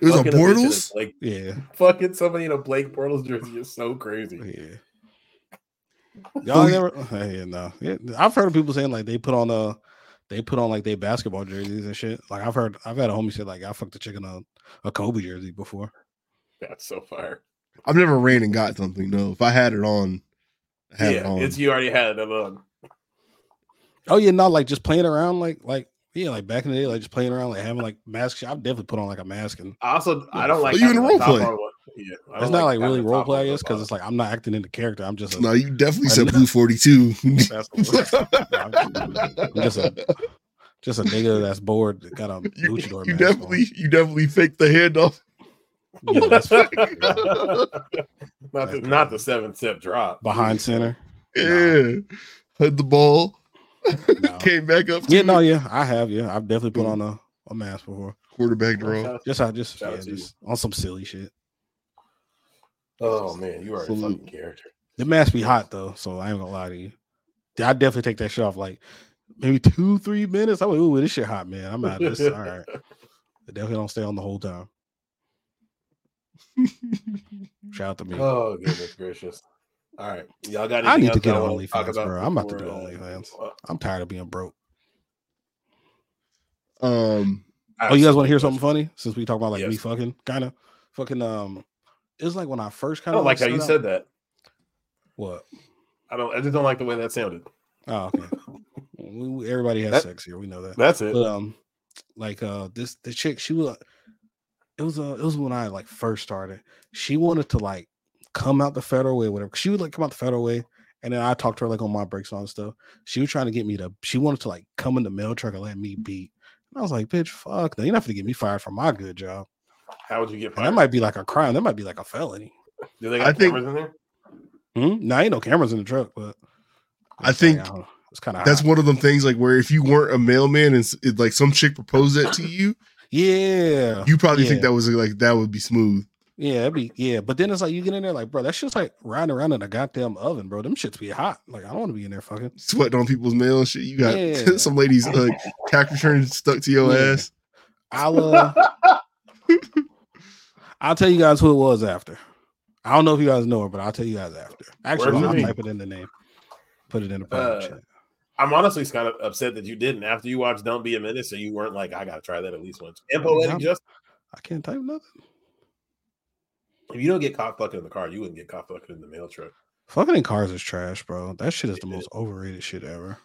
It was a
Fucking bitch in
Bortles.
a Blake-
Yeah,
fucking somebody in a Blake Bortles jersey is so crazy.
yeah. Y'all
we-
never? Yeah, no. Yeah, I've heard of people saying like they put on uh they put on like they basketball jerseys and shit. Like I've heard, I've had a homie say like I fucked a chick in a, a Kobe jersey before.
That's so fire.
I've never ran and got something. No, if I had it on, I had it
yeah,
on.
it's you already had it on.
Oh yeah, not like just playing around, like like yeah, like back in the day, like just playing around, like having like masks. I've definitely put on like a mask, and
I also I don't like
Well, you in
having
role
top
play.
on one. Yeah, I
it's
don't
not like
having
really
the
role
top
play, I
on
guess, because
one.
it's like I'm not acting in the character. I'm just a,
no, you definitely
I
said
know.
Blue Forty Two.
that's I'm just a just a nigga that's bored, that got a
You,
luchador
you
mask.
definitely, you definitely faked the handoff.
on. Yeah, that's fucking crazy.
not the, not the seven step drop
behind center.
Yeah, had the ball,
No.
came back up.
Yeah,
to
no,
it.
yeah, I have. Yeah, I've definitely
Mm.
put on a, a mask before.
quarterback draw.
Just I just,
Shout out
yeah,
to you.
just on some silly shit.
Oh man, you are a fucking
Salute.
character.
The mask be hot though, so I ain't gonna lie to you. I definitely take that shit off like maybe two, three minutes. I'm like, ooh, this shit hot, man. I'm out of this. All right. I definitely don't stay on the whole time. Shout out to me.
Oh goodness gracious! All right, y'all got.
I
anything
need to
else
get
y'all
on
wanna talk
OnlyFans, bro. I'm about to do
before, uh,
OnlyFans.
uh,
I'm tired of being broke.
Um,
Oh, you guys
absolutely.
want to hear something funny? Since we talk about like me
Yes.
fucking, kind of fucking. Um, it was like when I first
I
kind
don't
of
Oh, like how you said that.
what.
I don't. I just don't like the way that sounded.
Oh, okay. we, we- everybody has
That-
sex here. We know that.
That's it.
But, um, like uh, this the chick she was. It was uh, it was when I like first started. She wanted to like come out the federal way, whatever. She would like come out the federal way, and then I talked to her like on my breaks and all this stuff. She was trying to get me to. She wanted to like come in the mail truck and let me beat. And I was like, bitch, fuck, no, you're not gonna get me fired from my good job.
How would you get
And that
fired?
might be like a crime. That might be like a felony.
Do they
I
got
think-
cameras in there?
Hmm? Now ain't no cameras in the truck, but
I
it's kinda-
think
don't know. it's kind of
that's one of them things like where if you weren't a mailman and s- it, like some chick proposed that to you,
yeah,
you probably think
Yeah.
that was like that would be smooth.
yeah, that'd be yeah. But then it's like you get in there, like bro, that shit's like riding around in a goddamn oven, bro. Them shits be hot. Like I don't want to be in there fucking.
Sweating on people's mail and shit. You got
Yeah.
some ladies like tax returns stuck to your
Yeah.
ass.
I'll uh, I'll tell you guys who it was after. I don't know if you guys know her, but I'll tell you guys after.
Where's
Actually,
the
I'll
name?
type it in the name. Put it in the private
Uh,
chat.
I'm honestly kind of upset that you didn't after you watched Don't Be a Menace, so you weren't like, I gotta try that at least once. And poetic
I'm-
justice.
I can't type nothing.
If you don't get caught fucking in the car, you wouldn't get caught fucking in the mail truck.
Fucking in cars is trash, bro. That shit is the most overrated shit ever.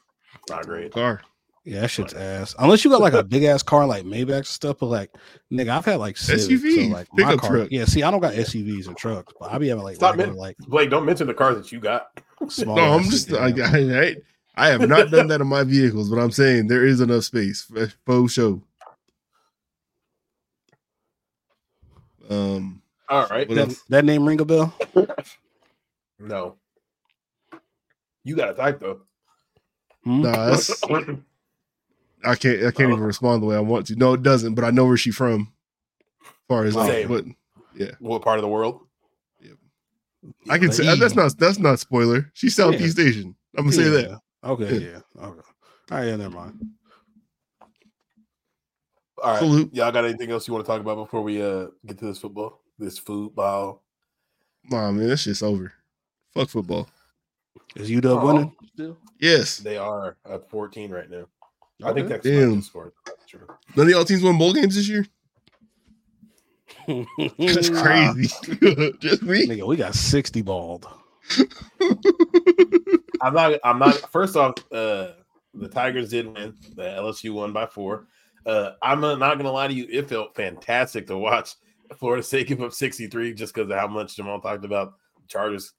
Not great.
Car.
Yeah, that shit's ass. Unless you got like a big ass car like Maybach and stuff, but like nigga, I've had like Civic,
SUVs,
so like my
pickup
car.
truck.
Yeah, see, I don't got SUVs and trucks, but I be having like
Stop
regular,
it.
like
Blake, don't mention the cars that you got.
small.
No, I'm
ass
just I,
sedan.
I, I, I have not done that in my vehicles, but I'm saying there is enough space for faux show. Um,
All right.
what
that,
else?
that name ring a bell.
No. You gotta type though.
Hmm?
Nah, that's, I can't I can't even respond the way I want to. No, it doesn't. But I know where she's from. As far as like,
Same.
what
what part of the world?
I can say, uh, that's not that's not spoiler. She's Southeast Asian. I'm gonna say that.
Okay,
Yeah.
yeah. Okay. All right, yeah, never mind.
All right.
Salute.
Y'all got anything else you want to talk about before we uh get to this football? This football.
Nah, man, that shit's over. Fuck football.
Is UW
Oh.
winning still?
Yes.
They are at 14 right now. I think that's
Damn.
my score. True.
None of y'all teams won bowl games this year. That's crazy. Just me.
Nigga, we got 60 balled.
I'm not. I'm not. First off, uh, the Tigers did win. The LSU won by four. Uh, I'm uh, not gonna lie to you. It felt fantastic to watch Florida State give up 63 just because of how much Jamal talked about the Chargers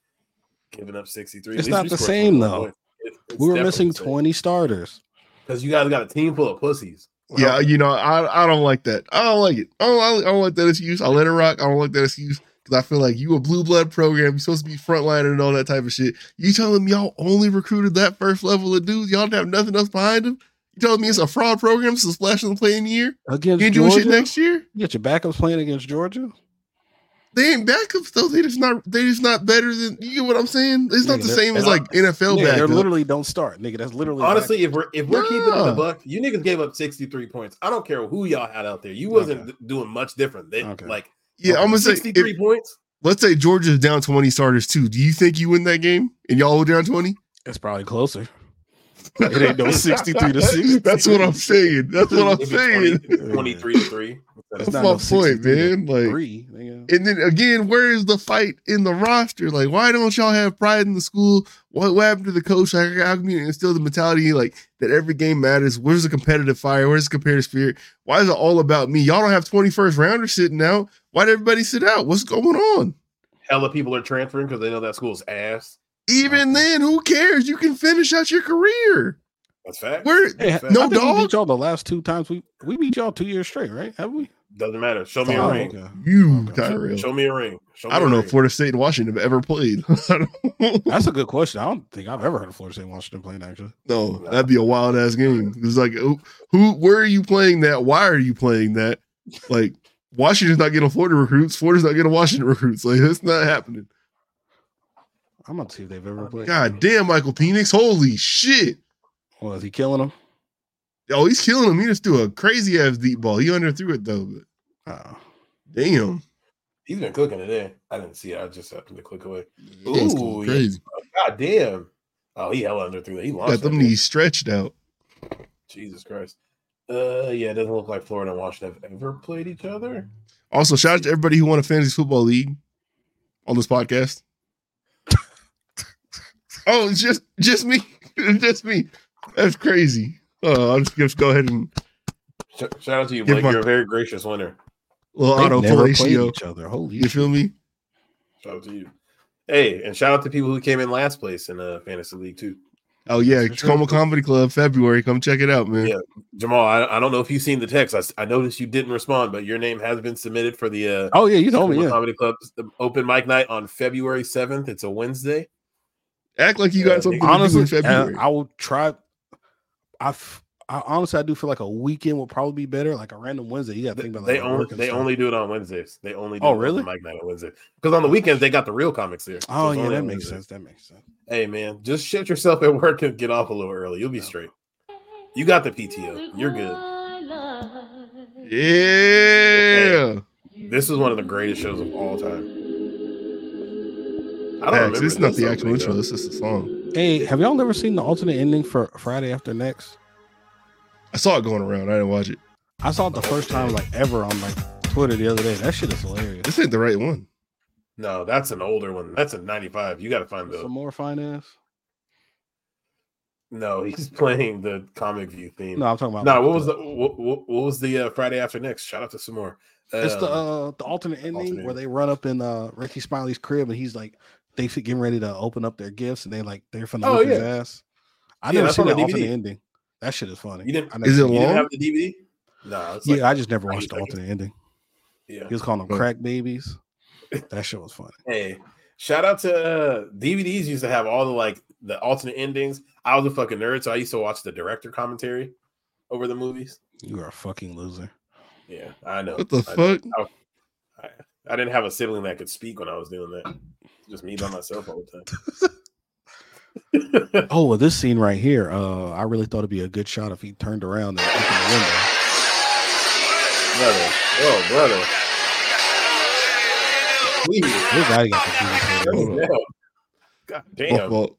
giving up 63.
It's
At least
not
we
the
scored
same,
21
though.
points. It- it's
We were
definitely
missing
the same.
20 starters.
because you guys got a team full of pussies.
Yeah, you know, I I don't like that. I don't like it. I don't, I don't like that excuse. I let it rock. I don't like that excuse. 'Cause Because I feel like you a blue blood program, you're supposed to be frontliner and all that type of shit. You telling me y'all only recruited that first level of dudes? Y'all don't have nothing else behind them? You telling me it's a fraud program? It's a splash in the play in the year?
Against
You ain't doing
Georgia
shit next year?
You got your backups playing against Georgia.
They ain't backups though. They just not. They just not better than. You get what I'm saying? It's not
Nigga,
the
they're-
same as like
Nigga,
NFL
They
backup.
literally don't start, nigga. That's literally
Honestly, if we're if we're keeping it
Nah.
the buck, you niggas gave up 63 points. I don't care who y'all had out there. You wasn't th- doing much different. They, Like
yeah, I'm gonna say if-
63 points.
Let's say Georgia's down 20 starters too. Do you think you win that game and y'all were down 20?
It's probably closer. It ain't no 63 to 60.
That's what I'm saying. That's what
Maybe
I'm saying.
20 23 to 3.
That's my point, man. Like, and then again, where is the fight in the roster? Like, why don't y'all have pride in the school? What, what happened to the coach? Like, how can you instill the mentality like that? Every game matters. Where's the competitive fire? Where's the competitive spirit? Why is it all about me? Y'all don't have 21st rounders sitting out. Why did everybody sit out? What's going on?
Hella people are transferring because they know that school's ass.
Even then, who cares? You can finish out your career.
That's fact.
Where
Hey,
That's fact.
no I think We beat y'all the last two times. We we beat y'all two years straight, right? Have we?
Doesn't matter. Show me
Oh,
a ring.
okay.
You, Tyrell.
Show me a ring. Show me
I don't
a
know
ring.
if Florida State and Washington have ever played.
That's a good question. I don't think I've ever heard of Florida State Washington playing actually.
No, that'd be a wild ass game. It's like who, who, where are you playing that? Why are you playing that? Like Washington's not getting Florida recruits. Florida's not getting Washington recruits. Like that's not happening.
I'm gonna see if they've ever played.
Oh, God damn, Michael Penix! Holy shit!
Well, is he killing him?
Oh, he's killing him. He just threw a crazy ass deep ball. He underthrew it though.
But,
damn.
He's been cooking today. I didn't see it. I just happened to click away.
it's going
Ooh,
crazy.
Yeah. God damn. Oh, he hella under threw that. He
Got
launched that
them
thing.
knees stretched out.
Jesus Christ. Uh, yeah, it doesn't look like Florida and Washington have ever played each other.
Also, shout out to everybody who won a fantasy football league on this podcast. oh, it's just just me, just me. That's crazy. Uh, I'll just, just go ahead and
Sh- shout out to you,
Give
Blake.
my-
You're a very gracious winner.
little
They've
auto
never played
fellatio.
each other. Holy
You feel me?
Shout out to you. Hey, and shout out to people who came in last place in uh, fantasy league too.
Oh yeah, Tacoma Comedy Club, February. Come check it out, man.
Yeah, Jamal. I, I don't know if you've seen the text. I, s- I noticed you didn't respond, but your name has been submitted for the. Uh,
Oh, yeah, you told me,
Tacoma
yeah.
Comedy Club open mic night on February seventh. It's a Wednesday.
Act like you
Yeah,
got something
honestly,
to do in February.
uh, I will try. I, f- I honestly, I do feel like a weekend would probably be better, like a random Wednesday. You got to think about like,
They
at
only
work and
they
stuff.
only do it on Wednesdays. They only do
Oh,
it on
really?
mic night on Wednesday because on the weekends they got the real comics here. so
Oh
it's
yeah,
only
that
on
makes
Wednesdays.
sense. That makes sense.
Hey man, just shut yourself at work and get off a little early. You'll be straight. You got the PTO. You're good.
yeah.
This is one of the greatest shows of all time. I don't
Facts.
remember.
It's not
this
the
song
actual
being
intro.
done.
It's just a song.
Hey, have y'all never seen the alternate ending for Friday After Next?
I saw it going around. I didn't watch it.
I saw it the first time like ever on like Twitter the other day. That shit is hilarious.
This ain't the right one.
No, that's an older one. That's a 95. You got to find
Some
the.
more finance.
No, he's playing the comic view theme.
No, I'm talking about,
No,
like,
what was
the-
the what, what, what was the uh, Friday after next? Shout out to some more. Um,
it's the uh, the alternate ending
alternate
where they run up in uh Ricky Smiley's crib and he's like they f- getting ready to open up their gifts and they like they're finna
Oh,
oh, his
yeah.
ass. I
Yeah,
never
that's
seen
on
the
the
alternate
DVD.
ending. That shit is funny.
You didn't.
I never
Is it
seen
You didn't
long?
have the DVD. No, it's
Yeah,
like
I just never
90
watched the
seconds.
alternate ending.
Yeah.
He was calling them
Right.
crack babies. That shit was funny.
Hey, shout out to uh, DVDs used to have all the like the alternate endings. I was a fucking nerd, so I used to watch the director commentary over the movies.
You are a fucking loser.
Yeah, I know.
What the
I know.
fuck?
I, I, I didn't have a sibling that could speak when I was doing that. Just me by myself all the time.
oh, well, this scene right here, uh, I really thought it'd be a good shot if he turned around and opened the window.
Brother, oh brother.
This guy got the biggest
Please,
head
Hold
turn
on.
it down. God
My
damn.
fault.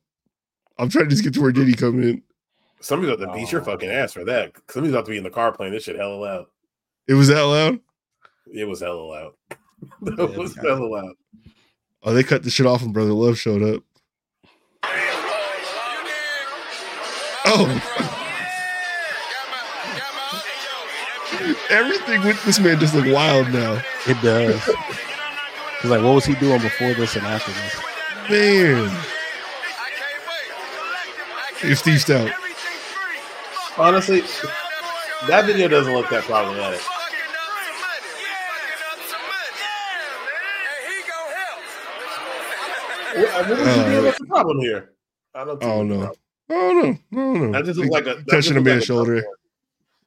I'm trying to just get to where Diddy come in.
Somebody's about to beat your fucking ass for that. Somebody's about to be in the car playing this shit hella loud.
It was that loud.
It was hella loud.
Yeah,
That was
yeah.
hella loud.
Oh, they cut the shit off when Brother Love showed up. Oh. Everything with this man just look wild now.
It does. He's like, what was he doing before this and after this?
Man. If Steve Stout.
Honestly, that video doesn't look that problematic. What, what is the deal?
Uh,
What's the problem here? I don't.
I don't know. I don't know. I don't know.
That just looks like a- that just
touching a
looks
man's
like a-
shoulder.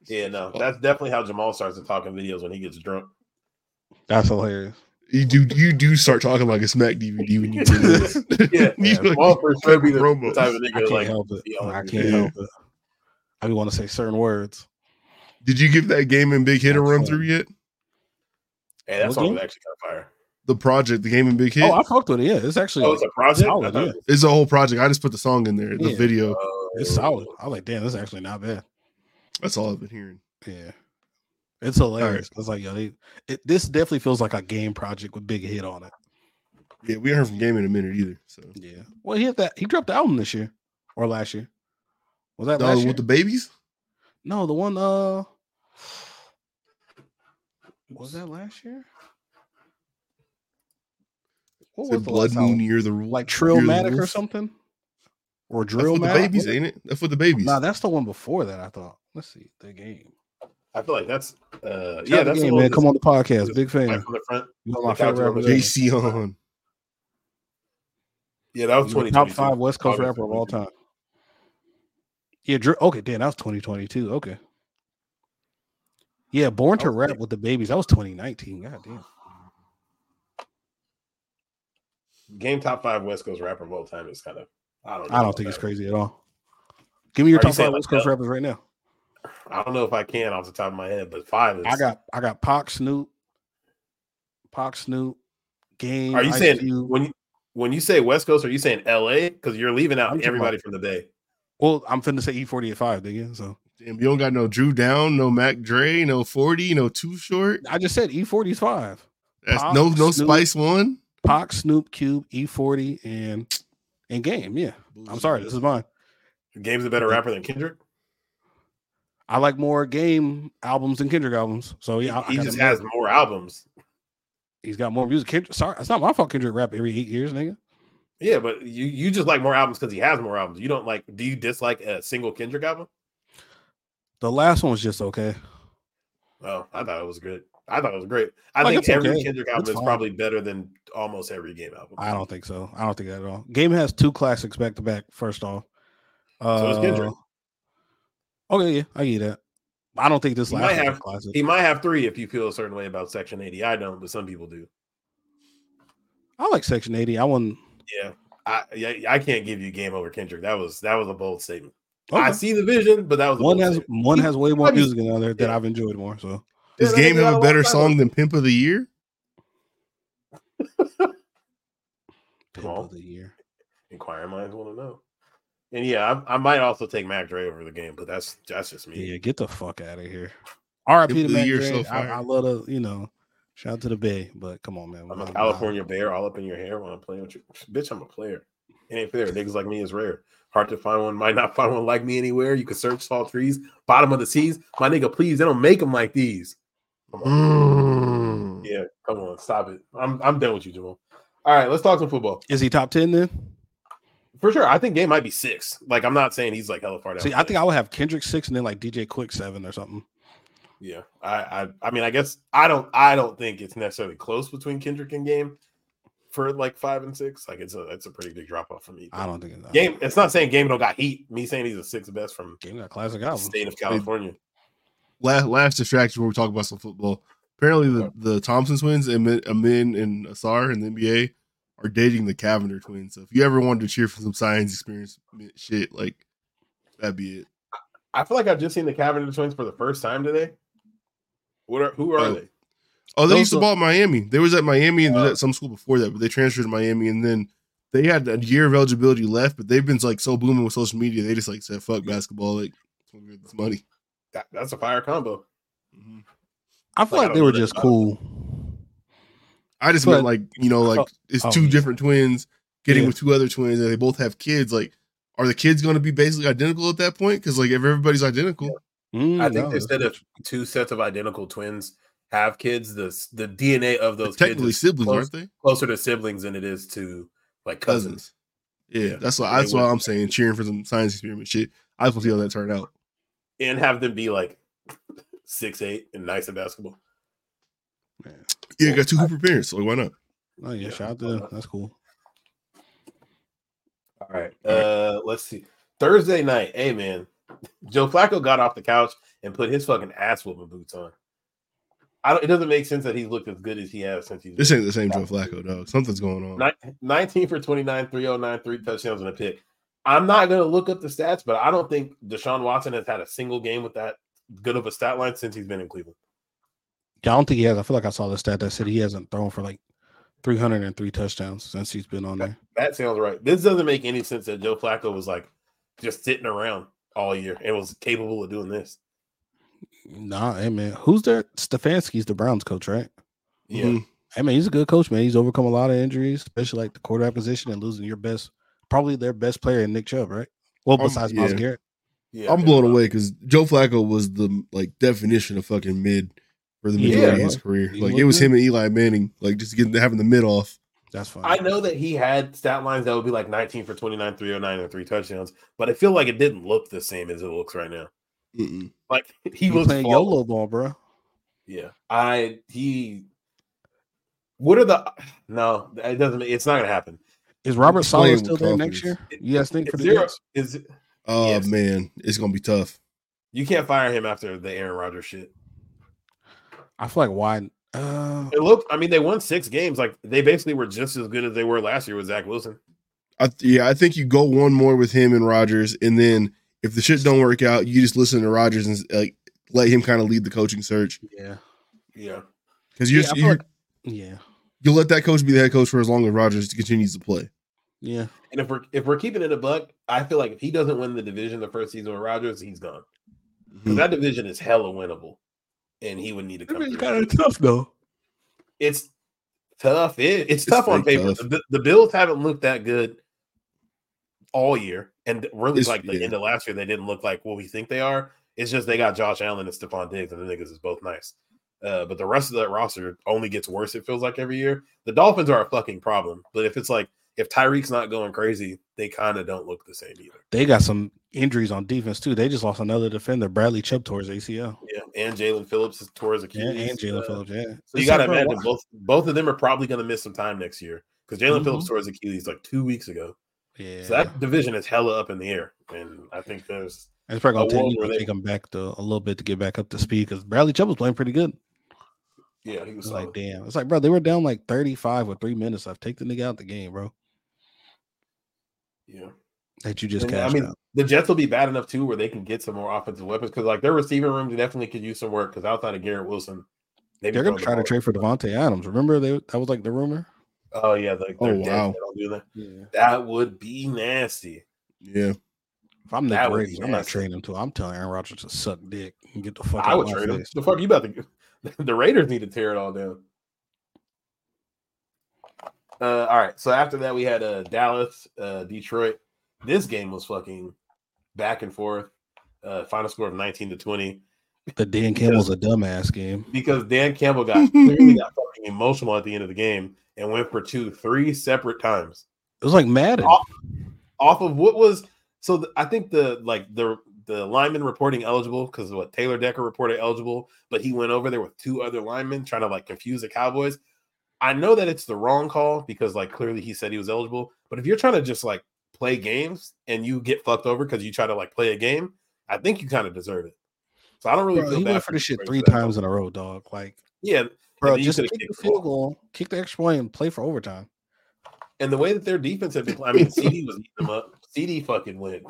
Yeah, no. That's definitely how Jamal starts to talk in videos when he gets drunk.
That's hilarious.
You do you do start talking like a smack DVD when you do this.
yeah,
You like-
Jamal for sure be the
Romo.
type of
I
nigga
can't
like.
help it.
be all
I
like,
can't
yeah.
help it. I want to say certain words.
Did you give that game and Big Hit a run through yet?
Hey, that
What
song
game?
was actually kind of fire.
The project, the game and Big Hit.
Oh, I fucked with it. Yeah, it's actually.
Oh, it's a project? I
Solid,
thought uh,
yeah.
it
it's a whole project. I just put the song in there, the
Yeah.
video.
It's solid. I was like, damn, that's actually not bad.
That's all I've been hearing.
Yeah. It's hilarious. It's like, yo, they, it, this definitely feels like a game project with big hit on it.
Yeah, we haven't heard from Game in a minute either. So
Yeah. Well, he had that. He dropped the album this year or last year. Was that
No,
last
with
year?
the babies?
no, the one. Uh, was that last year? What
Said
was the
Blood
last
Moon
album?
Year the Ru-
Like
Year of the
Trillmatic or
Wolf?
something, or
That's
Drill
with the babies, ain't it? That's with the babies.
Nah, that's the one before that. I thought. Let's see the game.
I feel like that's. Uh,
Shout out
yeah,
the
that's
game,
one
man.
that's
Come on the podcast,
just
big fan.
Like from the front.
You know my
the couch
favorite
over
rapper.
there.
JC on.
Yeah, that was
You're the
twenty.
top five West Coast rapper of all time. Yeah, Drew. Okay, damn, that was 2022. Okay. Yeah, Born to Rap with the Babies. That was 2019. God damn.
Game top five West Coast rapper of all time is kind of. I don't. Know
I don't
about
think it's
that.
crazy at all. Give me your
Are you
top
saying
five
like
West Coast
that?
rappers right now.
I don't know if I can off the top of my head, but five is.
I got I got Pac Snoop, Pac Snoop, Game.
Are you
Ice
saying
Cube.
when you when you say West Coast? Are you saying L.A. Because you're leaving
I'm
out
talking
everybody
about-
from the Bay.
Well, I'm finna say E40 at five, nigga. So
Damn, you don't got no Drew Down, no Mac Dre, no 40, no Too Short.
I just said E40 is five.
That's
Pop,
no no
Snoop.
Spice one.
Pac Snoop Cube E40 and and Game. Yeah, I'm sorry, this is mine.
Game's a better rapper than Kendrick.
I like more Game albums than Kendrick albums. So yeah, I- I
He
got
just
him there.
has more albums.
He's got more music. Kendrick, sorry, it's not my fault. Kendrick rap every eight years, nigga.
Yeah, but you you just like more albums because he has more albums. You don't like. Do you dislike a single Kendrick album?
The last one was just okay.
Oh, I thought it was good. I thought it was great. I
Like,
think
it's
every
okay.
Kendrick
It's
album is
fine.
probably better than almost every game album.
I don't think so. I don't think that at all. Game has two classics back to back. First off, uh,
So does Kendrick.
Okay, yeah, I get that. I don't think this
He
last
might
one's a
have-
classic.
He might have three if you feel a certain way about Section 80. I don't, but some people do.
I like Section Eighty. I wouldn't.
Yeah, I yeah, I can't give you game over Kendrick. That was that was a bold statement. I
Okay.
see the vision, but that was a
One
bold
has
statement.
one has way more
Might be-
music than the other that I've enjoyed more. So
Yeah,
Does
that
Game
nigga got
have a
lot
better
of time.
song than Pimp of the Year?
Pimp
Jamal?
of the year.
Inquiring minds want to know. And yeah, I, I might also take Mac Dre over the game, but that's that's just me.
Yeah, get the fuck out of here. R.I.P.
Pimp
to
of the
Mac
year
Dre.
so
I,
far.
I love to you know, shout out to the Bay, but come on, man.
I'm a
Nah, nah.
California bear all up in your hair when I'm playing with you. Bitch, I'm a player. It ain't fair. Niggas like me is rare. Hard to find one. Might not find one like me anywhere. You can search tall trees, bottom of the seas. My nigga, please, they don't make them like these. Come on. Yeah, come on. Stop it. I'm, I'm done with you, Jamal. All right, let's talk some football.
Is he top ten then?
For sure. I think game might be six. Like, I'm not saying he's like hella far down.
See, I think I would have Kendrick six and then like DJ Quick seven or something.
Yeah, I, I, I mean, I guess I don't, I don't think it's necessarily close between Kendrick and Game for like five and six. Like, it's a, it's a pretty big drop off for me.
I don't think it's
Game, it's not saying Game don't got heat. Me saying he's the sixth best from
Game got classic
the
album.
state of California.
Last last distraction where we talk about some football. Apparently the, the Thompson twins and Amin and Asar in the NBA are dating the Cavender twins. So if you ever wanted to cheer for some science experience shit, like that'd be it.
I feel like I've just seen the Cavender twins for the first time today. What are who are
Oh.
they?
Oh, they
Those
used to
are-
ball at Miami. They was at Miami and they was at some school before that, but they transferred to Miami and then they had a year of eligibility left, but they've been like so booming with social media, they just like said fuck basketball, like we'll get this money. Mm-hmm.
That, that's a fire combo.
I feel
Like, I
like they
don't
were
know
just
about it.
cool.
I just
But-
meant like you know, like it's
oh,
two
yeah.
different twins getting
Yeah.
with two other twins, and they both have kids. Like, are the kids going to be basically identical at that point? Because like if everybody's identical,
Mm,
I think
no,
they
that's
said
not
if two sets of identical twins have kids, the s- the DNA of
they're
those
technically
kids is
siblings,
close-
aren't they?
closer to siblings than it is to like cousins.
Cousins. Yeah,
Yeah.
that's
They
why that's why
would-
I'm saying cheering for some science experiment shit. I just want to see how that turned out.
and have them be like six eight and nice at basketball.
true. Man.
Yeah, you got two Hooper parents, so why not?
Oh
Yeah.
yeah, shout out to them. That's cool.
All right.
Uh, let's see. Thursday night. Hey man, Joe Flacco got off the couch and put his fucking ass whooping boots on. I don't, it doesn't make sense that he's looked as good as he has since he's
This ain't the same Joe Flacco, dog. Something's going on.
Nin- 19 for 29, 3093 touchdowns and a pick. I'm not going to look up the stats, but I don't think Deshaun Watson has had a single game with that good of a stat line since he's been in Cleveland.
Yeah, I don't think he has. I feel like I saw the stat that said he hasn't thrown for like 303 touchdowns since he's been on there.
That sounds right. This doesn't make any sense that Joe Flacco was like just sitting around all year and was capable of doing this.
Nah, hey man, who's there? Stefanski's the Browns coach, right?
Yeah.
I mean, he's a good coach, man. He's overcome a lot of injuries, especially like the quarterback position and losing your best, probably their best player in Nick Chubb, right? Well,
Um,
besides Miles
yeah.
Garrett.
I'm blown away because Joe Flacco was the like definition of fucking mid for the majority
Yeah.
of his career.
He
Like
was
it was
good.
him and Eli Manning, like just getting having the mid off.
That's fine.
I know that he had stat lines that would be like 19 for 29, 309, and three touchdowns, but I feel like it didn't look the same as it looks right now.
Mm-mm.
Like he
He
was
was playing
flawless.
YOLO ball, bro.
Yeah, I he. What are the? No, it doesn't. It's not gonna happen.
Is Robert
He's playing
Sala still
with
there next year?
confidence.
You guys think for
Is
the
there,
Jets?
is
Oh
Yes.
man, it's gonna be tough.
you can't fire him after the Aaron Rodgers shit.
I feel like why? Uh,
It looked. I mean, they won six games. Like they basically were just as good as they were last year with Zach Wilson.
I th- yeah, I think you go one more with him and Rogers, and then if the shit don't work out, you just listen to Rogers and like let him kind of lead the coaching search
yeah,
Yeah,
because you're,
Yeah, I feel
you're
like- yeah,
you'll let that coach be the head coach for as long as Rogers continues to play.
yeah.
and if we're if we're keeping it a buck, I feel like if he doesn't win the division the first season with Rodgers, he's gone. 'Cause
Mhm.
that division is hella winnable, and he would need to come. through.
tough though.
it's tough. It, it's, tough on
very
paper.
tough.
The, the Bills haven't looked that good all year, and really
It's-
like the
yeah.
end of last year, they didn't look like what we think they are. It's just they got Josh Allen and Stephon Diggs, and the niggas is both nice. Uh, but the rest of that roster only gets worse. It feels like every year. The Dolphins are a fucking problem. But if it's like if Tyreek's not going crazy, they kind of don't look the same either.
They got some injuries on defense too. They just lost another defender, Bradley Chubb, towards ACL.
Yeah, and Jalen Phillips is towards
Yeah,
Achilles.
and Jalen
uh,
Phillips. Yeah,
So you
It's
got to
like, bro,
imagine
why-
both both of them are probably going to miss some time next year because Jalen Phillips tore his Achilles like two weeks ago.
Mm-hmm. Yeah,
So that division is hella up in the air, and I think there's
it's probably
a
gonna
world
take,
where
gonna
they-
take him back to a little bit to get back up to speed because Bradley Chubb was playing pretty good.
yeah he was
It's like,
solid.
damn, it's like, bro, they were down like thirty five with three minutes left. Take the nigga out the game, bro.
yeah.
That you just
And, I
cashed
mean,
out.
the Jets will be bad enough too where they can get some more offensive weapons because like their receiving room definitely could use some work because outside of Garrett Wilson, they
They're gonna try to trade for Devontae Adams. Remember, they that was like the rumor.
Oh yeah, like
Oh,
they're dead.
wow.
They don't do that.
Yeah.
That would be nasty.
Yeah,
If I'm Nick
That would be
Brady, I'm not
nasty.
trading him to. I'm telling Aaron Rodgers to suck dick and get the fuck.
I
out
would
my
trade him.
face.
The fuck you about to? The Raiders need to tear it all down. Uh, all right. So after that, we had uh, Dallas, uh, Detroit. This game was fucking back and forth. Uh, final score of nineteen to twenty
The Dan Campbell's a dumbass game.
because Dan Campbell got clearly got fucking emotional at the end of the game and went for two, three separate times
It was like Madden.
off, off of what was so th- I think the like the the lineman reporting eligible because what Taylor Decker reported eligible, but he went over there with two other linemen trying to like confuse the Cowboys. I know that it's the wrong call because like clearly he said he was eligible, but if you're trying to just like play games and you get fucked over because you try to like play a game, I think you kind of deserve it. So I don't really
Bro,
feel
he
bad
went for this shit
Detroit
three
for that.
times in a row, dog. Like,
Yeah,
bro,
then you
just
could've
kick the
kicked the ball.
field goal, kick the extra point, and play for overtime.
and the way that their defense had been, I mean, CD was eating them up. CD fucking went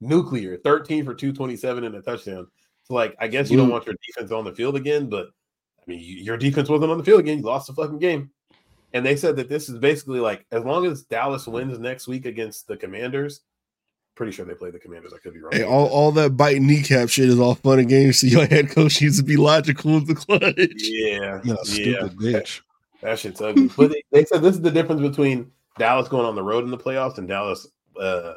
nuclear, thirteen for two twenty seven and a touchdown. So like, I guess you don't
Woo.
want your defense on the field again, but I mean, you, your defense wasn't on the field again. You lost the fucking game. And they said that this is basically like, as long as Dallas wins next week against the Commanders, pretty sure they play the Commanders. I could be wrong.
hey, all all that biting kneecap shit is all fun and games. So your head coach needs to be logical in the clutch.
yeah,
You know,
yeah.
stupid bitch.
That shit's ugly. but they, they said this is the difference between Dallas going on the road in the playoffs and Dallas uh,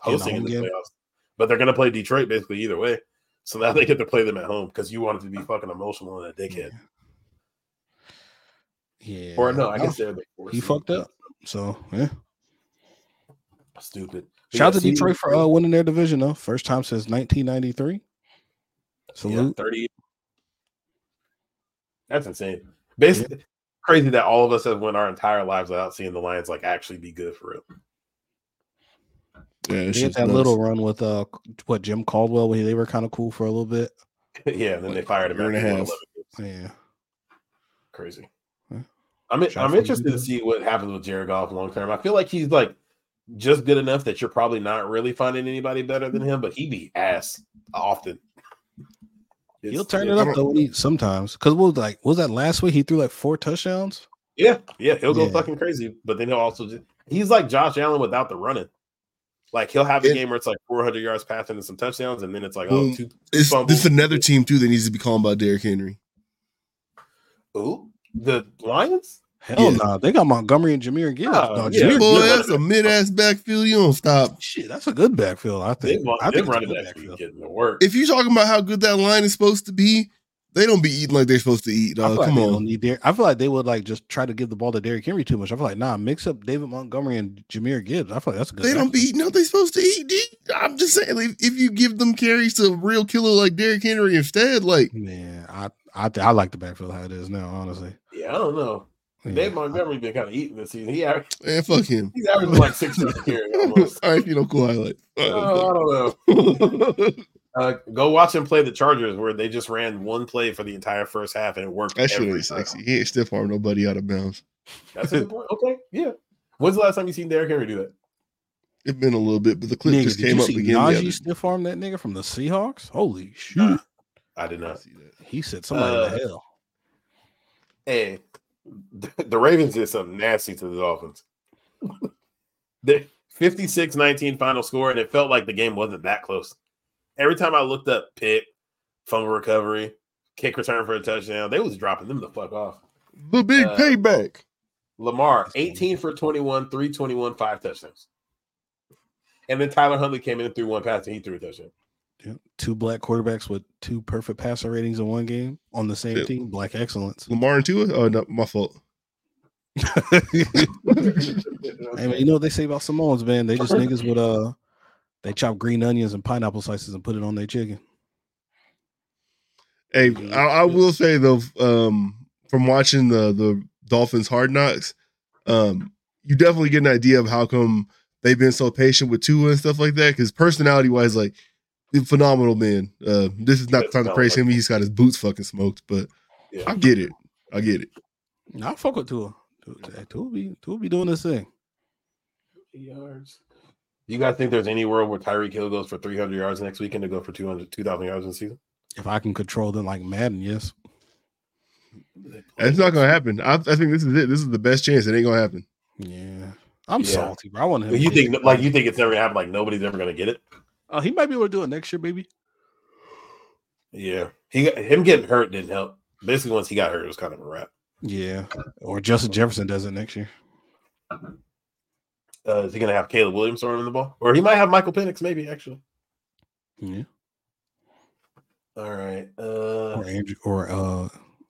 hosting in
home
the
game.
playoffs. But they're going to play Detroit basically either way. So now they get to play them at home because you wanted to be fucking emotional and a dickhead.
Yeah.
Or no, I guess
No,
they're the four
he
seed.
fucked up. So yeah.
Stupid. But
Shout out
yeah,
to
CD
Detroit for uh, winning their division though. First time since 1993.
Yeah,
Salute.
30. That's insane. Basically, crazy that all of us have went our entire lives without seeing the Lions like actually be good for real.
Yeah,
They
it's
had
just
that
nuts.
little run with uh what Jim Caldwell when they were kind of cool for a little bit.
yeah, and then they fired him
year and a
after
half.
111.
Yeah.
Crazy.
Yeah.
I'm in,
Shots
I'm
from
interested
Luka.
to see what happens with Jared Goff long term. I feel like he's like just good enough that you're probably not really finding anybody better than him, but he be ass often. It's-
He'll turn
yeah,
it
I
up
don't-
though when he, sometimes. Cause what was like what was that last week? He threw like four touchdowns.
Yeah, yeah, he'll go
Yeah.
fucking crazy, but then he'll also just he's like Josh Allen without the running. Like he'll have a game where it's like 400 yards passing and some touchdowns, and then it's like oh
Mm.
Well,
two
It's,
fumbles.
this is another team too that needs to be calling by Derrick Henry.
Ooh, the Lions.
Hell
Yeah.
no, they got Montgomery and Jameer Gibbs.
Ah,
Dog,
yeah.
Jahmyr
Boy,
Yeah.
that's a mid ass backfield. You don't stop.
Shit, that's a good backfield. I
They
think.
want
I
them
think it's a
running
good
backs
backfield.
getting the work.
If you're talking about how good that line is supposed to be, they don't be eating like they're supposed to eat.
I feel
Dog.
like
Come
they
on.
don't need Derrick. I feel like they would like just try to give the ball to Derrick Henry too much. I feel like nah, mix up David Montgomery and Jameer Gibbs. I feel like that's a good.
They don't be eating what they supposed to eat. D. I'm just saying, if, if you give them carries to a real killer like Derrick Henry instead, like
backfield. Man, I I th- I like the backfield how it is now. Honestly,
Yeah, I don't know.
Yeah.
Dave Montgomery been kind of eating this season. He aver-
man, fuck him.
he's averaging like six yards a carry
All
almost.
right, you know, cool highlight.
Oh, I don't know. Uh, go watch him play the Chargers, where they just ran one play for the entire first half and it worked.
that shit
every
ain't
time.
sexy. He ain't stiff arm nobody out of bounds.
That's a good point. Okay, yeah. When's the last time you seen Derrick Henry do that?
It's been a little bit, but the clip
Nigga,
just
did
came
you
up
see
again. the other-
Najee stiff arm that nigga from the Seahawks? Holy shit!
Nah. I did
I
not.
see that.
He said somebody
Uh,
to hell.
Hey, the Ravens did something nasty to the Dolphins. the 56-19 final score, and it felt like the game wasn't that close. Every time I looked up pick, fumble recovery, kick return for a touchdown, they was dropping them the fuck off.
The big
Uh,
payback.
Lamar, 18 for 21, 321, five touchdowns. And then Tyler Huntley came in and threw one pass, and he threw a touchdown.
Yep. Two black quarterbacks with two perfect passer ratings in one game on the same
Yeah.
team. Black excellence.
Lamar and Tua? Oh no, my fault.
Hey, man, you know what they say about Samoans, man? They just niggas with uh, they chop green onions and pineapple slices and put it on their chicken.
Hey,
Mm-hmm.
I, I will say though, um, from watching the the Dolphins Hard Knocks, um, you definitely get an idea of how come they've been so patient with Tua and stuff like that. Because personality wise, like phenomenal man. Uh, this is not the time to praise him. He's got his boots fucking smoked, but
Yeah.
I get it. I get it.
Nah, I fuck with Tua. Tua- hey, Tua be Tua be doing this thing.
yards. You guys think there's any world where Tyreek Hill goes for 300 yards next weekend to go for 200, 2,000 yards in the season?
If I can control them like Madden, yes.
It's not gonna happen. I, I think this is it. This is the best chance. It ain't gonna happen.
Yeah, I'm
Yeah.
salty, bro. I want him. to
You
get
think
it.
like you think it's never gonna happen? Like nobody's ever gonna get it?
Uh, he might be able to do it next year, baby.
Yeah, he got, him getting hurt didn't help. Basically, once he got hurt, it was kind of a wrap.
Yeah, or Justin Jefferson does it next year.
Uh, is he gonna have Caleb Williams throwing him the ball, or he might have Michael Penix? Maybe actually.
Yeah,
All right, uh,
or Andrew, or uh,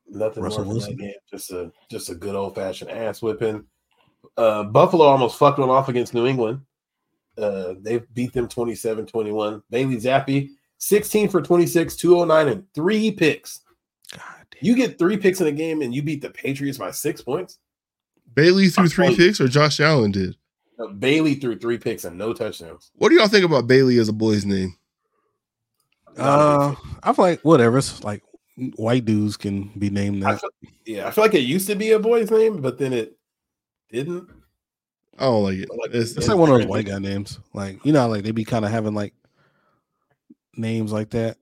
nothing
Russell
more from
Wilson.
that game. Just a just a good old fashioned ass whipping. Uh, Buffalo almost fucked one off against New England. Uh, they beat them 27-21. Bailey Zappi, 16 for 26, 209, and three picks.
God damn.
You get three picks in a game and you beat the Patriots by six points.
Bailey threw three
Right.
picks, or Josh Allen did.
Uh, Bailey threw three picks and no touchdowns.
What do y'all think about Bailey as a boy's name?
Not a
Uh,
big
I feel like whatever. It's like white dudes can be named
I
that.
Yeah, I feel like it used to be a boy's name, but then it didn't.
I don't like it.
I like
It's-
it.
It's
Yeah,
like one of those
trendy.
white guy names. Like you know, how, like they be kind of having like names like that.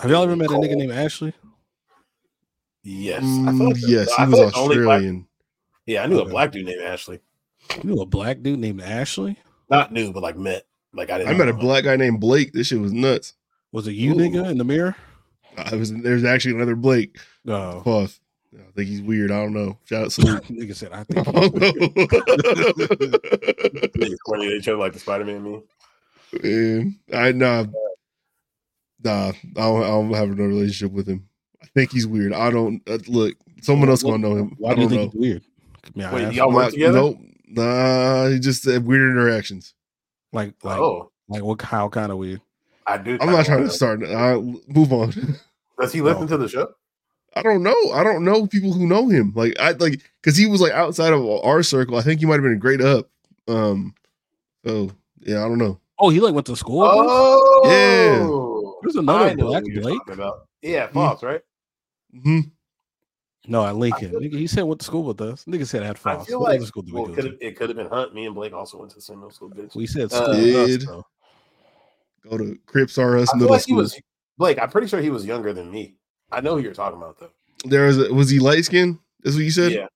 Have y'all ever met a nigga
Cole.
named Ashley?
Yes.
Mm,
the-
yes,
I feel
he was
like the only black-
Australian.
yeah, I knew
Okay.
a black dude named Ashley.
You know, a black dude named Ashley
Not new, but like met. Like I didn't.
I met
know
a
him.
black guy named Blake. This shit was nuts.
was it you,
Ooh.
nigga, in the mirror?
I was there's actually another Blake.
No,
Pause. I think he's weird. I don't know. Shout out salute.
nigga said I
I
think.
don't know.
Niggas corny. They chose like the Spider Man meme.
Man, I nah, nah. I don't, I don't have no relationship with him. I think he's weird. I don't uh, look. Someone else gonna know him.
Why
I
do you
don't
think
know.
it's weird? May I
Wait,
ask?
y'all-
I'm
work
not-
together?
Nope. Nah. He just had weird interactions.
like, like,
oh,
like, what? How kind of weird?
I do.
I'm
kinda
not trying
wanna-
to start. I move on.
Does he listen
No.
to the show?
I don't know. I don't know people who know him. Like I like because he was like outside of our circle. I think he might have been a great up. Um. So yeah, I don't know.
Oh, he like went to school. with us?
Oh,
There's another
I know
Black
who you're
Blake.
talking about. Yeah, false, right?
Mm-hmm.
No, at Lincoln. Nigga, he said went to school with us. Nigga said at
I
Fox.
feel
What
like
other school did
well,
we
it
go
could
to?
have it could have been Hunt. Me and Blake also went to the same middle school. Bitch.
We said
Uh,
school with us,
Did.
bro.
Go to Crips R Us
I feel
middle
like he
school.
was Blake. I'm pretty sure he was younger than me. I know who you're talking about though.
there was a, was he light skinned? That's what you said.
Yeah,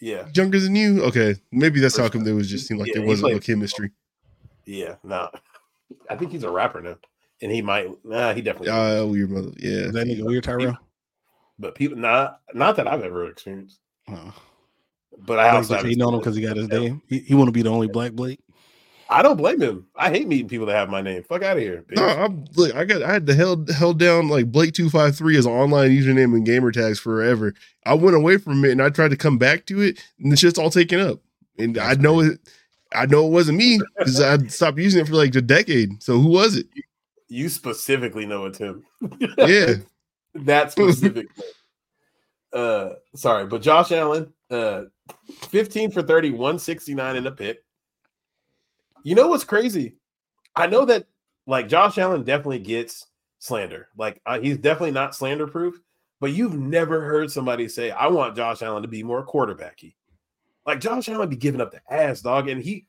yeah,
Younger than you? Okay, maybe that's
For
how come there was just seemed like
Yeah,
there
he
wasn't no
played-
chemistry.
yeah. Nah, I think he's a rapper now, and he might. Nah, he definitely.
Ah, weird mother. Yeah,
that nigga weird Tyrell.
But people, not not that I've ever experienced.
Huh.
But I
Blake's
also
just
haven't
hating on him
seen it.
because he got his name. He, he want to be the only Black Blake.
I don't blame him. I hate meeting people that have my name. Fuck out of here. bitch.
No, I'm, look, I got I had the held held down like Blake two five three as an online username and gamer tags forever. I went away from it and I tried to come back to it, and the shit's all taken up. And I know it, I know it wasn't me because I stopped using it for like a decade. So who was it?
You specifically know it's him.
Yeah,
that specific. uh, sorry, but Josh Allen, uh, 15 for 30, 169 in a pick. You know what's crazy? I know that like Josh Allen definitely gets slander. Like uh, he's definitely not slander proof, but you've never heard somebody say, "I want Josh Allen to be more quarterbacky." Like Josh Allen be giving up the ass, dog, and he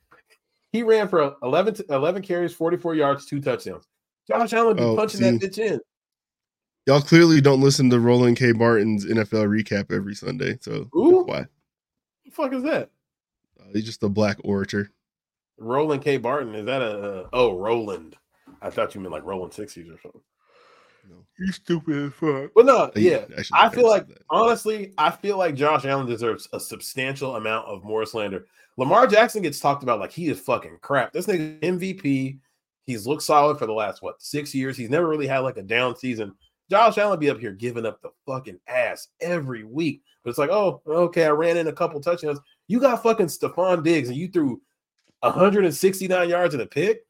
he ran for 11 t- 11 carries, 44 yards, two touchdowns. Josh Allen be
Oh,
punching that
see.
bitch in.
y'all clearly don't listen to Roland K Martin's NFL recap every Sunday. So
Who?
why?
The fuck is that?
Uh, he's just a black orator.
Roland K. Barton. Is that a, uh oh Roland? I thought you meant like Roland Sixties or something.
You stupid as fuck.
But no,
I-
yeah.
I should
I
never
feel like
said
honestly, I feel like Josh Allen deserves a substantial amount of more slander. Lamar Jackson gets talked about like he is fucking crap. This nigga MVP. He's looked solid for the last what six years. He's never really had like a down season. Josh Allen be up here giving up the fucking ass every week. But it's like, oh, okay, I ran in a couple touchdowns. You got fucking Stephon Diggs and you threw 169 yards in a pick.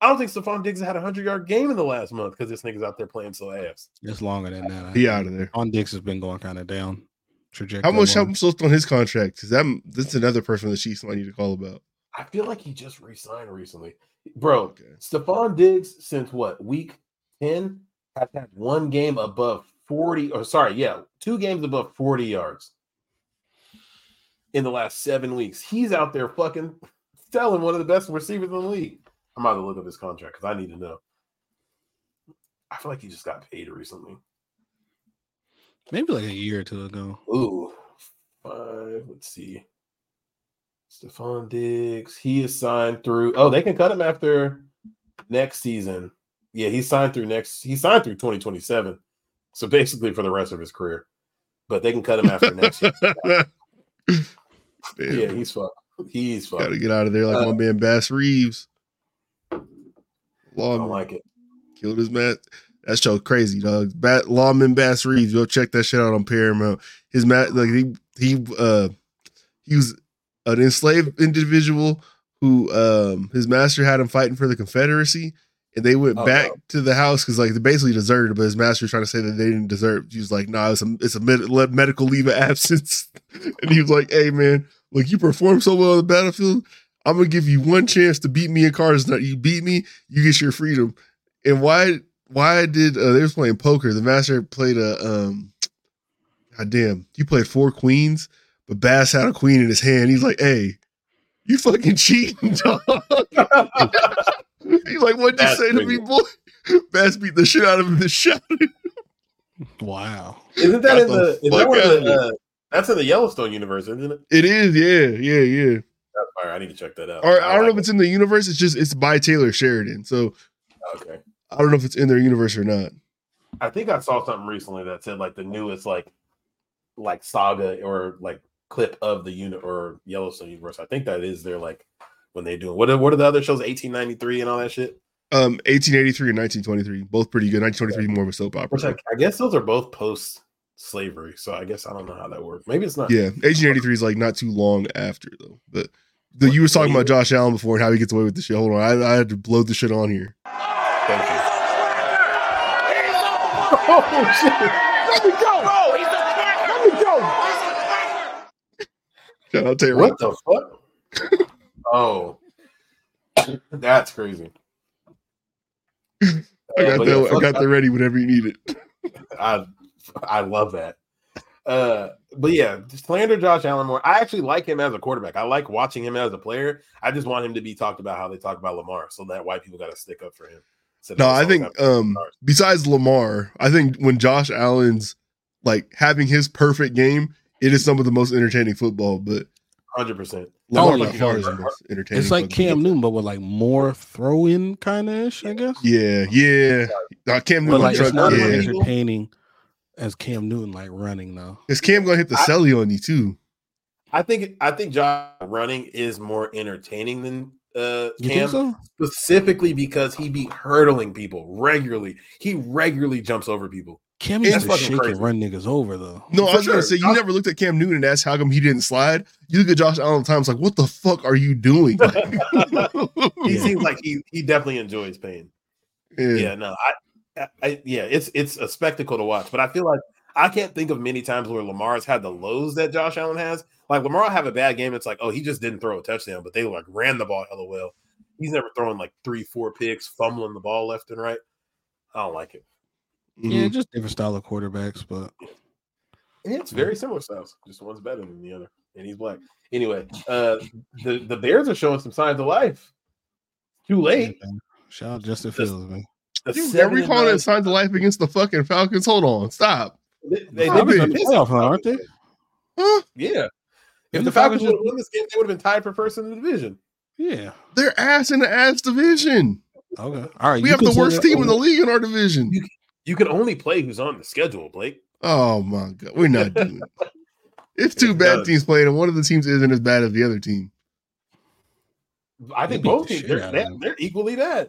I don't think Stephon Diggs had a 100 yard game in the last month because this nigga's out there playing so ass.
It's longer than that.
He outta there.
On Dix has been going kind of down trajectory.
How much
wise.
help supposed on his contract? Because that that's another person the Chiefs might need to call about.
I feel like he just re-signed recently. Bro, Stephon Diggs, since what, week 10, has had one game above 40, or sorry, yeah, two games above 40 yards in the last seven weeks. He's out there fucking selling one of the best receivers in the league. I'm about to look up his contract because I need to know. I feel like he just got paid recently.
Maybe like a year or two ago.
Ooh, five. Let's see. Stephon Diggs. He is signed through. Oh, they can cut him after next season. Yeah, he signed through next. He signed through 2027. So basically for the rest of his career. But they can cut him after next year. Yeah, he's fucked. He's fucked.
Got to get out of there like my man Bass Reeves. Lawman
like it.
Killed his mat. That show crazy, dog. Bat, Lawman Bass Reeves. Go check that shit out on Paramount. His mat, like he he uh he was an enslaved individual who um his master had him fighting for the Confederacy. And they went
Oh,
back to the house because, like, they basically deserted, but his master was trying to say that they didn't desert. He was like, "No, nah, it's a it's a med- le- medical leave of absence," and he was like, "Hey, man, look, you perform so well on the battlefield. I'm gonna give you one chance to beat me in cards. Now you beat me, you get your freedom. And why? Why did uh, they was playing poker? The master played a um. God damn, you played four queens, but Bass had a queen in his hand. He's like, "Hey, you fucking cheating, dog." He's like, "What'd you
That's
say to me,
crazy.
boy?" Bass beat the shit out of him. in The shot.
Wow.
Isn't that
Got
in
the
the, is
fuck
that one of the
outta here.
uh, that's in the Yellowstone universe, isn't it?
It is, yeah, yeah, yeah.
That's fire. I need to check that out.
Or I don't know if it's in the universe. It's just it's by Taylor Sheridan. So
okay.
I don't know if it's in their universe or not.
I think I saw something recently that said like the newest like like saga or like clip of the unit or Yellowstone universe. I think that is their like when they do what are, what are the other shows 1893 and all that shit.
Um, 1883 and 1923, both pretty good. 1923 more of a soap opera.
Which I, I guess those are both post slavery. So I guess I don't know how that works. Maybe it's not.
Yeah, 1883 is like not too long after though. But the, you were talking about Josh Allen before and how he gets away with the shit. Hold on, I, I had to blow the shit on here.
Thank you.
Oh, shit. Let me go. Bro, he's a Let me go.
Shout out Taylor.
What the fuck? oh, that's crazy.
I got
but
that.
Oh, yeah,
I
fuck
got
that.
that ready whenever you need it.
I I love that. Uh, but yeah, slander Josh Allen more. I actually like him as a quarterback. I like watching him as a player. I just want him to be talked about how they talk about Lamar, so that white people got to stick up for him. So
No,
that's
I
all
think
got-
um besides Lamar, I think when Josh Allen's like having his perfect game, it is some of the most entertaining football. But
hundred percent.
Lamar
Oh,
by
yeah.
far is the most entertaining.
It's like
fucking
Cam Newton, but with like more throw in kind of ish, I guess.
Yeah, yeah. Nah, Cam
But
Newton.
like it's
truck-
not as
yeah.
entertaining as Cam Newton like running though.
Is Cam gonna hit the celly on you too?
I think I think Josh running is more entertaining than uh
You think
Cam
so?
specifically because he be hurdling people regularly. He regularly jumps over people.
Cam
That's
used to
fucking
shake
crazy.
and run niggas over though.
No, I
For
was
sure.
gonna say you never looked at Cam Newton and asked how come he didn't slide. You look at Josh Allen times like, what the fuck are you doing?
he seems like he he definitely enjoys pain.
Yeah.
yeah no I, I- I yeah it's it's a spectacle to watch but i feel like i can't think of many times where lamar's had the lows that josh allen has like lamar will have a bad game it's like oh he just didn't throw a touchdown but they like ran the ball hella well he's never throwing like three four picks fumbling the ball left and right i don't like it
Mm-hmm.
Yeah, just different style of quarterbacks, but
Yeah, it's
Mm-hmm.
very similar styles. Just one's better than the other, and he's black. Anyway, uh, the the Bears are showing some signs of life. Too late.
shout out Justin Fields, man.
The
Dude, are
seven
we
and
calling
nine-
it signs of life against the fucking Falcons? Hold on, stop.
They, they,
I
they've been
mean,
pissed
Playoff, huh, aren't they?
Huh?
Yeah. If
Didn't
the
the
Falcons
Falcons
would have won this game, they would have been tied for first in the division.
Yeah.
They're ass in the ass division.
Okay. All right.
We
you
have the
consider that
worst team in the
over-
league in our division.
You can only play who's on the schedule, Blake.
Oh my god, we're not doing. it. If two bad
done.
teams played and one of the teams isn't as bad as the other team,
I
They
think
beat
both
the
teams
shit
they're,
out of
they're,
them.
they're equally bad.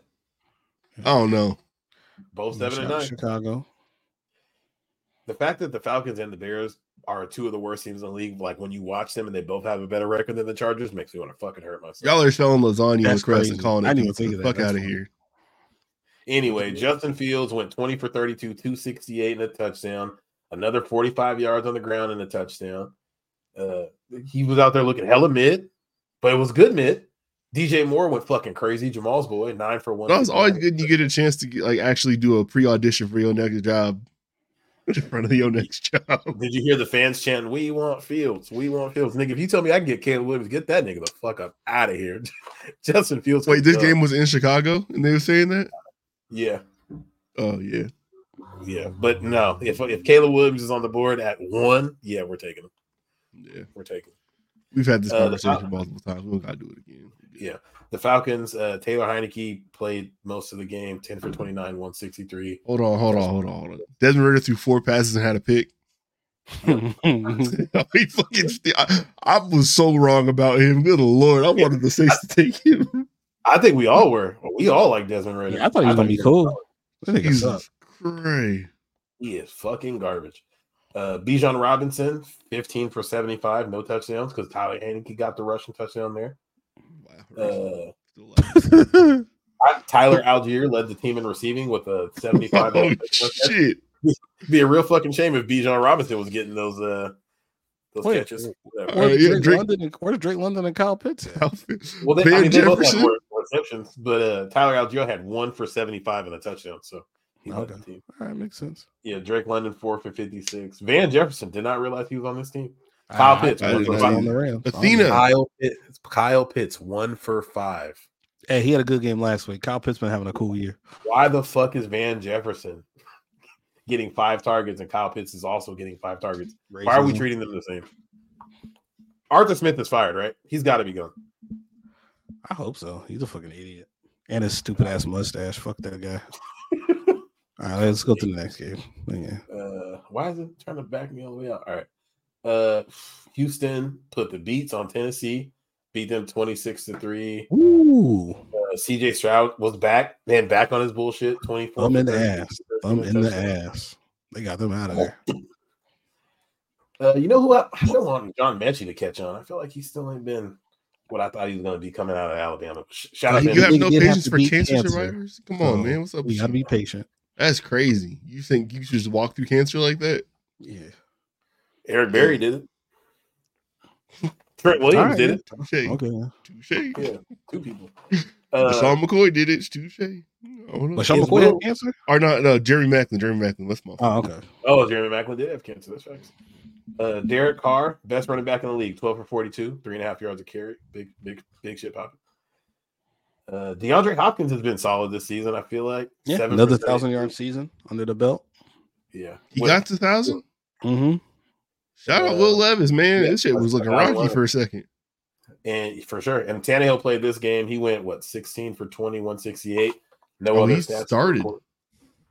I don't know.
Oh,
Both seven and
Shout out
nine.
Chicago.
The fact that the Falcons and the Bears are two of the worst teams in the league, like when you watch them and they both have a better record than the Chargers, makes me want to fucking hurt myself.
Y'all are selling lasagna
That's
with crust and
crazy.
calling
I
it
didn't even
pizza.
think of that.
Fuck
That's
out of
funny.
here.
Anyway, Justin Fields went 20 for 32, 268 and a touchdown, another 45 yards on the ground and a touchdown. Uh, he was out there looking hella mid, but it was good mid. DJ Moore went fucking crazy. Jamal's boy, nine for one.
No, it's always good you get a chance to get, like actually do a pre audition for your next job in front of your next job.
Did you hear the fans chanting, We want Fields, we want Fields? Nigga, if you tell me I can get Caleb Williams, get that nigga the fuck up out of here. Justin Fields.
Wait,
was
this
done.
game was in Chicago and they were saying that.
Yeah.
Oh yeah,
Yeah, but no. If if Caleb Williams is on the board at one, yeah, we're taking him.
Yeah,
we're taking. him.
we've had this
Uh, the
conversation
Fal-
multiple times. We don't gotta do it again.
Yeah, the Falcons. Uh, Taylor Heineke played most of the game, ten for twenty nine, one sixty three.
Hold on, hold on, hold on, hold on. Desmond Ritter threw four passes and had a pick. he fucking. I, I was so wrong about him. Good lord, I wanted the Saints to take him.
I think we all were. We all like Desmond Ritter.
Yeah, I thought he was gonna be cool. That nigga suck.
Jesus Christ.
He is fucking garbage. Uh, Bijan Robinson, fifteen for seventy five, no touchdowns because Tyler Heineke got the rushing touchdown there. Uh,
Oh,
I- Tyler Algier led the team in receiving with a seventy five.
Oh shit.
be a real fucking shame if Bijan Robinson was getting those uh those
Wait,
catches. Whatever.
All
Where's
right, yeah,
Drake,
Drake-
London and, where's Drake London and Kyle Pitts? at?
Well, they, I
Van
mean, they both had
Jefferson?
more receptions, but uh, Tyler Algier had one for 75 and a touchdown, so he led the
Okay.
team.
All right, makes sense.
Yeah, Drake London four for 56. Van Jefferson did not realize he was on this team. Kyle
Ah,
Pitts
I
one for
didn't know he was
five.
on the Rams.
Athena.
Kyle Pitts, Kyle Pitts one for five.
Hey, he had a good game last week. Kyle Pitts been having a cool year.
Why the fuck is Van Jefferson getting five targets and Kyle Pitts is also getting five targets? Why are we
Racism.
treating them the same? Arthur Smith is fired, right? He's got to be gone.
I hope so. He's a fucking idiot. And his stupid ass mustache. Fuck that guy. All right, let's go to the next game. Yeah.
Uh, why is it trying to back me all the way out? All right. Uh, Houston put the beats on Tennessee, beat them 26 to 3.
Ooh.
Uh, CJ Stroud was back, man, back on his bullshit. 24
Thumb in
for
the
30.
ass. Thumb in the ass. They got them out of there.
Uh, you know who I, I still want John Mechie to catch on. I feel like he still ain't been what I thought he was going to be coming out of Alabama. Sh- Shout out
Like,
to him.
you have
Nigga
no
did have
patience
to
for
beat
cancer,
cancer.
survivors? Come on,
So,
man. What's up
We
with
got to
you?
be patient.
That's crazy. You think you should just walk through cancer like that?
Yeah.
Eric Berry did it. Trent Williams
All right,
did
yeah.
it.
Touche.
Okay.
Touche.
Yeah, two people.
Uh, Sean McCoy did it. It's touche. I don't know.
But Sean
Is
McCoy had
Will-
cancer?
Or not? No, Jerry Macklin. Jerry Macklin. That's my.
Oh, okay.
Oh, Jeremy Macklin did have cancer. That's right. Uh, Derek Carr, best running back in the league, 12 for 42, three and a half yards a carry. Big, big, big shit popping. Uh, DeAndre Hopkins has been solid this season, I feel like.
Yeah,
Seven
another
percent.
thousand yard season under the belt.
Yeah.
He
Wait,
got to thousand.
Mm-hmm.
Shout out
Uh,
Will Levis, man.
yeah,
this shit was
I
looking
forgot
rocky
Levis.
for a second.
And for sure. And Tannehill played this game. He went, what, 16 for 20, 168. No
Oh,
other
he
stats.
started.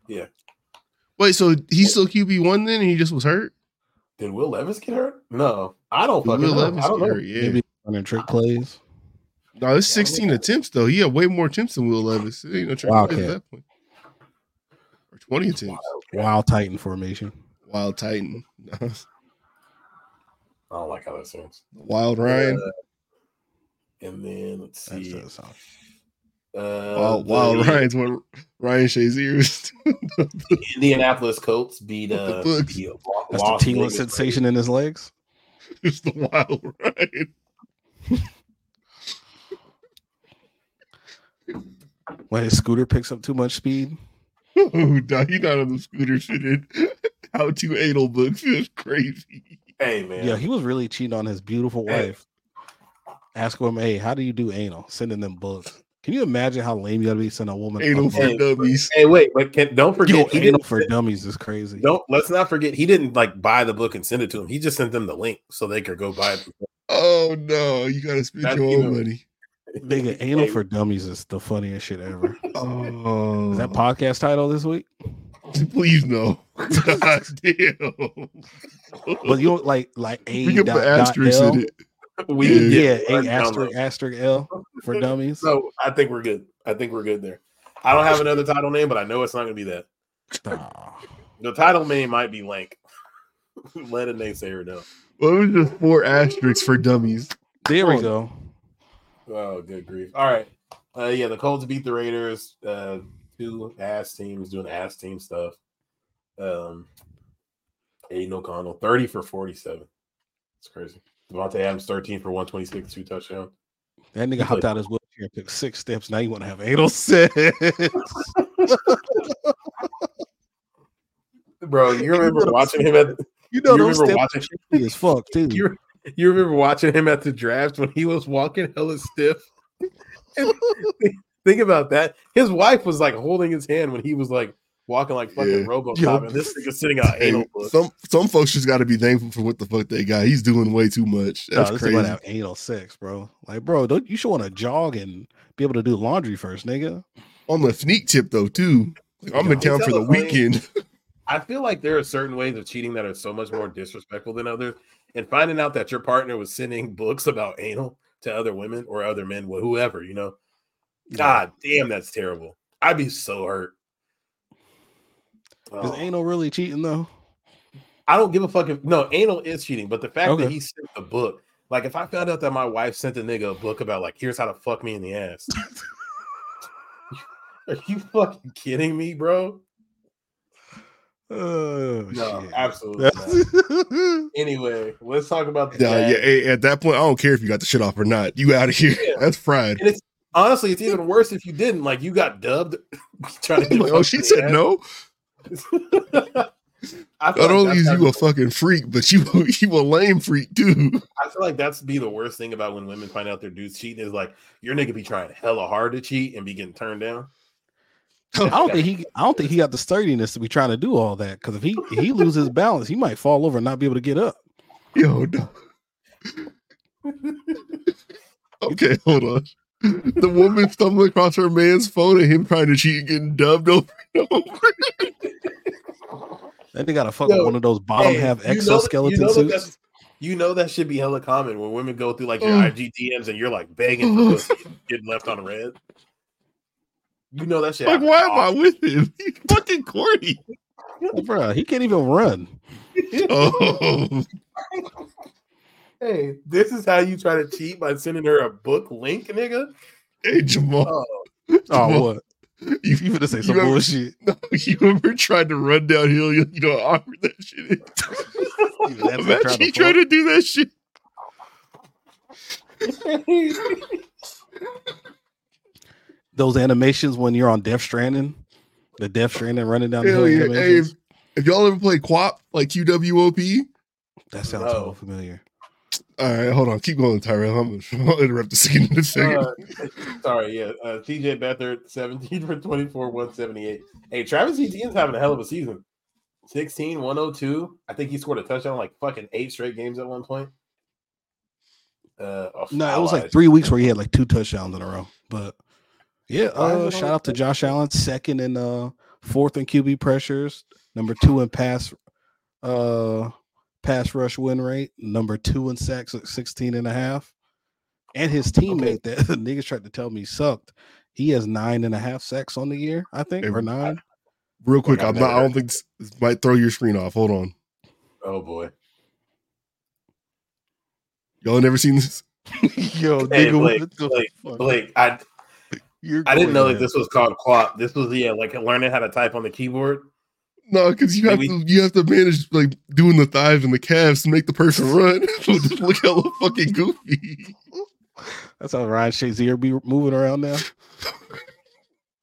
Yeah.
Wait, so he's still QB one then, and he just was hurt.
Did Will Levis get hurt? No. I don't
Will
fucking know.
Levis
I don't know.
get hurt, yeah.
Maybe running trick plays.
No, it's sixteen attempts though. He had way more attempts than Will Levis. It ain't no trick
Wildcat.
play at that point. Or twenty attempts.
Wild Titan formation.
Wild Titan.
I don't like how that sounds.
Wild Ryan.
Uh, and then let's
That
see.
does sound-
Uh,
Wild, Oh, Wild
the
Ryan's what Ryan Shazier.
Indianapolis Colts beat
the
uh,
books.
the Lo-
That's
Las
the T1
Vegas
sensation in his legs.
It's the Wild Ryan.
When his scooter picks up too much speed.
Oh, nah, he not on the scooter shit in. How to anal books is crazy.
Hey man,
Yeah, he was really cheating on his beautiful
Hey.
wife. Ask him, hey, how do you do anal? Sending them books. Can you imagine how lame you gotta be sending a woman a
Anal
book?
for dummies.
Hey, wait, but can, don't
Yo,
forget he
anal
didn't.
for dummies is crazy.
Don't let's not forget he didn't like buy the book and send it to him. He just sent them the link so they could go buy it.
Oh no, you gotta spend
That's
your own
even-
money.
Nigga, anal for dummies is the funniest shit ever.
Oh,
Is that podcast title this week?
please no. God damn.
But you don't like like a
We can
dot,
put
dot
asterisk
L.
in it.
We
Yeah.
can
Yeah,
get
a
one download.
asterisk asterisk L for dummies.
So I think we're good. I think we're good there. I don't have another title name, but I know it's not going to be that.
Nah.
The title name might be Lank. Let a naysayer know.
What was just four asterisks for dummies?
There we
on.
go.
Oh, good grief. All right. Uh, yeah, the Colts beat the Raiders. Uh, two ass teams doing ass team stuff. Um, Aiden O'Connell, 30 for 47. It's crazy. Devontae Adams, 13 for 126, two touchdowns.
That nigga
He's
hopped
like-
out his wheelchair, took six steps. Now you want to have anal sex?
Bro, you remember watching him at
You know
you
those
remember
steps
watching
are shitty as fuck too.
you, you remember watching him at the draft when he was walking hella stiff. And th- Think about that. His wife was like holding his hand when he was like walking like fucking
Yeah.
RoboCop,
Yo.
and this nigga sitting on
Hey,
anal books.
some some folks just got to be thankful for what the fuck they got. He's doing way too much.
Nah,
That's
this nigga
crazy.
want to have anal sex, bro. Like, bro, don't you should want to jog and be able to do laundry first, nigga.
On the sneak tip though, too. Like, I'm in
Yo,
town for the
telephone.
weekend.
I feel like there are certain ways of cheating that are so much more disrespectful than others. And finding out that your partner was sending books about anal to other women or other men, wh- whoever, you know, God damn, that's terrible. I'd be so hurt.
Is
Oh,
anal really cheating though?
I don't give a fuck if no anal is cheating, but the fact that
Okay.
he sent a book, like if I found out that my wife sent a nigga a book about like here's how to fuck me in the ass. Are you fucking kidding me, bro?
Oh
No,
shit.
absolutely not. Anyway, let's talk about the
Nah, yeah,
Jags.
a- at that point, I don't care if you got the shit off or not. You out of here.
Yeah.
That's fried.
And it's honestly, it's even worse if you didn't. Like you got dubbed trying to.
I'm
get
like, oh,
fucked
she
in the
said
ass.
no.
I feel like
Not only
that's
is
gotta
you
be
a fucking freak, but you you a lame freak too.
I feel like that's be the worst thing about when women find out their dudes cheating is like your nigga be trying hella hard to cheat and be getting turned down.
I don't think he. I don't think he got the sturdiness to be trying to do all that. Because if he if he loses balance, he might fall over and not be able to get up.
Yo, no. okay, hold on. The woman stumbling across her man's phone and him trying to cheat and getting dubbed over and over.
Then they gotta fuck with
Yo,
one of those bottom
Hey,
half
you know that- you
exoskeleton
know that that's-
suits.
You know that should be hella common when women go through like your
Oh.
IG DMs and you're like begging for
Oh.
pussy, getting left on red. You know that shit.
Like,
happens
why am I
often.
with him? He's fucking corny.
Bruh, he can't even run.
Oh,
Hey, this is how you try to cheat by sending her a book link, nigga.
hey Jamal,
Oh,
Oh,
Jamal,
what?
you,
You finna say
you
some
ever-
bullshit?
you ever tried to run downhill? You, you know how awkward that shit is. Imagine
trying to
you trying to do that shit.
those animations when you're on Death Stranding, the Death Stranding running down the hill.
Hell yeah. Hey,
animations.
if, if y'all ever play Quap, like QWOP,
that sounds
No.
familiar.
All right, hold on. Keep going, Tyrell. I'm gonna I'll interrupt the scene in a second.
Uh, sorry, yeah. Uh, TJ Beathard, 17 for 24, 178. Hey, Travis Etienne's having a hell of a season. 16, 102. I think he scored a touchdown like fucking eight straight games at one point. Uh, oh,
No, it
I
was
lied.
like three weeks where he had like two touchdowns in a row. But
Why
yeah,
is it
uh,
only
shout out to Josh Allen, second and uh fourth in QB pressures, number two in pass uh pass rush win rate, number two in sacks at 16 and a half. And his teammate that niggas tried to tell me sucked. He has nine and a half sacks on the year, I think, or nine.
Real quick,
I
I'm not, I don't think this, this might throw your screen off. Hold on.
Oh boy.
Y'all never seen this?
Yo,
Hey,
nigga,
Blake,
what
Blake, Blake, I I
going
didn't know that
there.
this was called quap. This was yeah, like learning how to type on the keyboard.
No, because you have to you have to manage like doing the thighs and the calves to make the person run. So just look hella fucking goofy.
That's how Ryan Shazier be moving around now.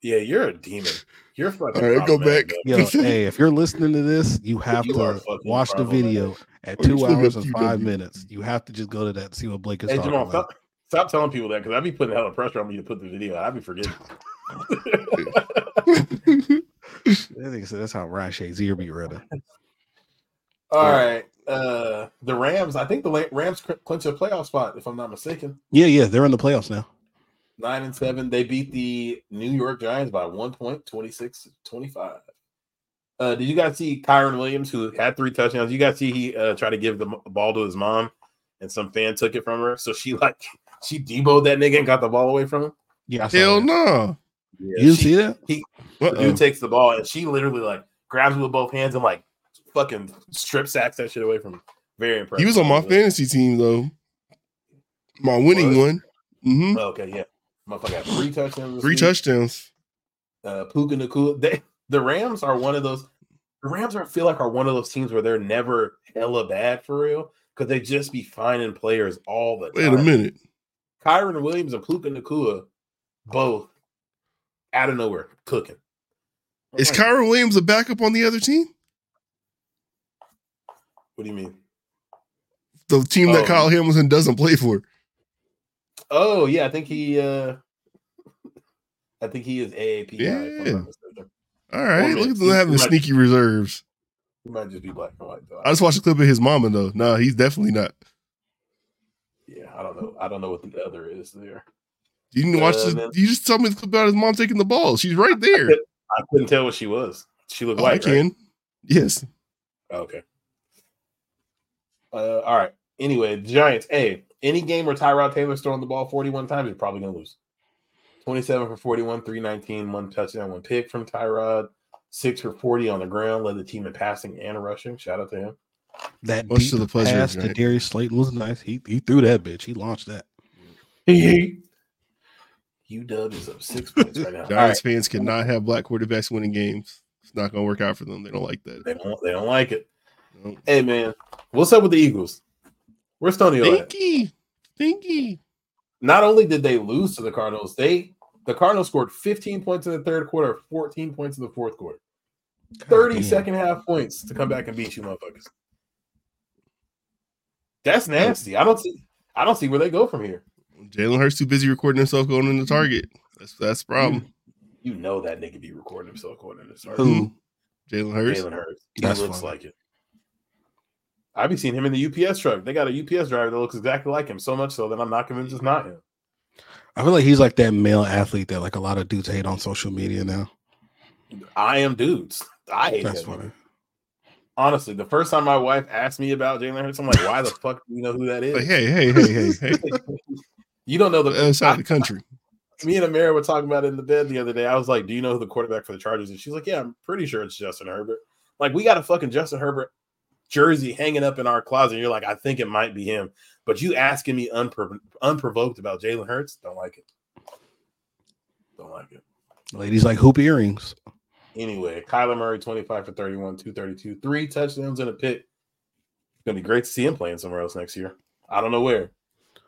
Yeah, you're a demon. You're fucking.
All right, go back.
Yo, hey, if you're listening to this, you have to watch the video at
Or you
two
still got
hours and
QW.
five minutes. You have to just go to that and see what Blake is
Hey
talking
Jamal,
about.
stop, stop telling people that because I'd be putting hella pressure on me to put the video. out. I'd be forgetting.
That nigga said that's how Ryan Shazier be running.
All right, uh, the Rams. I think the La- Rams cr- clinch a playoff spot, if I'm not mistaken.
Yeah, yeah, they're in the playoffs now.
Nine and seven. They beat the New York Giants by one point, 26 25. Uh, did you guys see Kyron Williams, who had three touchdowns? You guys see he uh, tried to give the m- ball to his mom, and some fan took it from her. So she like she deboed that nigga and got the ball away from him.
Yeah, I saw
Hell
that.
no.
Yeah,
you didn't
she-
see Oh. that?
He the
Uh-oh.
dude takes the ball and she literally like grabs it with both hands and like fucking strip sacks that shit away from him. Very impressive.
He was on my fantasy team though. My winning one. Mm-hmm.
Oh, Okay, yeah. Motherfucker got three touchdowns. this
Three
week.
touchdowns.
Uh, Puka Nakua. They, the Rams are one of those. The Rams are feel like are one of those teams where they're never hella bad for real because they just be finding players all the time.
Wait a minute.
Kyron Williams and Puka Nakua both out of nowhere cooking.
Is Kyron Williams a backup on the other team?
What do you mean?
The team
Oh.
that Kyle Hamilton doesn't play for.
Oh yeah, I think he. uh I think he is AAP. now, if I'm not
Yeah.
mistaken.
All
Or
right.
maybe
Look at
he-
them having
he might-
sneaky reserves.
He might just be black and white though.
I just watched a clip of his mama though. Nah, he's definitely not.
Yeah, I don't know. I don't know what the other is there.
You didn't watch
Uh,
this.
man.
You just told me the clip about his mom taking the ball. She's right there.
I couldn't tell what she was. She looked
Oh, I
white.
can.
Right? Oh,
Yes.
Okay. Uh, all right. Anyway, Giants. Hey, any game where Tyrod Taylor's throwing the ball 41 times, you're probably gonna lose. 27 for 41, 319, one touchdown, one pick from Tyrod. Six for 40 on the ground, led the team in passing and rushing. Shout out to him.
That
Much
deep
to the pleasure of
pass to
Giant.
Darius Slayton was nice. He he threw that bitch. He launched that.
UW is up six points right now. All
Giants
right.
fans cannot have black quarterbacks winning games. It's not gonna work out for them. They don't like that.
They don't. They don't like it. Hey man, what's up with the Eagles? Where's Tony? at?
Stinky, stinky.
Not only did they lose to the Cardinals, they the Cardinals scored 15 points in the third quarter, 14 points in the fourth quarter, 30 second half points to come back and beat you, motherfuckers. That's nasty. I don't see. I don't see where they go from here.
Jalen Hurts too busy recording himself going into target. That's that's the problem.
You know that nigga be recording himself going into start.
Who? Mm-hmm. Jalen Hurts.
Mm-hmm. Jalen Hurts. He
That's
looks
funny.
like it. I be seeing him in the UPS truck. They got a UPS driver that looks exactly like him, so much so that I'm not convinced it's not him.
I feel like he's like that male athlete that like a lot of dudes hate on social media now.
I am dudes. I hate
That's
that.
funny.
nigga. Honestly, the first time my wife asked me about Jalen Hurts, I'm like, why the fuck do you know who that is?
Like, hey, hey, hey, hey, hey.
You don't know the
Other side of the country.
me and Amira were talking about it in the bed the other day. I was like, Do you know who the quarterback for the Chargers is? She's like, Yeah, I'm pretty sure it's Justin Herbert. Like, we got a fucking Justin Herbert jersey hanging up in our closet. You're like, I think it might be him. But you asking me unpro- unprovoked about Jalen Hurts, don't like it. Don't like it.
Ladies like hoop earrings.
Anyway, Kyler Murray, 25 for 31, 232, three touchdowns and a pick. It's going to be great to see him playing somewhere else next year. I don't know where.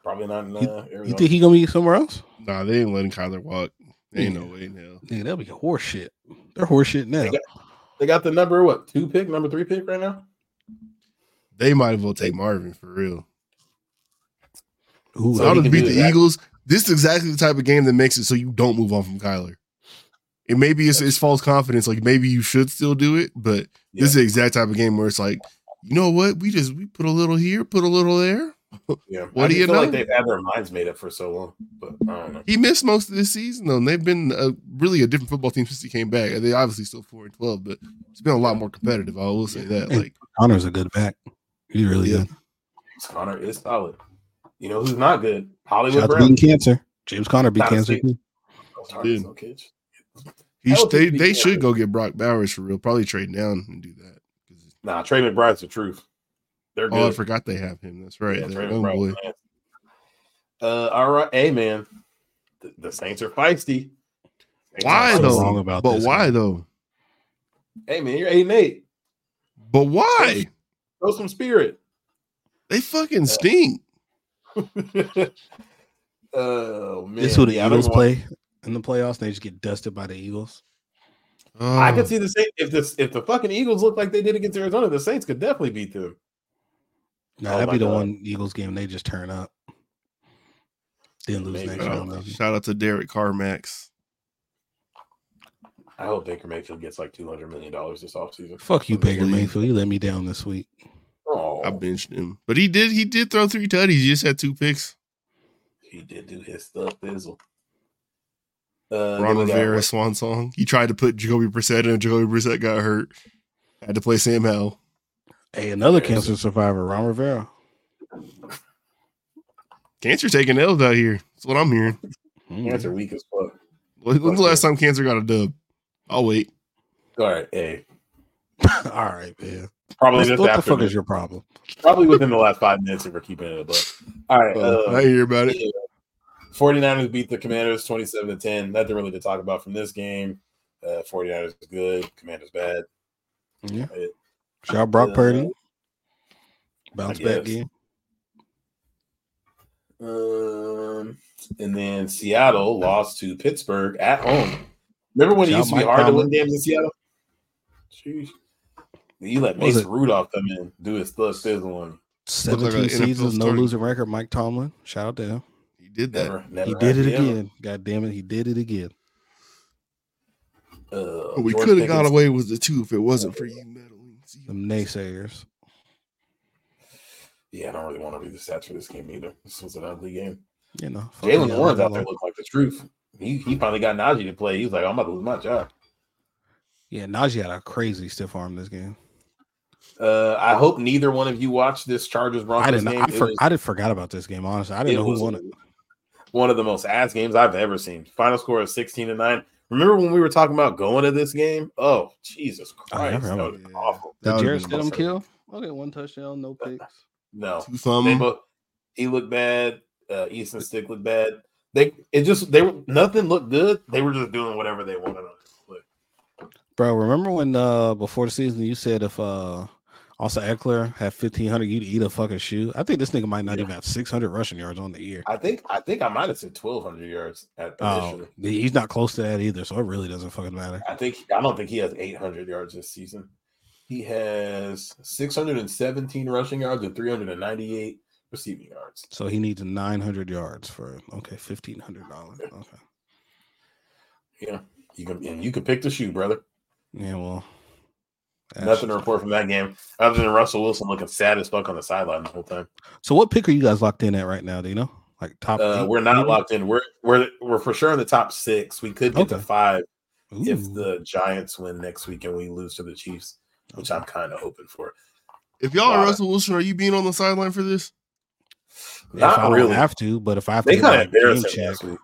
Probably not in uh, Arizona.
You think he gonna be somewhere else?
Nah, they ain't letting Kyler walk. Ain't no way now.
Nigga, that'll be horse shit. They're horse shit now.
They
got,
the number what two pick, number three pick right now.
They might as well take Marvin for real.
Ooh,
so
So
how
he
to
can
beat
do
the
that.
Eagles? This is exactly the type of game that makes it so you don't move on from Kyler. And maybe it's, it's false confidence. Like maybe you should still do it, but this is the exact type of game where it's like, you know what? We just we put a little here, put a little there.
Yeah,
What
I
do
just
you
feel Like
know?
they've had their minds made up for so long, but I don't know.
He missed most of this season though, and they've been a, really a different football team since he came back. They obviously still four and twelve, but it's been a lot more competitive. I will say that. Like
Connor's a good back. He really is.
Connor is solid. You know who's not good? Hollywood
Shout out to
Brown.
beating cancer. James Connor beat
Nah,
cancer.
see-
too.
Target's no catch.
he,
Hell,
they
dude,
they
he-
should go get Brock Bowers for real. Probably trade down and do that.
Nah, Trey McBride's the truth. They're good.
Oh, I forgot they have him. That's right.
Yeah,
their
Trey
own boy.
McBride's nice. Uh, all right, hey man, the, the Saints are feisty. Saints are
Why
feisty.
though? but why though?
Hey man, you're eight and eight.
But why?
Show some spirit.
They fucking stink.
Oh man,
This is who the
Yeah, I don't
Eagles
know why-
play in the playoffs. They just get dusted by the Eagles. Oh.
Oh,
I could see the Saints if this if the fucking Eagles look like they did against Arizona, the Saints could definitely beat them.
Nah,
Oh
that'd
my
be the
God.
one Eagles game. They just turn up. Then lose
Maybe.
next
Shout
round.
out-
maybe.
Shout out to Derek Carmax.
I hope Baker Mayfield gets like two hundred million dollars this offseason.
Fuck you, Baker Mayfield. You let me down this week.
Oh,
I benched him, but he did he did throw three tutties. He just had two picks.
he did do his stuff, Bizzle. Uh, then
Ron
we got-
Rivera swan song. He tried to put Jacoby Brissett in. Jacoby Brissett got hurt. Had to play Sam Howell.
Hey, another cancer survivor, Ron Rivera.
Cancer taking L's out here. That's what I'm hearing.
Mm.
Cancer weak as fuck.
When's the last time Cancer got a dub? I'll wait.
All right, hey,
All right, man.
Probably
What-
just
what the
after
fuck
this.
is your problem?
probably within the last five minutes if we're keeping it. But all right,
Oh,
uh,
I hear about it.
yeah. 49ers beat the Commanders 27 to 10. Nothing really to talk about from this game. Uh, 49ers is good, Commanders bad.
Yeah.
It-
Shout out Brock
Uh,
Purdy. Bounce
I
back
guess.
game.
Um, and then Seattle lost to Pittsburgh at home. Remember when it
Shout
used to be
Mike
hard to win
Tomlin.
games in Seattle? Jeez. You let
What was
Mason
it?
Rudolph come in, do his thug fizzle on you.
like a
17
NFL
seasons, no
starting-
losing record. Mike Tomlin. Shout out to him.
He did that.
Never, never
He did it
happened ever.
again. God damn it. He did it again.
Uh,
we
George
could have got
Pickens-
away with the two if it wasn't for you meddling.
Them naysayers.
Yeah, I don't really want to read the stats for this game either. This was an ugly game.
You know, fuck
Jalen
yeah,
Warren's
leave
out
him
there
alone.
looking like the truth. He he finally got Najee to play. He was like, I'm about to lose my job.
Yeah, Najee had a crazy stiff arm this game.
Uh, I hope neither one of you watched this Chargers
I
Broncos
didn't.
game.
I,
It
for,
was
I did forgot about this game. Honestly, I didn't
It
know
was
who won it.
one of the most ass games I've ever seen. Final score is 16 to 9. Remember when we were talking about going to this game? Oh, Jesus
Oh, yeah, I
Christ. that
remember.
would have been awful.
That
Did
would've
Jared
been the
Stidham
most-
kill? Okay, one touchdown, no picks.
No.
Two thumb.
Um,
They both, he looked bad. Uh, Easton Stick looked bad. They it just they were nothing looked good. They were just doing whatever they wanted on this play.
Bro, remember when uh before the season you said if uh also Eckler had fifteen hundred, you'd eat a fucking shoe. I think this nigga might not even have six hundred rushing yards on the year.
I think I think I might have said 1,200 yards at
Oh,
position.
he's not close to that either, so it really doesn't fucking matter.
I think I don't think he has 800 yards this season. He has 617 rushing yards and 398 receiving yards.
So he needs nine hundred yards for okay fifteen hundred dollars. Okay,
Yeah, you can and you can pick the shoe, brother.
yeah, well, that's-
Nothing to report from that game other than Russell Wilson looking sad as fuck on the sideline the whole time.
So what pick are you guys locked in at right now? Do you know? Like top?
Uh,
eight,
we're not
maybe?
locked in. We're we're we're for sure in the top six. We could get to
Okay.
five if
Ooh.
the Giants win next week and we lose to the Chiefs, which I'm kind of hoping for.
If y'all
Wow.
are Russell Wilson, are you being on the sideline for this?
If
Not
I don't
really.
have to, but if I have
They
to get
kind
my
of embarrassed
game
him last
check,
week.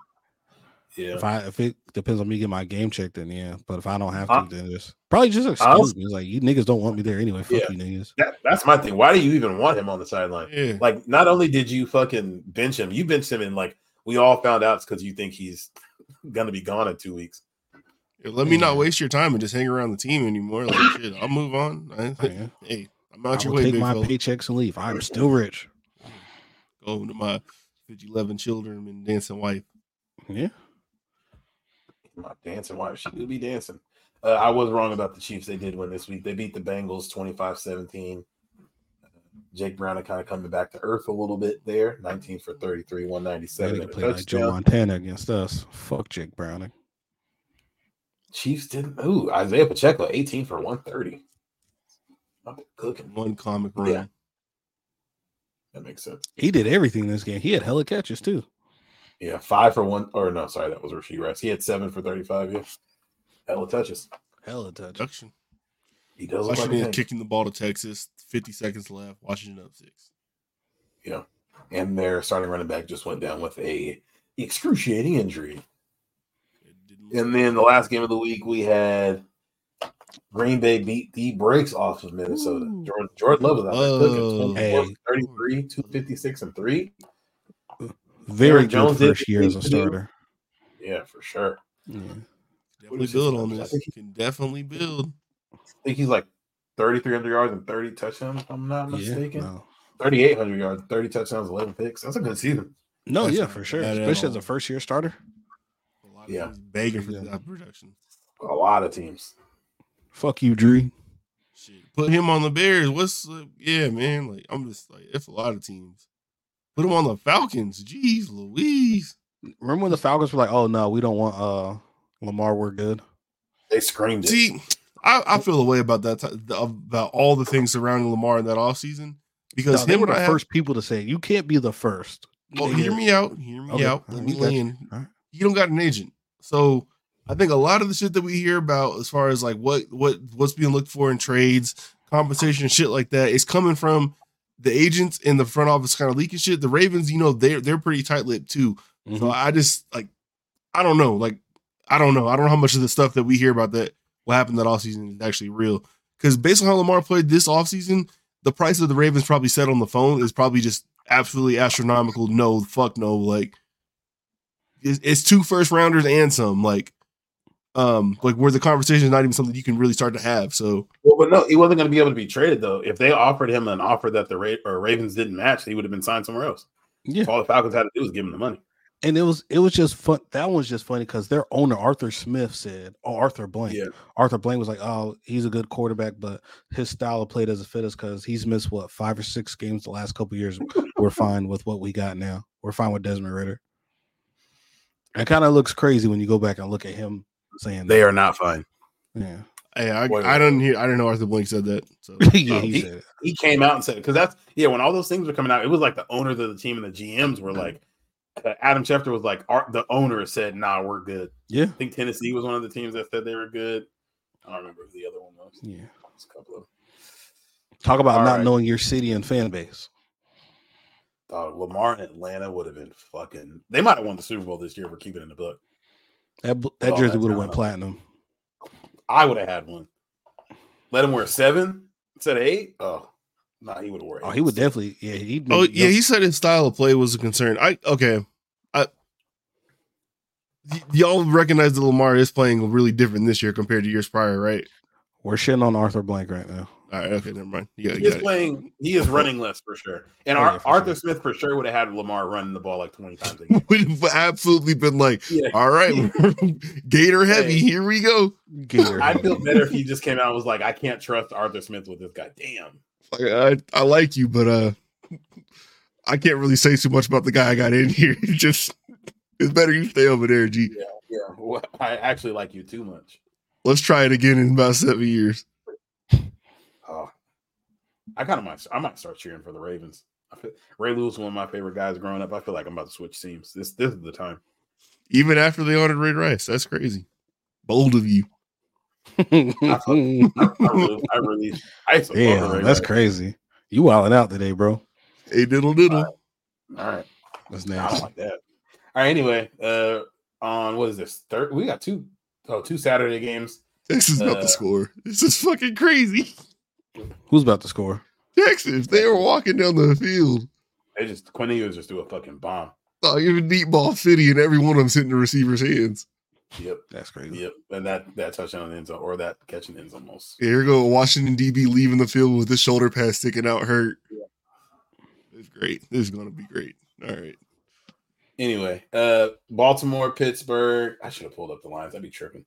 Yeah.
if I if it depends on me getting my game check, then yeah. But if I don't have to,
Hon-
then just probably just excuse
honest-
me. It's like you niggas don't want me there anyway. Fuck you niggas.
That, that's my thing. Why do you even want him on the sideline?
Yeah.
Like, not only did you fucking bench him, you benched him, and like we all found out it's because you think he's gonna be gone in two weeks.
Let me not waste your time and just hang around the team anymore. Like shit, I'll move on. I-
Yeah.
hey, I'm
I
out your
will
way,
take
big
my
fella.
paychecks and leave. I'm still rich.
Go to my 50, 11 children and dancing wife.
Yeah.
my dancing wife. She do be dancing. Uh, I was wrong about the Chiefs. They did win this week. They beat the Bengals 25 17. Jake Brown are kind of coming back to earth a little bit there. 19 for 33,
They
197.
can
and a
play like Joe
touchdown.
Montana against us. Fuck Jake Browning.
Chiefs didn't. Ooh, Isaiah Pacheco, 18 for 130. I've been cooking.
One comic run.
Yeah. That makes sense.
He did everything in this game. He had hella catches too.
Yeah, five for one. Or no, sorry, that was Rasheed Rice. He had seven for 35. Yeah. Hella touches.
Hella touch.
Production.
He does look like a
Washington
tank.
is kicking the ball to Texas. 50 seconds left. Washington up six.
Yeah. And their starting running back just went down with a excruciating injury. And then the last game of the week, we had Green Bay beat the brakes off of Minnesota. Jordan, Jordan Love was out there cooking. 24, 33, 256, and 3.
Very
Aaron
good
Jones did
first year as a
what he needed to
starter.
Yeah, for sure.
Definitely build on this. Can definitely build.
I think he's like 3,300 yards and 30 touchdowns, if I'm not
Yeah,
mistaken.
no.
3,800 yards, 30 touchdowns, 11 picks. That's a good season.
No,
That's
yeah,
not
for sure.
bad at
Especially
all.
as a first year starter.
Yeah.
Begging for that production.
A lot of teams.
Fuck you, Drew.
Put him on the Bears. What's uh, yeah, man? Like I'm just like it's a lot of teams. Put him on the Falcons. Jeez, Louise.
Remember when the Falcons were like, "Oh no, we don't want uh Lamar. We're good."
They screamed
it.
See, I, I feel a way about that ti- about all the things surrounding Lamar in that offseason because
No,
him
they were the
not having-
first people to say it. you can't be the first.
Well,
They
hear
did.
me out. Hear me
Okay,
out.
all
Let
right,
me
we got you.
land.
All right.
You don't got an agent, so I think a lot of the shit that we hear about, as far as like what what what's being looked for in trades, compensation, shit like that, is coming from the agents in the front office kind of leaking shit. The Ravens, you know, they're they're pretty tight lipped too.
Mm-hmm.
So I just like, I don't know, like I don't know, I don't know how much of the stuff that we hear about that what happened that offseason is actually real. Because based on how Lamar played this offseason, the price of the Ravens probably set on the phone is probably just absolutely astronomical. No, fuck no. Like it's, it's two first rounders and some like, um, like where the conversation is not even something you can really start to have. So
Well, but no, he wasn't going to be able to be traded though. If they offered him an offer that the Ra- or Ravens didn't match, he would have been signed somewhere else.
Yeah.
All the Falcons had to do was give him the money.
And it was it was just fun. That one's just funny because their owner Arthur Smith said, "Oh, Arthur Blank." Arthur Blank was like, "Oh, he's a good quarterback, but his style of play doesn't fit us because he's missed what five or six games the last couple years. We're fine with what we got now. We're fine with Desmond Ritter." It kind of looks crazy when you go back and look at him saying
They are not fine.
Yeah.
Hey, I, I didn't hear, I didn't know Arthur Blank said that. So
yeah,
he,
said it.
he came out and said because that's yeah. When all those things were coming out, it was like the owners of the team and the GMs were like, uh, Adam Schefter was like, Ar- the owner said, "Nah, we're good."
Yeah.
I think Tennessee was one of the teams that said they were good. I don't remember who the other one was.
Yeah,
It's a couple of
talk about
All
not
right.
knowing your city and fan base.
Dog, Lamar and Atlanta would have been fucking. They might have won the Super Bowl this year for keeping it in the book.
That bl-
With
that
all
jersey
that
would have went
talent.
platinum.
I would have had one. Let him wear seven instead of eight. Oh, nah, he would have wore eight.
Oh, he would definitely. Yeah, he'd
Oh
make-
yeah, he said his style of play was a concern. I okay. I y- y'all recognize that Lamar is playing really different this year compared to years prior, right?
We're shitting on Arthur Blank right now.
All right, okay, never mind. Yeah,
he is playing. He is running less for sure. And
Oh,
Ar-
yeah, for
Arthur Smith for sure would have had Lamar running the ball like twenty times a game.
We've absolutely been like,
Yeah.
all right, Gator heavy, here we go.
Gator,
I feel better if he just came out and was like, "I can't trust Arthur Smith with this guy." Damn.
I, I like you, but uh, I can't really say too much about the guy I got in here. Just it's better you stay over there, G.
Yeah, yeah. Well, I actually like you too much.
Let's try it again in about seven years.
Oh, I kind of might. I might start cheering for the Ravens. I feel, Ray Lewis, one of my favorite guys growing up. I feel like I'm about to switch teams. This this is the time.
Even after they honored Red Rice, that's crazy. Bold of you.
I, fucking- I, I really, I really, I used to fuck with Ray
Damn, that's
Rice.
crazy. You wilding out today, bro.
Hey, diddle diddle.
All right.
That's
I don't
nasty.
like that. All right. Anyway, uh, on what is this? Third, we got two, oh, two Saturday games.
This is about
Uh,
the score. This is fucking crazy.
Who's about to score?
Texas, they were walking down the field.
They just Quinn Ewers just threw a fucking bomb.
Oh, you're in deep ball city, and every one of them's hitting the receiver's hands.
Yep.
That's crazy.
Yep. And that that touchdown in the end zone or that catch in the end zone almost.
Yeah, Here go Washington DB leaving the field with his shoulder pad sticking out hurt. It's great. This is going to be great. All right.
Anyway, uh, Baltimore, Pittsburgh. I should have pulled up the lines. I'd be tripping.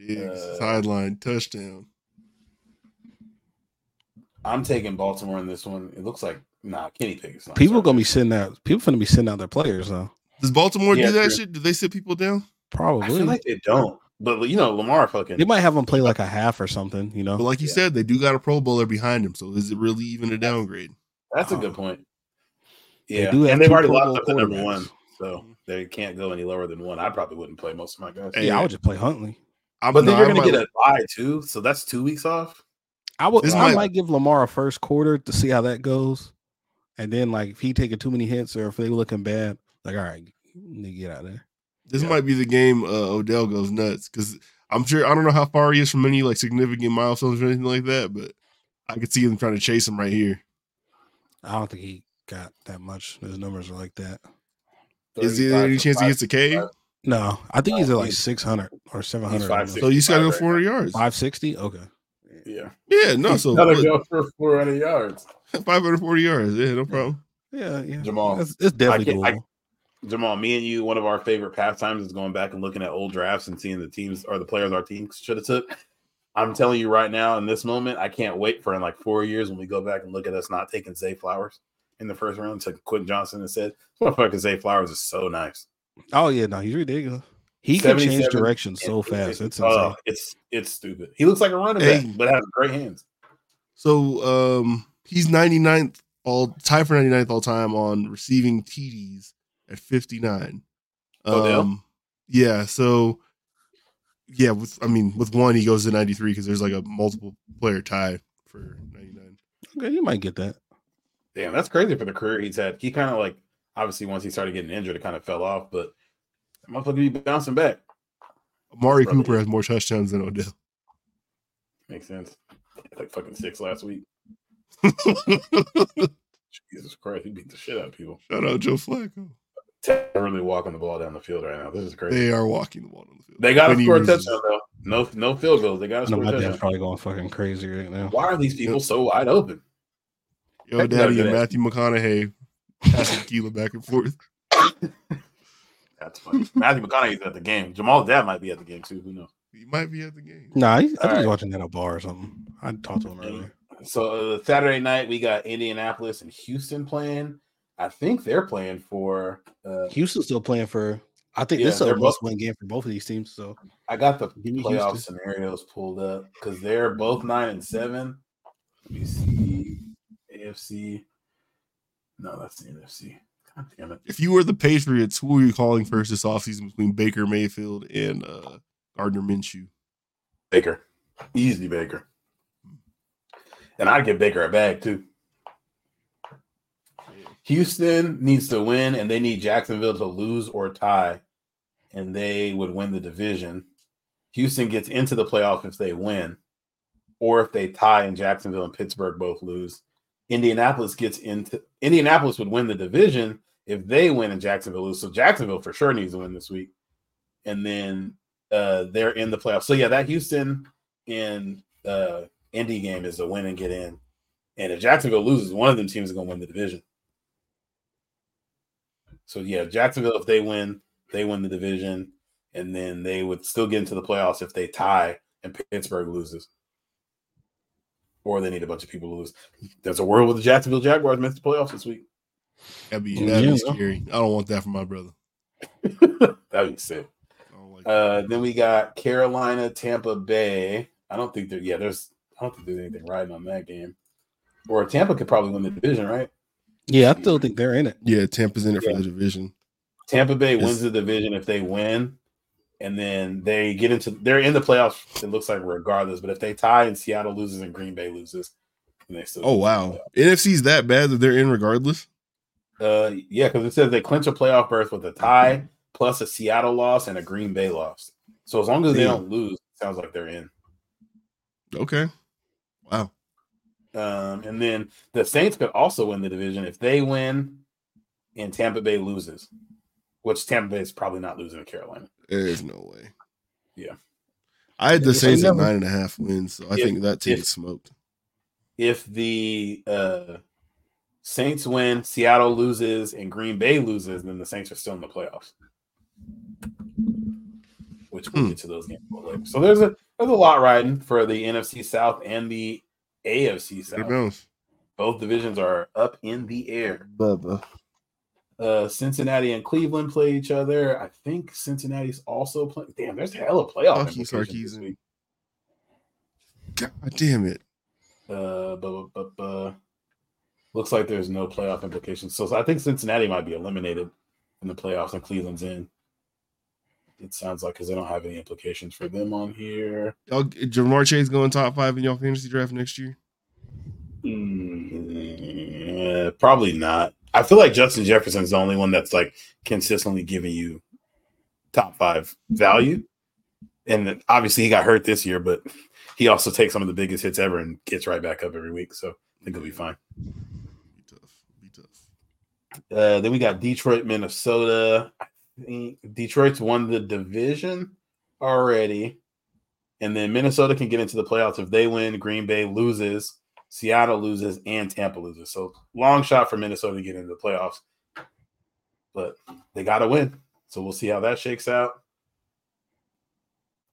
Uh,
Diggs, sideline, touchdown.
I'm taking Baltimore in this one. It looks like nah, Kenny Pickett's not.
People gonna be sending out. People gonna be sending out their players though.
Does Baltimore
Yeah,
do that
true.
shit? Do they sit people down?
Probably.
I feel like they don't, but you know Lamar fucking.
They might have them play like a half or something. You know,
But like you said, they do got a Pro Bowler behind him. So is it really even a downgrade?
That's a good point.
They
Yeah,
do have
and they've
two
already
Pro
locked
Bowl
up the number
quarterbacks.
one, so they can't go any lower than one. I probably wouldn't play most of my guys.
Yeah, I would
just play Huntley.
I'm,
but then
no,
you're
I
gonna
might-
get a bye too, so that's two weeks off.
I would.
This
I might,
might-
give Lamar a first quarter to see how that goes, and then like if he taking too many hits or if they looking bad, like all right, you need to get out of there.
This might be the game uh, Odell goes nuts because I'm sure I don't know how far he is from any like significant milestones or anything like that, but I could see him trying to chase him right here.
I don't think he got that much. His numbers are like that.
Is there any chance he gets a K?
No, I think
No,
he's at like
he's-
six hundred or seven hundred.
So you just gotta go 400 yards.
Five sixty. Okay.
Yeah.
Yeah, no. So
Another
what-
go for 400 yards.
540 yards. Yeah, no problem.
Yeah, yeah.
Jamal,
It's- it's definitely
I can't- I- Jamal, me and you, one of our favorite pastimes is going back and looking at old drafts and seeing the teams or the players our team should have took. I'm telling you right now, in this moment, I can't wait for in like four years when we go back and look at us not taking Zay Flowers in the first round. Took Quentin Johnson and said, "Motherfucker, Zay Flowers is so nice."
Oh yeah, no, he's ridiculous. He can change
77
direction so fast. It's insane.
Oh, it's it's stupid. He looks like a running
Hey.
back, but has great hands.
So um he's 99th all tied for 99th all time on receiving TDs at 59.
Odell?
Um yeah, so yeah, with I mean with one he goes to 93 because there's like a multiple player tie for 99.
okay, you might get that.
Damn, that's crazy for the career he's had. He kind of like obviously once he started getting injured, it kind of fell off, but that motherfucker be bouncing back.
Amari Cooper has more touchdowns than Odell.
Makes sense. Had, Like fucking six last week. Jesus Christ, he beat the shit out of people.
Shout out Joe Flacco.
They're really walking the ball down the field right now. This is crazy.
They are walking the ball on the field.
They got to
Many
score a
reasons.
touchdown though. No, no field goals. They got to
I know
score a
my dad's
touchdown.
probably going fucking crazy right now.
Why are these people so wide open?
Yo,
Heck no,
Daddy
good
and
ass.
Matthew McConaughey passing tequila back and forth.
That's funny. Matthew McConaughey's at the game. Jamal's dad might be at the game too. Who knows?
He might be at the game.
Nah, he, I think
All
he's
right.
watching that at a bar or something. I talked to him earlier.
So uh, Saturday night we got Indianapolis and Houston playing. I think they're playing for. Uh,
Houston's still playing for. I think
Yeah,
this is a
they're both-
must-win game for both of these teams. So
I got the
Give me
playoff
Houston.
scenarios pulled up because they're both nine and seven. Let me see. AFC. No, that's the NFC. God damn it.
If you were the Patriots, who are you calling first this offseason between Baker Mayfield and uh, Gardner Minshew?
Baker. Easy Baker. And I'd give Baker a bag too. Houston needs to win and they need Jacksonville to lose or tie, and they would win the division. Houston gets into the playoff if they win, or if they tie and Jacksonville and Pittsburgh both lose. Indianapolis gets into Indianapolis would win the division if they win and Jacksonville lose. So Jacksonville for sure needs to win this week. And then uh they're in the playoffs. So yeah, that Houston and uh Indy game is a win and get in. And if Jacksonville loses, one of them teams is gonna win the division. So yeah, Jacksonville, if they win, they win the division, and then they would still get into the playoffs if they tie and Pittsburgh loses. Or they need a bunch of people to lose. There's a world with the Jacksonville Jaguars missed the playoffs this week.
That'd be,
Yeah,
that'd be
yeah.
scary. I don't want that for my brother.
That would be sick.
I don't like
Uh, then we got Carolina, Tampa Bay. I don't think there. Yeah, there's. I don't think there's anything riding on that game. Or Tampa could probably win the division, right?
yeah, I still think they're in it.
Yeah, Tampa's in it
Yeah.
for the division.
Tampa Bay
It's-
wins the division if they win, and then they get into. They're in the playoffs. It looks like regardless, but if they tie and Seattle loses and Green Bay loses, and they still.
Oh, wow. NFC's that bad that they're in regardless?
Uh, yeah, because it says they clinch a playoff berth with a
Mm-hmm.
tie plus a Seattle loss and a Green Bay loss. So as long as they
Damn.
don't lose, it sounds like they're in.
Okay. Wow.
Um, and then the Saints could also win the division if they win and Tampa Bay loses, which Tampa Bay is probably not losing to Carolina.
There's no way.
Yeah.
I had the
If
Saints at
never-
nine and a half wins, so I
if-
think that team
if-
gets smoked.
If the uh Saints win, Seattle loses, and Green Bay loses, and then the Saints are still in the playoffs. Which we'll get to those games a little later. So there's a there's a lot riding for the NFC South and the AFC South.
knows?
Both divisions are up in the air.
Bubba.
Uh, Cincinnati and Cleveland play each other. I think Cincinnati's also playing. Damn, there's hella playoff
Talkies,
implications
talkies,
this week.
God damn it.
Uh, bu- bu- bu- bu- looks like there's no playoff implications. So I think Cincinnati might be eliminated in the playoffs, and Cleveland's in. It sounds like because they don't have any implications for them on here.
Y'all, Jamar Chase going top five in y'all fantasy draft next year.
Mm, eh, probably not. I feel like Justin Jefferson's the only one that's like consistently giving you top five value. And then, obviously, he got hurt this year, but he also takes some of the biggest hits ever and gets right back up every week. So I think he'll be fine. Uh, then we got Detroit, Minnesota. I think Detroit's won the division already. And then Minnesota can get into the playoffs if they win. Green Bay loses, Seattle loses, and Tampa loses. So long shot for Minnesota to get into the playoffs. But they got to win. So we'll see how that shakes out.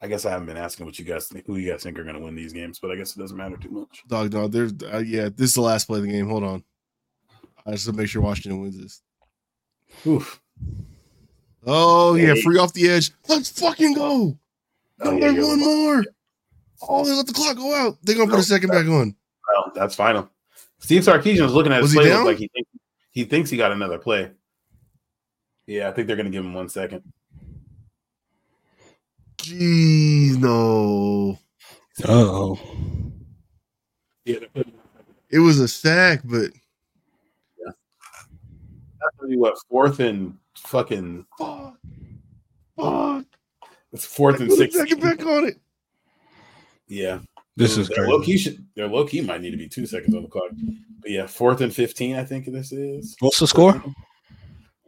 I guess I haven't been asking what you guys think, who you guys think are going to win these games, but I guess it doesn't matter too much.
Dog, dog. There's, uh, yeah, this is the last play of the game. Hold on. I just want to make sure Washington wins this.
Oof.
Oh, yeah.
Hey.
Free off the edge. Let's fucking go.
Oh,
No,
yeah,
there's
you're
one
right.
more. Oh, they let the clock go out. They're going to put a second back on.
Well, that's final. Steve Sarkeesian was looking at his
Was he
play
down?
looked like he thinks he thinks he got another play. Yeah, I think they're gonna give him one second.
Jeez, no.
Oh,
Yeah, that's
it was a sack, but
gonna be what fourth and fucking
fuck,
it's fourth and
put a
six.
second back on it.
Yeah.
This is
their
crazy.
low key should their low key might need to be two seconds on the clock. But yeah, fourth and fifteen, I think this is.
what's the score?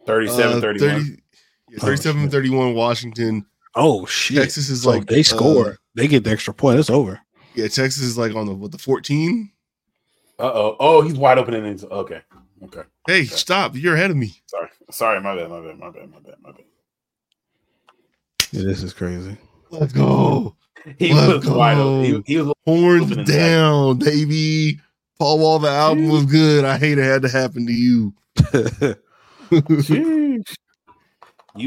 37
Uh,
31.
30 yeah, 37 31 Washington.
Oh shit!
Texas is
So
like,
if Oh, they score,
uh,
they get the extra point. It's over.
Yeah, Texas is like on the what the 14.
Uh oh. Oh, he's wide open and it's okay. Okay.
Hey, stop. You're ahead of me.
Sorry. Sorry, my bad, my bad, my bad, my bad, my bad.
Yeah, this is crazy.
Let's go.
He
Let's
was wide open. He-
go.
he was
horns
open in the back.
down, baby. Paul Wall, the album was good. I hate it had to happen to you.
you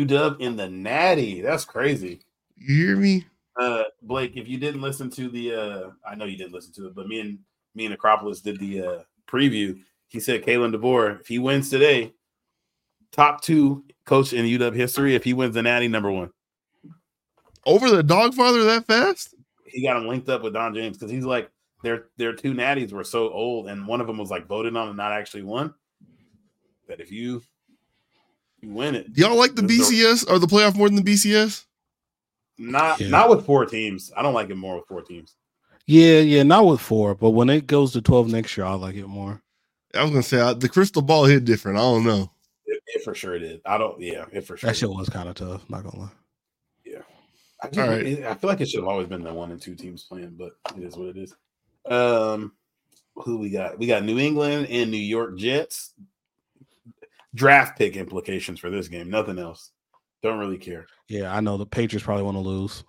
UW in the natty. That's crazy.
hear me?
Uh Blake, if you didn't listen to the uh I know you didn't listen to it, but me and me and Acropolis did the uh preview. He said Kalen DeBoer, if he wins today, top two coach in UW history. If he wins the natty, number one.
Over the Dogfather that fast?
He got him linked up with Don James because he's like their their two natties were so old and one of them was like voted on and not actually won. That if you you win it.
Do y'all like the BCS or the playoff more than the BCS?
Not
Yeah.
not with four teams. I don't like it more with four teams.
Yeah, yeah, not with four, but when it goes to twelve next year, I like it more.
I was gonna say I, the crystal ball hit different. I don't know.
It, it for sure did. I don't. Yeah, it for sure.
That shit was kind of tough. Not gonna lie.
I, just-
all right.
it- I feel like it should have always been the one and two teams playing, but it is what it is. Um, who we got? We got New England and New York Jets. Draft pick implications for this game. Nothing else. Don't really care.
Yeah, I know the Patriots probably want to lose.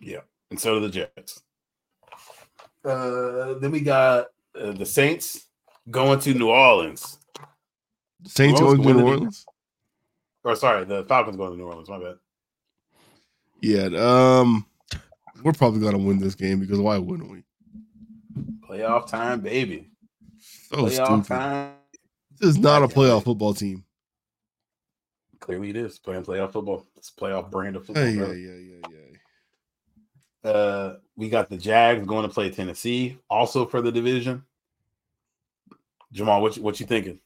Yeah, and so do the Jets. Uh, then we got uh, the Saints going to New Orleans.
Saints
Who else
going
can
to
win
New
the-
Orleans.
Or sorry, the Falcons going to New Orleans. My bad.
Yeah. Um, we're probably gonna win this game because why wouldn't we?
Playoff time, baby.
So
Playoff
stupid.
time.
This is not a playoff football team.
Clearly, it is playing playoff football. It's a playoff brand of football.
Hey, yeah,
brother.
yeah, yeah,
Uh, we got the Jags going to play Tennessee, also for the division. Jamal, what you, what you thinking?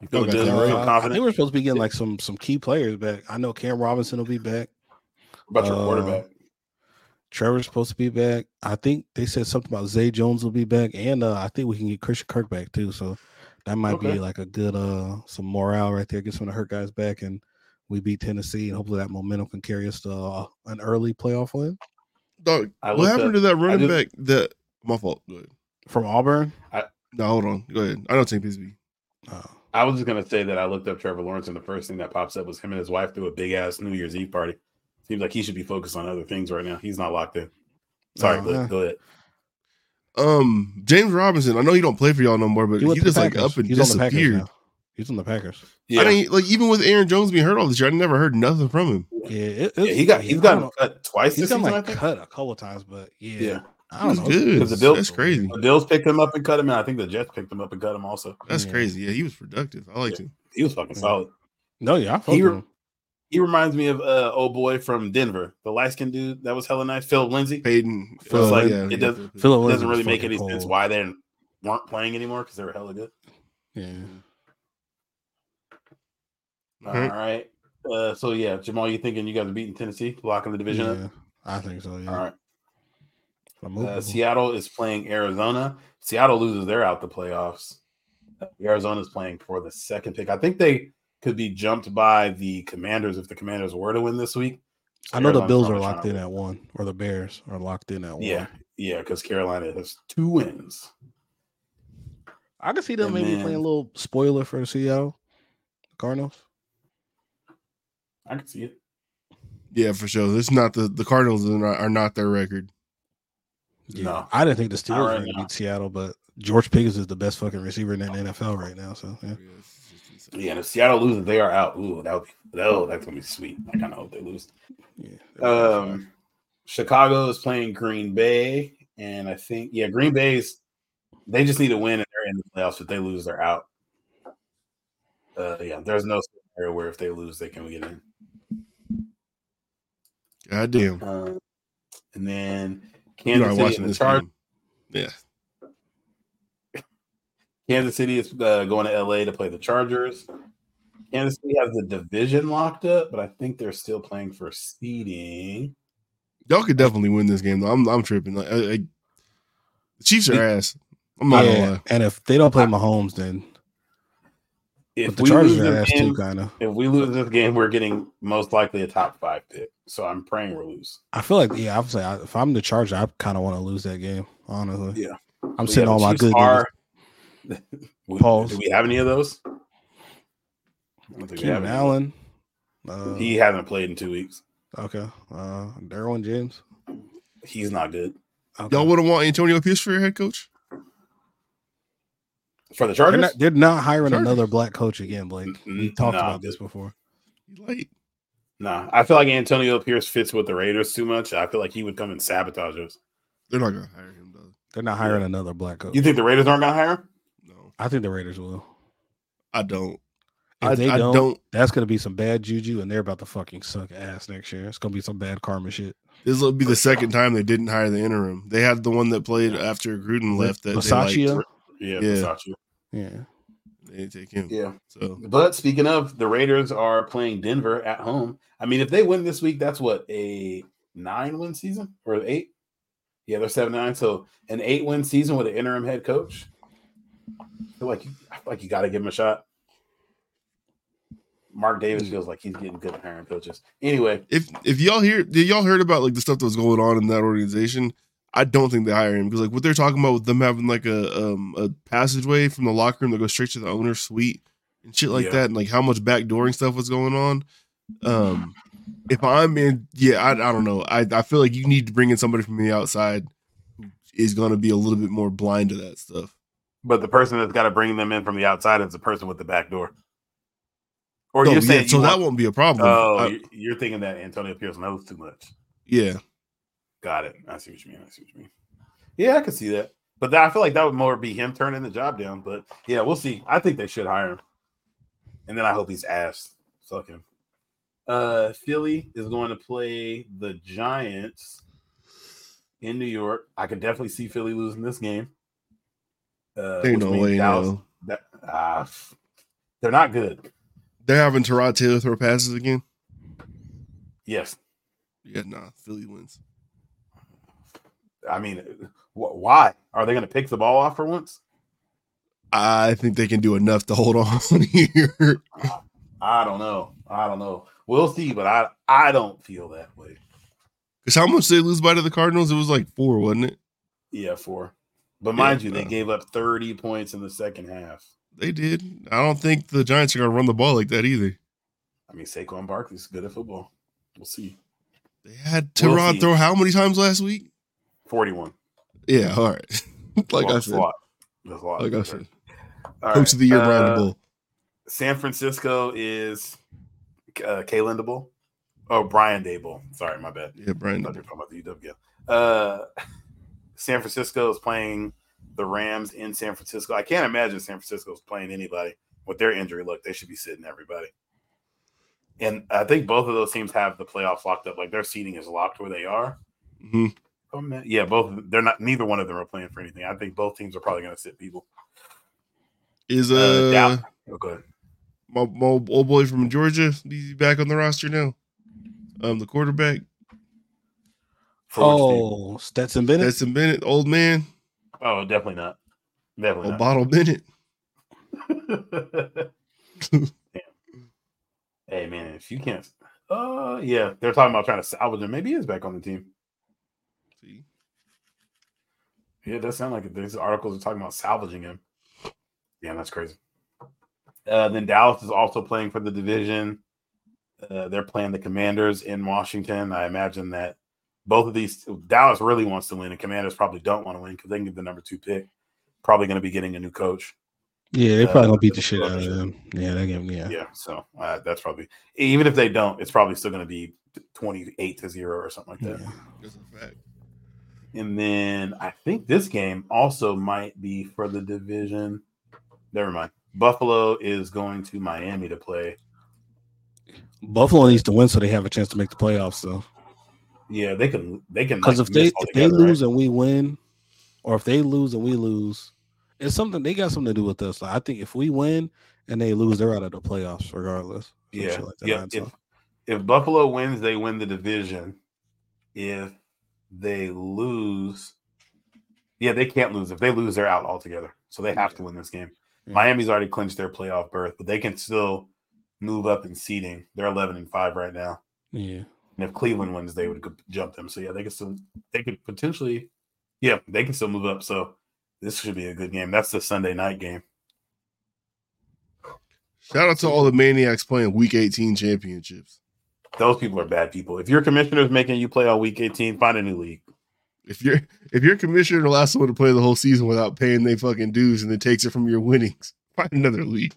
You
Uh,
feeling good? You feel
I
confident
think we're supposed to be getting like some some key players back. I know Cam Robinson will be back.
about your
uh,
quarterback?
Trevor's supposed to be back. I think they said something about Zay Jones will be back, and uh, I think we can get Christian Kirk back too. So that might
Okay.
be like a good uh some morale right there. Get some of the hurt guys back, and we beat Tennessee, and hopefully that momentum can carry us to uh, an early playoff win
Dog,
I
what
looked
happened
up-
to that running
just-
back? That my fault. Go ahead.
from Auburn.
No, hold on. Go ahead. I don't take PSB.
Uh,
I was just gonna say that I looked up Trevor Lawrence, and the first thing that pops up was him and his wife threw a big ass New Year's Eve party. Seems like he should be focused on other things right now. He's not locked in. Sorry,
Uh-huh.
Oh,
Cliff,
yeah.
go ahead.
Um, James Robinson. I know he don't play for y'all no more, but
He
he,
went to
just like
Packers.
up and
He's on the Packers
disappeared.
now. He's on the Packers.
I didn't like even with Aaron Jones being hurt all this year. I never heard nothing from him.
Yeah, it,
Yeah, he got- he's
I
gotten
don't
cut
know.
twice
He's
this
gotten
season,
like
I think.
cut a couple times, but yeah,
Yeah.
I don't know.
Because The Bills,
That's crazy.
The Bills picked him up and cut him, and I think the Jets picked him up and cut him also.
That's crazy. Yeah, he was productive. I liked him.
He was fucking solid.
No, yeah, I fuck
He,
with
re-
him.
he reminds me of uh old boy from Denver, the light skinned dude that was hella nice, Phil Lindsay.
Peyton.
It was
Phil,
like
yeah,
it
yeah,
doesn't
Phil-
it
Phil
doesn't
Lindsay
really
was
make
fucking
any sense
cold.
why they weren't playing anymore because they were hella good.
Yeah.
All
Mhm.
right. Uh, so yeah, Jamal, you thinking you guys are beating Tennessee, locking the division
Yeah,
up?
I think so. Yeah.
All right.
I'm
Uh,
hoping.
Seattle is playing Arizona. Seattle loses, they're out the playoffs. Uh, Arizona's playing for the second pick. I think they could be jumped by the Commanders if the Commanders were to win this week.
I know the
Arizona's
Bills are
probably
locked
trying
in
to-
at one, or the Bears are locked in at one.
Yeah, yeah, because Carolina has two wins.
I can see them
And
maybe
then-
playing a little spoiler for the Seattle Cardinals.
I can see it.
yeah, for sure. It's not the the Cardinals are not, are not their record.
Yeah.
No.
I didn't think the
All
Steelers
right,
were going to
no.
beat Seattle, but George Pickens is the best fucking receiver in the NFL right now. So yeah,
Yeah, and if Seattle loses, they are out. Ooh, that would be oh, that's gonna be sweet. I kind of hope they lose. um, Chicago is playing Green Bay, and I think yeah, Green Bay's they just need a win and they're in the playoffs. If they lose, they're out. Uh, yeah, there's no scenario where if they lose, they can get in.
God damn.
Uh, and then
You
Kansas
are
City
watching
and the
this
Chargers.
game. Yeah.
Kansas City is uh, going to LA to play the Chargers. Kansas City has the division locked up, but I think they're still playing for seeding.
Y'all could definitely win this game though. I'm I'm tripping. Like, I, I, the Chiefs are ass. I'm not
yeah.
gonna lie.
And if they don't play Mahomes, then
If
But the
we
Chargers
lose
are
this
ass
game,
too, kinda.
if we lose this game, we're getting most likely a top five pick. So I'm praying we lose.
I feel like yeah, I'm saying I- if I'm the Charger, I kind of want to lose that game. Honestly,
Yeah.
I'm
But
sitting
yeah,
all
the
my
Chiefs
good.
Are,
niggas.
we,
Pause.
Do we have any of those? I don't think we have
Keenan
any.
Allen, uh,
he hasn't played in two weeks.
okay, uh, Derwin James.
He's not good
Y'all wouldn't want Antonio Pierce for your head coach?
for the
They're
Chargers.
not, they're not hiring
Chargers.
another black coach again, Blake. We talked
nah,
about this before.
Like
Nah, I feel like Antonio Pierce fits with the Raiders too much. I feel like he would come and sabotage us.
they're not gonna hire him though.
They're not hiring another black coach.
You think the Raiders aren't gonna hire him?
I think the Raiders will.
I don't.
If
I,
they
I
don't,
don't
that's gonna be some bad juju, and they're about to fucking suck ass next year. It's gonna be some bad karma shit.
This will be the second time they didn't hire the interim. They had the one that played after Gruden left. That they
Bisaccia?
liked.
Yeah,
yeah,
Versace.
Yeah.
they didn't take him.
Yeah.
So
But speaking of, the Raiders are playing Denver at home. I mean, if they win this week, that's what a nine win season or eight. Yeah, they're seven nine. So an eight win season with an interim head coach. I feel like you, I feel like you got to give him a shot. Mark Davis feels like he's getting good hiring coaches. Anyway,
if if y'all hear did y'all heard about like the stuff that was going on in that organization, I don't think they hire him because like what they're talking about with them having like a um a passageway from the locker room that goes straight to the owner's suite and shit like
Yeah.
that, and like how much backdooring stuff was going on. Um, if I'm in, yeah, I, I don't know. I I feel like you need to bring in somebody from the outside who is going to be a little bit more blind to that stuff.
but the person that's got to bring them in from the outside is the person with the back door. Or
No,
you're
Oh, yeah,
saying
so
you
that
want-
won't be a problem.
Oh,
I-
you're, you're thinking that Antonio Pierce knows too much.
yeah,
Got it. I see what you mean. I see what you mean. Yeah, I could see that. But that, I feel like that would more be him turning the job down. But yeah, we'll see. I think they should hire him. And then I hope he's ass. Fuck him. Uh, Philly is going to play the Giants in New York. I could definitely see Philly losing this game. Uh,
Ain't
which
no
means
way,
Dallas-
no.
that- ah, f- they're not good.
they're having Terod Taylor throw passes again.
Yes.
Yeah, nah, Philly wins.
I mean, wh- why are they going to pick the ball off for once?
I think they can do enough to hold on here.
I don't know. I don't know. We'll see, but I I don't feel that way.
Because how much they lose by to the Cardinals? It was like four, wasn't it?
Yeah, four. But
Yeah,
mind you, they
no.
gave up 30 points in the second half.
They did. I don't think the Giants are going to run the ball like that either.
I mean, Saquon Barkley's good at football. We'll see.
They had Teron throw how many times last week?
Forty-one.
Yeah, all right. like
Well,
I
that's a
said,
lot. That's a lot.
like I said,
All
coach of the year Brian DeBull.
San Francisco is uh, Kalen DeBull. Oh, Brian DeBull. Sorry, my bad.
Yeah, Brian
Thought you were talking about the UW. Uh, San Francisco is playing the Rams in San Francisco. I can't imagine San Francisco is playing anybody with their injury look. They should be sitting everybody. And I think both of those teams have the playoffs locked up. Like their seating is locked where they are.
Mhm.
Oh man, yeah, both. They're not. Neither one of them are playing for anything. I think both teams are probably going to sit people.
Is
Uh,
uh,
Dallas- Oh, go ahead.
my, my old boy from Georgia? He's back on the roster now. Um, the quarterback.
Oh, Stetson Bennett.
Stetson Bennett, old man,
Oh, definitely not. Definitely
old
not.
bottle Bennett.
Hey man, if you can't, uh, yeah, they're talking about trying to salvage him. Maybe he is back on the team.
See?
Yeah, it does sound like it. these articles are talking about salvaging him. Yeah, that's crazy. Uh, then Dallas is also playing for the division. Uh, they're playing the Commanders in Washington. I imagine that both of these Dallas really wants to win, and Commanders probably don't want to win because they can get the number two pick. Probably going to be getting a new coach.
Yeah, they
Uh,
probably gonna beat the shit out of them. Yeah, that game.
Yeah.
Yeah,
so uh, that's probably even if they don't, it's probably still going to be twenty-eight to zero or something like that.
That's a fact.
And then I think this game also might be for the division. Never mind. Buffalo is going to Miami to play.
Buffalo needs to win so they have a chance to make the playoffs though.
Yeah, they can. They can
Because
like,
if they
miss
if they
altogether, right?
lose and we win, or if they lose and we lose, it's something they got something to do with us. Like, I think if we win and they lose, they're out of the playoffs regardless. Some
Yeah,
shit like that,
yeah.
I'd say.
If, if Buffalo wins, they win the division. If they lose, yeah, they can't lose. If they lose, they're out altogether. So they have to win this game.
Yeah.
Miami's already clinched their playoff berth, but they can still move up in seeding. They're eleven and five right now.
yeah.
And if Cleveland wins, they would go- jump them. So yeah, they could still they could potentially, yeah, they can still move up. So this should be a good game. That's the Sunday night game.
Shout out to all the maniacs playing Week 18 championships.
Those people are bad people. If your commissioner's making you play all week 18, find a new league.
If you're if your commissioner the last one to play the whole season without paying they fucking dues and then takes it from your winnings, find another league.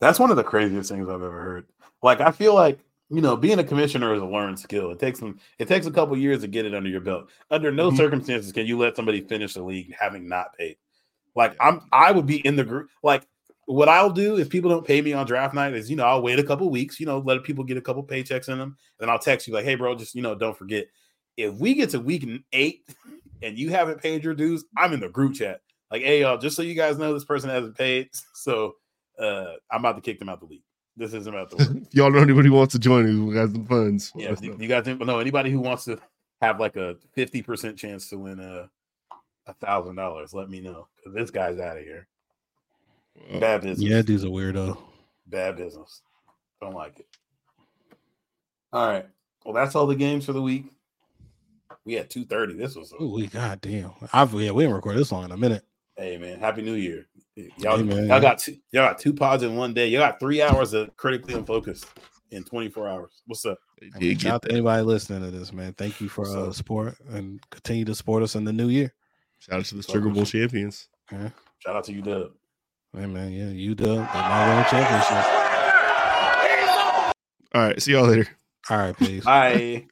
That's one of the craziest things I've ever heard. Like I feel like you know, being a commissioner is a learned skill. It takes them. It takes a couple years to get it under your belt. Under no
Mhm.
circumstances can you let somebody finish the league having not paid. Like I'm, I would be in the group. Like what I'll do if people don't pay me on draft night is, you know, I'll wait a couple weeks. You know, let people get a couple paychecks in them, and I'll text you like, hey, bro, just you know, don't forget. If we get to week n- eight and you haven't paid your dues, I'm in the group chat. Like, hey, y'all, just so you guys know, this person hasn't paid, so uh I'm about to kick them out the league. This isn't about the work.
If y'all know anybody who wants to join who has the funds.
Yeah, if you you guys think- know anybody who wants to have like a fifty percent chance to win a a thousand dollars? Let me know 'cause this guy's out of here. Bad business.
Yeah, that dude's a weirdo.
Bad business. Don't like it. All right. Well, that's all the games for the week. We had two thirty. This was a,
Ooh, we goddamn. I've yeah, we haven't recorded this long in a minute.
hey man. Happy New Year. Y'all,
Hey, man.
y'all got two, y'all got two pods in one day. Y'all got three hours of critically unfocused in twenty four hours. What's up?
I mean, shout out to anybody listening to this, man. Thank you for uh, support and continue to support us in the new year.
Shout out to the
Sugar
Sugar Bowl champions.
Yeah.
Shout out to you, Dub.
Hey man, yeah, you dub. They might win a championship.
All right, see y'all later.
All right, peace.
Bye.